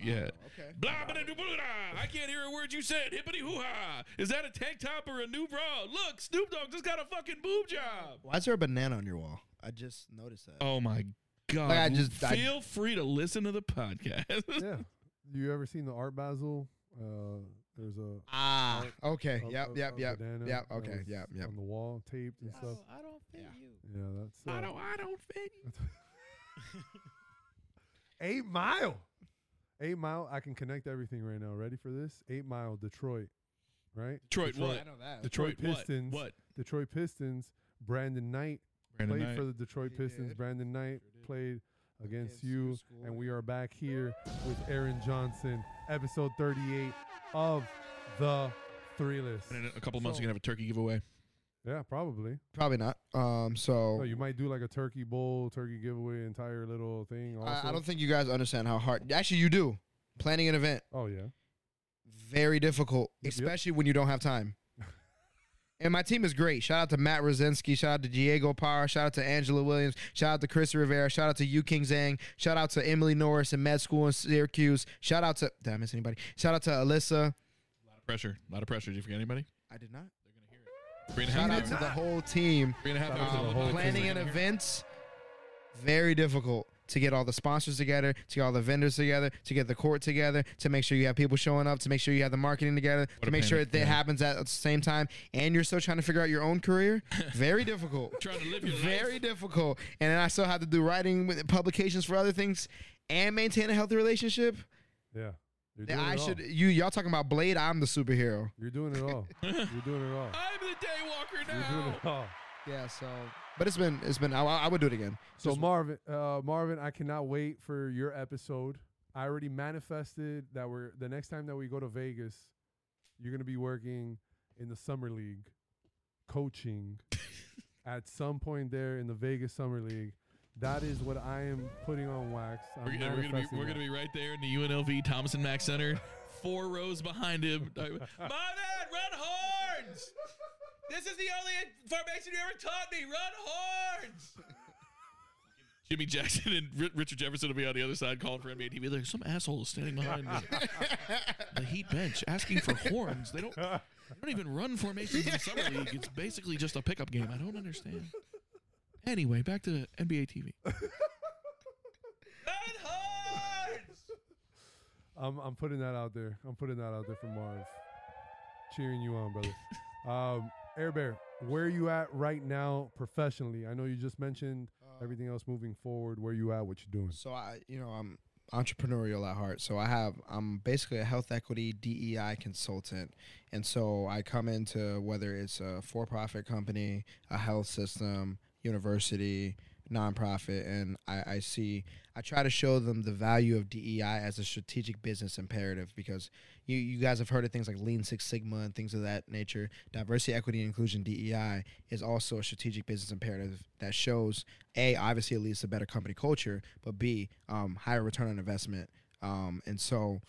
Speaker 4: yeah.
Speaker 1: Oh, Okay.
Speaker 4: Blah blah blah blah. I can't hear a word you said. Hippity hoo ha. Is that a tank top or a new bra? Look, Snoop Dogg just got a fucking boob job.
Speaker 1: Why is there a banana on your wall? I just noticed that.
Speaker 4: Oh my god.
Speaker 1: Like, I just- I-
Speaker 4: feel free to listen to the podcast.
Speaker 5: yeah. You ever seen the Art Basel? Uh, there's a
Speaker 1: Ah. Okay.
Speaker 5: of-
Speaker 1: Yep.
Speaker 5: of-
Speaker 1: Yep.
Speaker 5: of
Speaker 1: Yep.
Speaker 5: Oh, banana
Speaker 1: Yep.
Speaker 5: that
Speaker 1: Okay.
Speaker 5: was
Speaker 1: Yep. Yep.
Speaker 5: On the wall, taped and stuff.
Speaker 6: I don't fit
Speaker 1: Yeah.
Speaker 6: you.
Speaker 5: Yeah, that's. Uh,
Speaker 4: I don't. I don't fit. you.
Speaker 5: Eight Mile. Eight Mile. I can connect everything right now. Ready for this? Eight Mile, Detroit. Right.
Speaker 4: Detroit,
Speaker 1: I
Speaker 4: what?
Speaker 1: know that.
Speaker 4: Detroit, what?
Speaker 5: Pistons.
Speaker 4: What?
Speaker 5: Detroit Pistons. Brandon Knight
Speaker 4: Brandon
Speaker 5: played
Speaker 4: Knight.
Speaker 5: for the Detroit
Speaker 1: He
Speaker 5: Pistons.
Speaker 1: did.
Speaker 5: Brandon Knight
Speaker 1: Sure did.
Speaker 5: played against
Speaker 1: Against you,
Speaker 5: you,
Speaker 1: school.
Speaker 5: and we are back here with Aaron Johnson, episode 38 of the Three List.
Speaker 4: And in a couple months,
Speaker 5: So-
Speaker 4: you're gonna have a turkey giveaway.
Speaker 5: Yeah, probably.
Speaker 1: Probably not. Um. So
Speaker 5: Oh, you might do like a turkey bowl, turkey giveaway, entire little thing. Also.
Speaker 1: I, I don't think you guys understand how hard. Actually, you do. Planning an event
Speaker 5: Oh yeah.
Speaker 1: very difficult,
Speaker 5: Yep, yep.
Speaker 1: especially when you don't have time. And my team is great. Shout out to Matt Rosinski. Shout out to Diego Parra. Shout out to Angela Williams. Shout out to Chris Rivera. Shout out to Yu King Zhang. Shout out to Emily Norris in med school in Syracuse. Shout out to did I miss anybody? Shout out to Alyssa.
Speaker 4: Pressure. A lot of pressure. Did you forget anybody?
Speaker 1: I did not.
Speaker 4: Three and a half
Speaker 1: Shout out
Speaker 4: hours.
Speaker 1: to the whole team.
Speaker 4: Three and a half
Speaker 5: Shout
Speaker 4: hours.
Speaker 5: out to
Speaker 4: of
Speaker 5: the
Speaker 4: podcast.
Speaker 5: whole
Speaker 1: Um, planning an events very difficult to get all the sponsors together to get all the vendors together to get the court together to make sure you have people showing up to make sure you have the marketing together
Speaker 4: a
Speaker 1: to make sure
Speaker 4: panic,
Speaker 1: that it
Speaker 4: yeah.
Speaker 1: happens at the same time and you're still trying to figure out your own career very difficult
Speaker 4: Trying to live your life.
Speaker 1: very difficult and then i still have to do writing with publications for other things and maintain a healthy relationship
Speaker 5: Yeah. You're
Speaker 1: That
Speaker 5: doing
Speaker 1: i
Speaker 5: it
Speaker 1: should
Speaker 5: All.
Speaker 1: you y'all talking about blade i'm the superhero
Speaker 5: You're doing it all. You're doing it all.
Speaker 4: I'm the day walker
Speaker 5: You're doing
Speaker 4: now.
Speaker 5: it all.
Speaker 1: yeah so but it's been it's been i, I would do it again
Speaker 5: So
Speaker 1: Just-
Speaker 5: Marvin, uh, Marvin, I cannot wait for your episode. I already manifested that we're the next time that we go to Vegas, you're gonna be working in the summer league, coaching at some point there in the Vegas summer league. That is what I am putting on wax. I'm
Speaker 4: We're, gonna- we're gonna be
Speaker 5: manifesting
Speaker 4: we're
Speaker 5: that.
Speaker 4: gonna be right there in the UNLV Thomas and Mack Center, four rows behind him. My man, run horns! This is the only formation you ever taught me. Run horns! Jimmy Jackson and Ri- Richard Jefferson will be on the other side calling for NBA TV. Like some asshole is standing behind the, the Heat bench asking for horns. They don't. They don't even run formations in the summer league. It's basically just a pickup game. I don't understand. Anyway, back to NBA TV.
Speaker 5: I'm I'm putting that out there. I'm putting that out there for Marv. Cheering you on, brother. Um, Air Bear, where are you at right now professionally? I know you just mentioned everything else moving forward. Where you at? What you doing?
Speaker 1: So I, you know, I'm entrepreneurial at heart. So I have, I'm basically a health equity DEI consultant, and so I come into whether it's a for-profit company, a health system, university, nonprofit, and I, I see I try to show them the value of DEI as a strategic business imperative because you you guys have heard of things like Lean Six Sigma and things of that nature. Diversity, equity, and inclusion (DEI) is also a strategic business imperative that shows a obviously it leads to better company culture, but b um, higher return on investment. Um, and so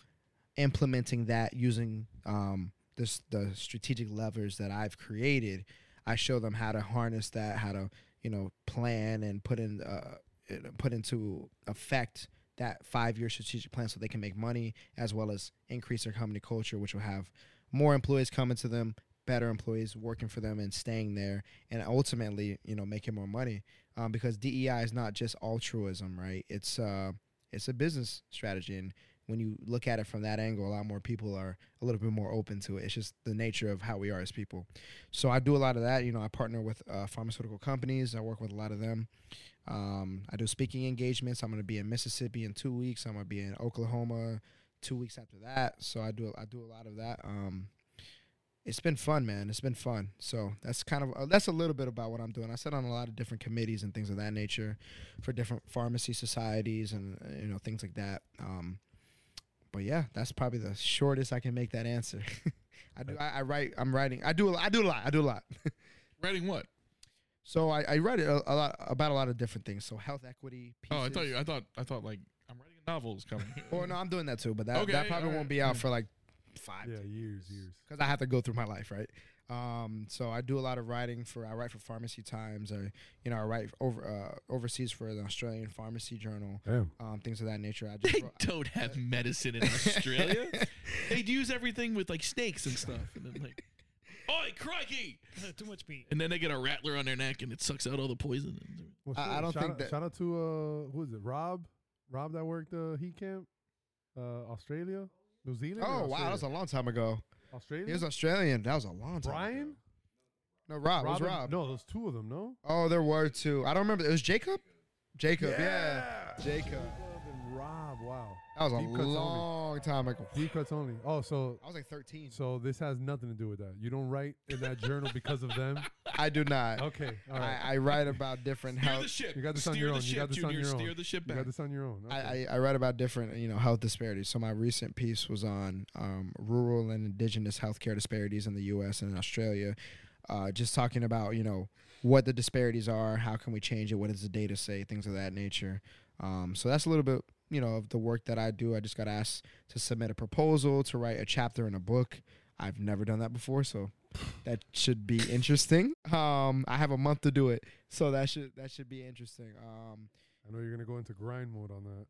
Speaker 1: implementing that using um, this the strategic levers that I've created, I show them how to harness that, how to you know plan and put in uh, you know, put into effect that five year strategic plan so they can make money as well as increase their company culture, which will have more employees coming to them, better employees working for them and staying there, and ultimately you know making more money um, because DEI is not just altruism, right? It's uh, it's a business strategy and when you look at it from that angle, a lot more people are a little bit more open to it. It's just the nature of how we are as people. So I do a lot of that. You know, I partner with uh, pharmaceutical companies. I work with a lot of them. Um, I do speaking engagements. I'm going to be in Mississippi in two weeks. I'm going to be in Oklahoma two weeks after that. So I do I do a lot of that. Um, it's been fun, man. It's been fun. So that's kind of uh, that's a little bit about what I'm doing. I sit on a lot of different committees and things of that nature for different pharmacy societies and uh, you know things like that. Um, but yeah, that's probably the shortest I can make that answer. I do. I, I write. I'm writing. I do. a- I do a lot. I do a lot.
Speaker 4: Writing what?
Speaker 1: so I, I write a, a lot about a lot of different things. So health equity. Pieces.
Speaker 4: Oh, I thought you. I thought. I thought like I'm writing a novel is coming.
Speaker 1: Or no, I'm doing that too. But that
Speaker 4: Okay,
Speaker 1: that probably
Speaker 4: alright.
Speaker 1: won't be out for like five.
Speaker 5: Yeah, years, years.
Speaker 1: because I have to go through my life, right? Um, so I do a lot of writing for I write for Pharmacy Times, I you know I write over uh, overseas for the Australian Pharmacy Journal,
Speaker 5: Damn.
Speaker 1: um, things of that nature. I
Speaker 4: They
Speaker 1: just wrote-
Speaker 4: don't have
Speaker 5: Uh,
Speaker 4: medicine in Australia. They'd use everything with like snakes and stuff, and then like, oi, crikey!
Speaker 6: Too much meat.
Speaker 4: And then they get a rattler on their neck, and it sucks out all the poison.
Speaker 5: Well,
Speaker 1: I-
Speaker 5: shit,
Speaker 1: I don't
Speaker 5: shout
Speaker 1: think
Speaker 5: out,
Speaker 1: that-
Speaker 5: Shout out to uh, who is it? Rob, Rob that worked uh, heat camp, uh, Australia, New Zealand. or
Speaker 1: oh wow, that was a long time ago.
Speaker 5: Australia.
Speaker 1: He was Australian. That was a long time. ago.
Speaker 5: Brian.
Speaker 1: No, Rob. it was
Speaker 5: Robin-
Speaker 1: Rob.
Speaker 5: No, there's two of them. No.
Speaker 1: Oh, there were two. I don't remember. It was Jacob. Jacob. Yeah,
Speaker 5: Yeah.
Speaker 1: Jacob.
Speaker 5: Rob and Rob. Wow.
Speaker 1: That was a
Speaker 5: Deep cuts only.
Speaker 1: long time ago.
Speaker 5: Deep cuts only. Oh, so
Speaker 1: I was like 13.
Speaker 5: so this has nothing to do with that. You don't write in that journal because of them.
Speaker 1: I do not.
Speaker 5: Okay. All right.
Speaker 1: I, I write about different
Speaker 4: Steer
Speaker 1: health.
Speaker 4: the ship.
Speaker 5: You got this on
Speaker 4: Steer
Speaker 5: your
Speaker 4: the
Speaker 5: own. You
Speaker 4: ship,
Speaker 5: got this on
Speaker 4: Junior.
Speaker 5: your own.
Speaker 4: Steer the ship
Speaker 5: You
Speaker 4: back.
Speaker 5: got this on your own. Oh, Okay.
Speaker 1: I, I, I write about different you know health disparities. So my recent piece was on um, rural and indigenous healthcare disparities in the U.S. and in Australia. Uh, just talking about you know what the disparities are, how can we change it, what does the data say, things of that nature. Um, so that's a little bit you know of the work that I do. I just got asked to submit a proposal to write a chapter in a book. I've never done that before, so that should be interesting. Um, I have a month to do it, so that should that should be interesting. Um,
Speaker 5: I know you're gonna go into grind mode on that.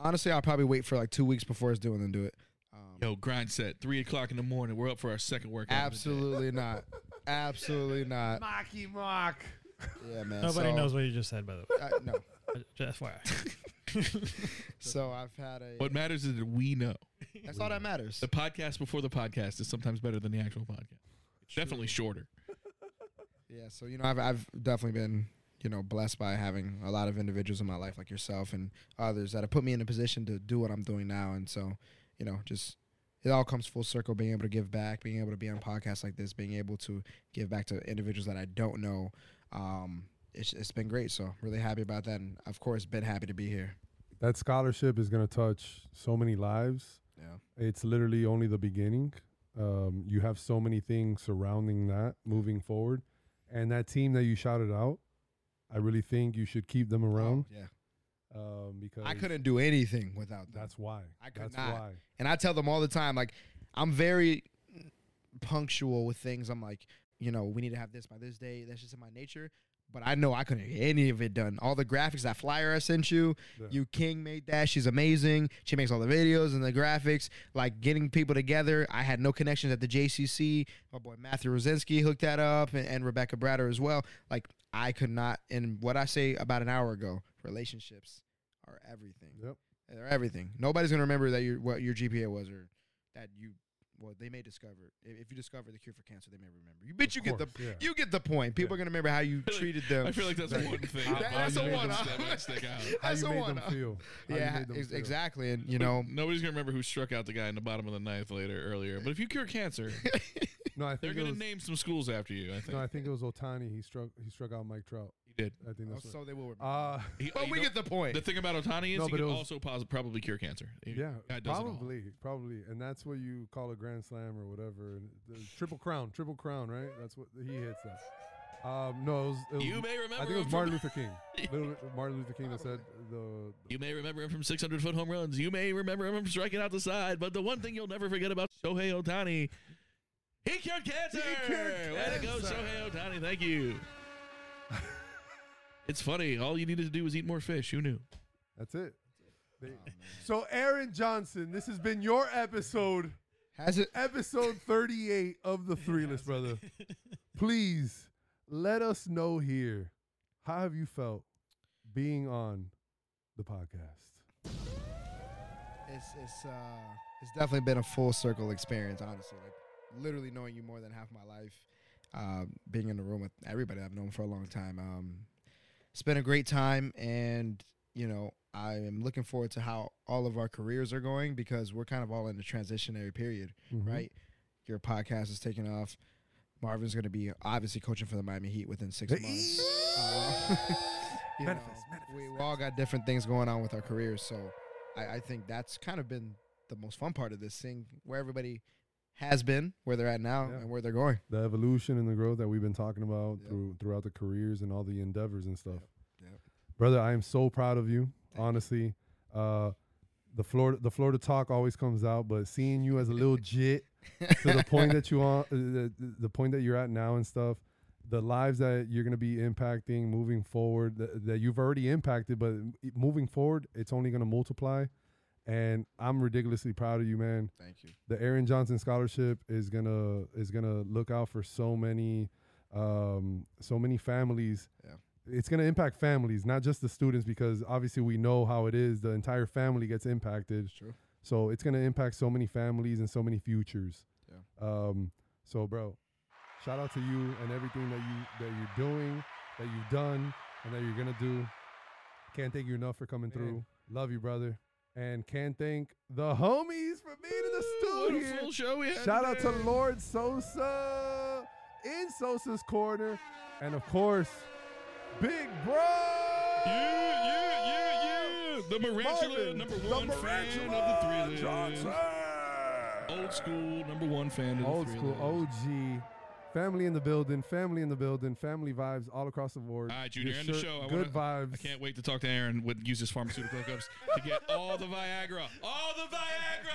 Speaker 1: Honestly, I'll probably wait for like two weeks before it's due and then do it. Um,
Speaker 4: Yo, grind set. Three o'clock in the morning. We're up for our second workout. of the day.
Speaker 1: absolutely not. Absolutely not.
Speaker 5: Mocky mock.
Speaker 1: Yeah, man.
Speaker 6: Nobody
Speaker 1: so,
Speaker 6: knows what you just said, by the
Speaker 1: Uh, no.
Speaker 6: way. Just FYI.
Speaker 1: So I've had a.
Speaker 4: What matters is that we know.
Speaker 1: that's all that matters.
Speaker 4: The podcast before the podcast is sometimes better than the actual podcast. It's definitely shorter.
Speaker 1: Yeah. So you know, I've I've definitely been you know blessed by having a lot of individuals in my life like yourself and others that have put me in a position to do what I'm doing now. And so, you know, just it all comes full circle. Being able to give back, being able to be on podcasts like this, being able to give back to individuals that I don't know. Um, it's, it's been great. So really happy about that, and of course, been happy to be here.
Speaker 5: That scholarship is gonna touch so many lives.
Speaker 1: Yeah.
Speaker 5: it's literally only the beginning. Um, you have so many things surrounding that moving forward, and that team that you shouted out, I really think you should keep them around
Speaker 1: yeah.
Speaker 5: um, because
Speaker 1: Oh. I couldn't do anything without that.
Speaker 5: That's why.
Speaker 1: I could
Speaker 5: that's
Speaker 1: not.
Speaker 5: why.
Speaker 1: And I tell them all the time, like, I'm very punctual with things. I'm like, you know, we need to have this by this day. That's just in my nature. But I know I couldn't get any of it done. All the graphics, that flyer I sent you,
Speaker 5: Yeah.
Speaker 1: you King made that. She's amazing. She makes all the videos and the graphics. Like getting people together. I had no connections at the JCC. My boy Matthew Rosinski hooked that up, and, and Rebecca Bratter as well. Like I could not. And what I say about an hour ago, relationships are everything.
Speaker 5: Yep.
Speaker 1: They're everything. Nobody's gonna remember that your what your GPA was or that you. Well, they may discover if if you discover the cure for cancer, they may remember you. Bitch, you get the
Speaker 5: course, yeah.
Speaker 1: you get the point.
Speaker 5: Yeah.
Speaker 1: People are gonna remember how you
Speaker 4: feel like-
Speaker 1: treated them.
Speaker 4: I feel like that's
Speaker 5: That-
Speaker 4: one thing.
Speaker 5: How-
Speaker 1: That-
Speaker 5: how
Speaker 1: that's
Speaker 5: you
Speaker 1: the
Speaker 5: made
Speaker 1: one.
Speaker 5: them-
Speaker 4: That might stick out.
Speaker 5: How
Speaker 1: that's
Speaker 5: you
Speaker 1: the
Speaker 5: made
Speaker 1: one.
Speaker 5: them feel? How you
Speaker 1: yeah,
Speaker 5: made them
Speaker 1: ex-
Speaker 5: feel.
Speaker 1: exactly. And you know,
Speaker 4: Nobody's gonna remember who struck out the guy in the bottom of the ninth later earlier. But if you cure cancer,
Speaker 5: No, I
Speaker 4: they're
Speaker 5: think it
Speaker 4: gonna
Speaker 5: was,
Speaker 4: name some schools after you. I think.
Speaker 5: no, I think it was Otani. He struck. He struck out Mike Trout.
Speaker 4: He did.
Speaker 5: I think that's
Speaker 1: so they will.
Speaker 5: what. Uh,
Speaker 4: He-
Speaker 1: but
Speaker 4: you
Speaker 1: we
Speaker 4: know,
Speaker 1: get the point.
Speaker 4: the thing about Otani is
Speaker 5: No,
Speaker 4: he
Speaker 5: but
Speaker 4: could
Speaker 5: it was-
Speaker 4: also pos- probably cure cancer. He-
Speaker 5: yeah,
Speaker 4: God does it all.
Speaker 5: probably, probably, and that's what you call a grand slam or whatever. And the triple crown, triple crown, right? That's what he hits that. Um, no, it was, it was-
Speaker 4: You may remember.
Speaker 5: I think it
Speaker 4: him
Speaker 5: was
Speaker 4: from-
Speaker 5: Martin Luther King. Little Martin Luther King that said the
Speaker 4: You may remember him from 600 foot home runs. You may remember him from striking out the side. But the one thing you'll never forget about Shohei Otani, he cured cancer.
Speaker 5: cured
Speaker 4: Way to go,
Speaker 5: cancer.
Speaker 4: Shohei Otani. Thank you. it's funny. All you needed to do was eat more fish. Who knew?
Speaker 5: That's it. They- so Aaron Johnson, this has been your episode,
Speaker 1: Has it?
Speaker 5: episode 38 of the Three List Brother. Please let us know here how have you felt being on the podcast?
Speaker 1: It's it's uh it's definitely been a full circle experience. Honestly, like literally knowing you more than half my life, uh, being in the room with everybody I've known for a long time. Um, it's been a great time, and you know I am looking forward to how all of our careers are going because we're kind of all in a transitionary period,
Speaker 5: Mm-hmm.
Speaker 1: right? Your podcast is taking off. Marvin's going to be obviously coaching for the Miami Heat within six months. Uh, you know, we, we all got different things going on with our careers, so I, I think that's kind of been the most fun part of this thing, where everybody has been, where they're at now,
Speaker 5: Yeah.
Speaker 1: and where they're going.
Speaker 5: The evolution and the growth that we've been talking about
Speaker 1: Yep.
Speaker 5: through throughout the careers and all the endeavors and stuff.
Speaker 1: Yep.
Speaker 5: Brother, I am so proud of you.
Speaker 1: you.
Speaker 5: honestly, uh, the Florida the Florida talk always comes out, but seeing you as a little jit to the point that you on the, the- the point that you're at now and stuff the lives that you're going to be impacting moving forward that, that you've already impacted but m- moving forward it's only going to multiply and i'm ridiculously proud of you man
Speaker 1: Thank you.
Speaker 5: the aaron johnson scholarship is going to is going to look out for so many um so many families
Speaker 1: Yeah.
Speaker 5: it's going to impact families not just the students because obviously we know how it is the entire family gets impacted
Speaker 1: It's true.
Speaker 5: so it's gonna impact so many families and so many futures.
Speaker 1: Yeah.
Speaker 5: Um. So, bro, shout out to you and everything that you that you're doing, that you've done, and that you're gonna do. Can't thank you enough for coming through. Love you, brother. And can't thank the homies for being in the
Speaker 4: What
Speaker 5: studio.
Speaker 4: a full show we had
Speaker 5: Shout out to
Speaker 4: today.
Speaker 5: Lord Sosa in Sosa's corner, and of course, Big Bro.
Speaker 4: Yeah, yeah, yeah, yeah. The Marantula,
Speaker 5: Marvin,
Speaker 4: number
Speaker 5: the
Speaker 4: one fan
Speaker 5: Marantula
Speaker 4: of the three. Johnson. Old school, number one fan of
Speaker 5: Old
Speaker 4: the three.
Speaker 5: school
Speaker 4: Lions.
Speaker 5: OG. Family in the building, family in the building, family vibes all across the board.
Speaker 4: All right, Junior,
Speaker 5: Your
Speaker 4: end the
Speaker 5: shirt,
Speaker 4: show. I
Speaker 5: good vibes.
Speaker 4: I can't wait to talk to Aaron with use his pharmaceutical hookups to get all the Viagra. All the Viagra,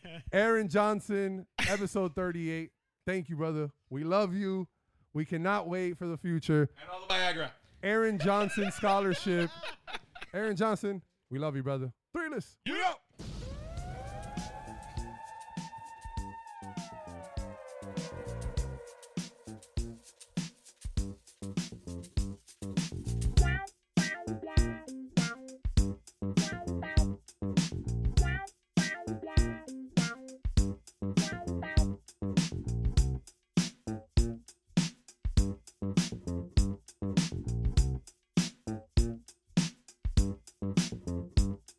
Speaker 4: Aaron!
Speaker 5: Aaron Johnson, episode 38. Thank you, brother. We love you. We cannot wait for the future.
Speaker 4: And all the Viagra.
Speaker 5: Aaron Johnson scholarship. Aaron Johnson, we love you, brother. Three lists.
Speaker 4: You up!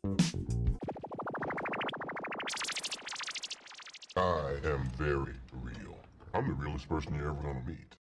Speaker 9: I am very real. I'm the realest person you're ever gonna meet.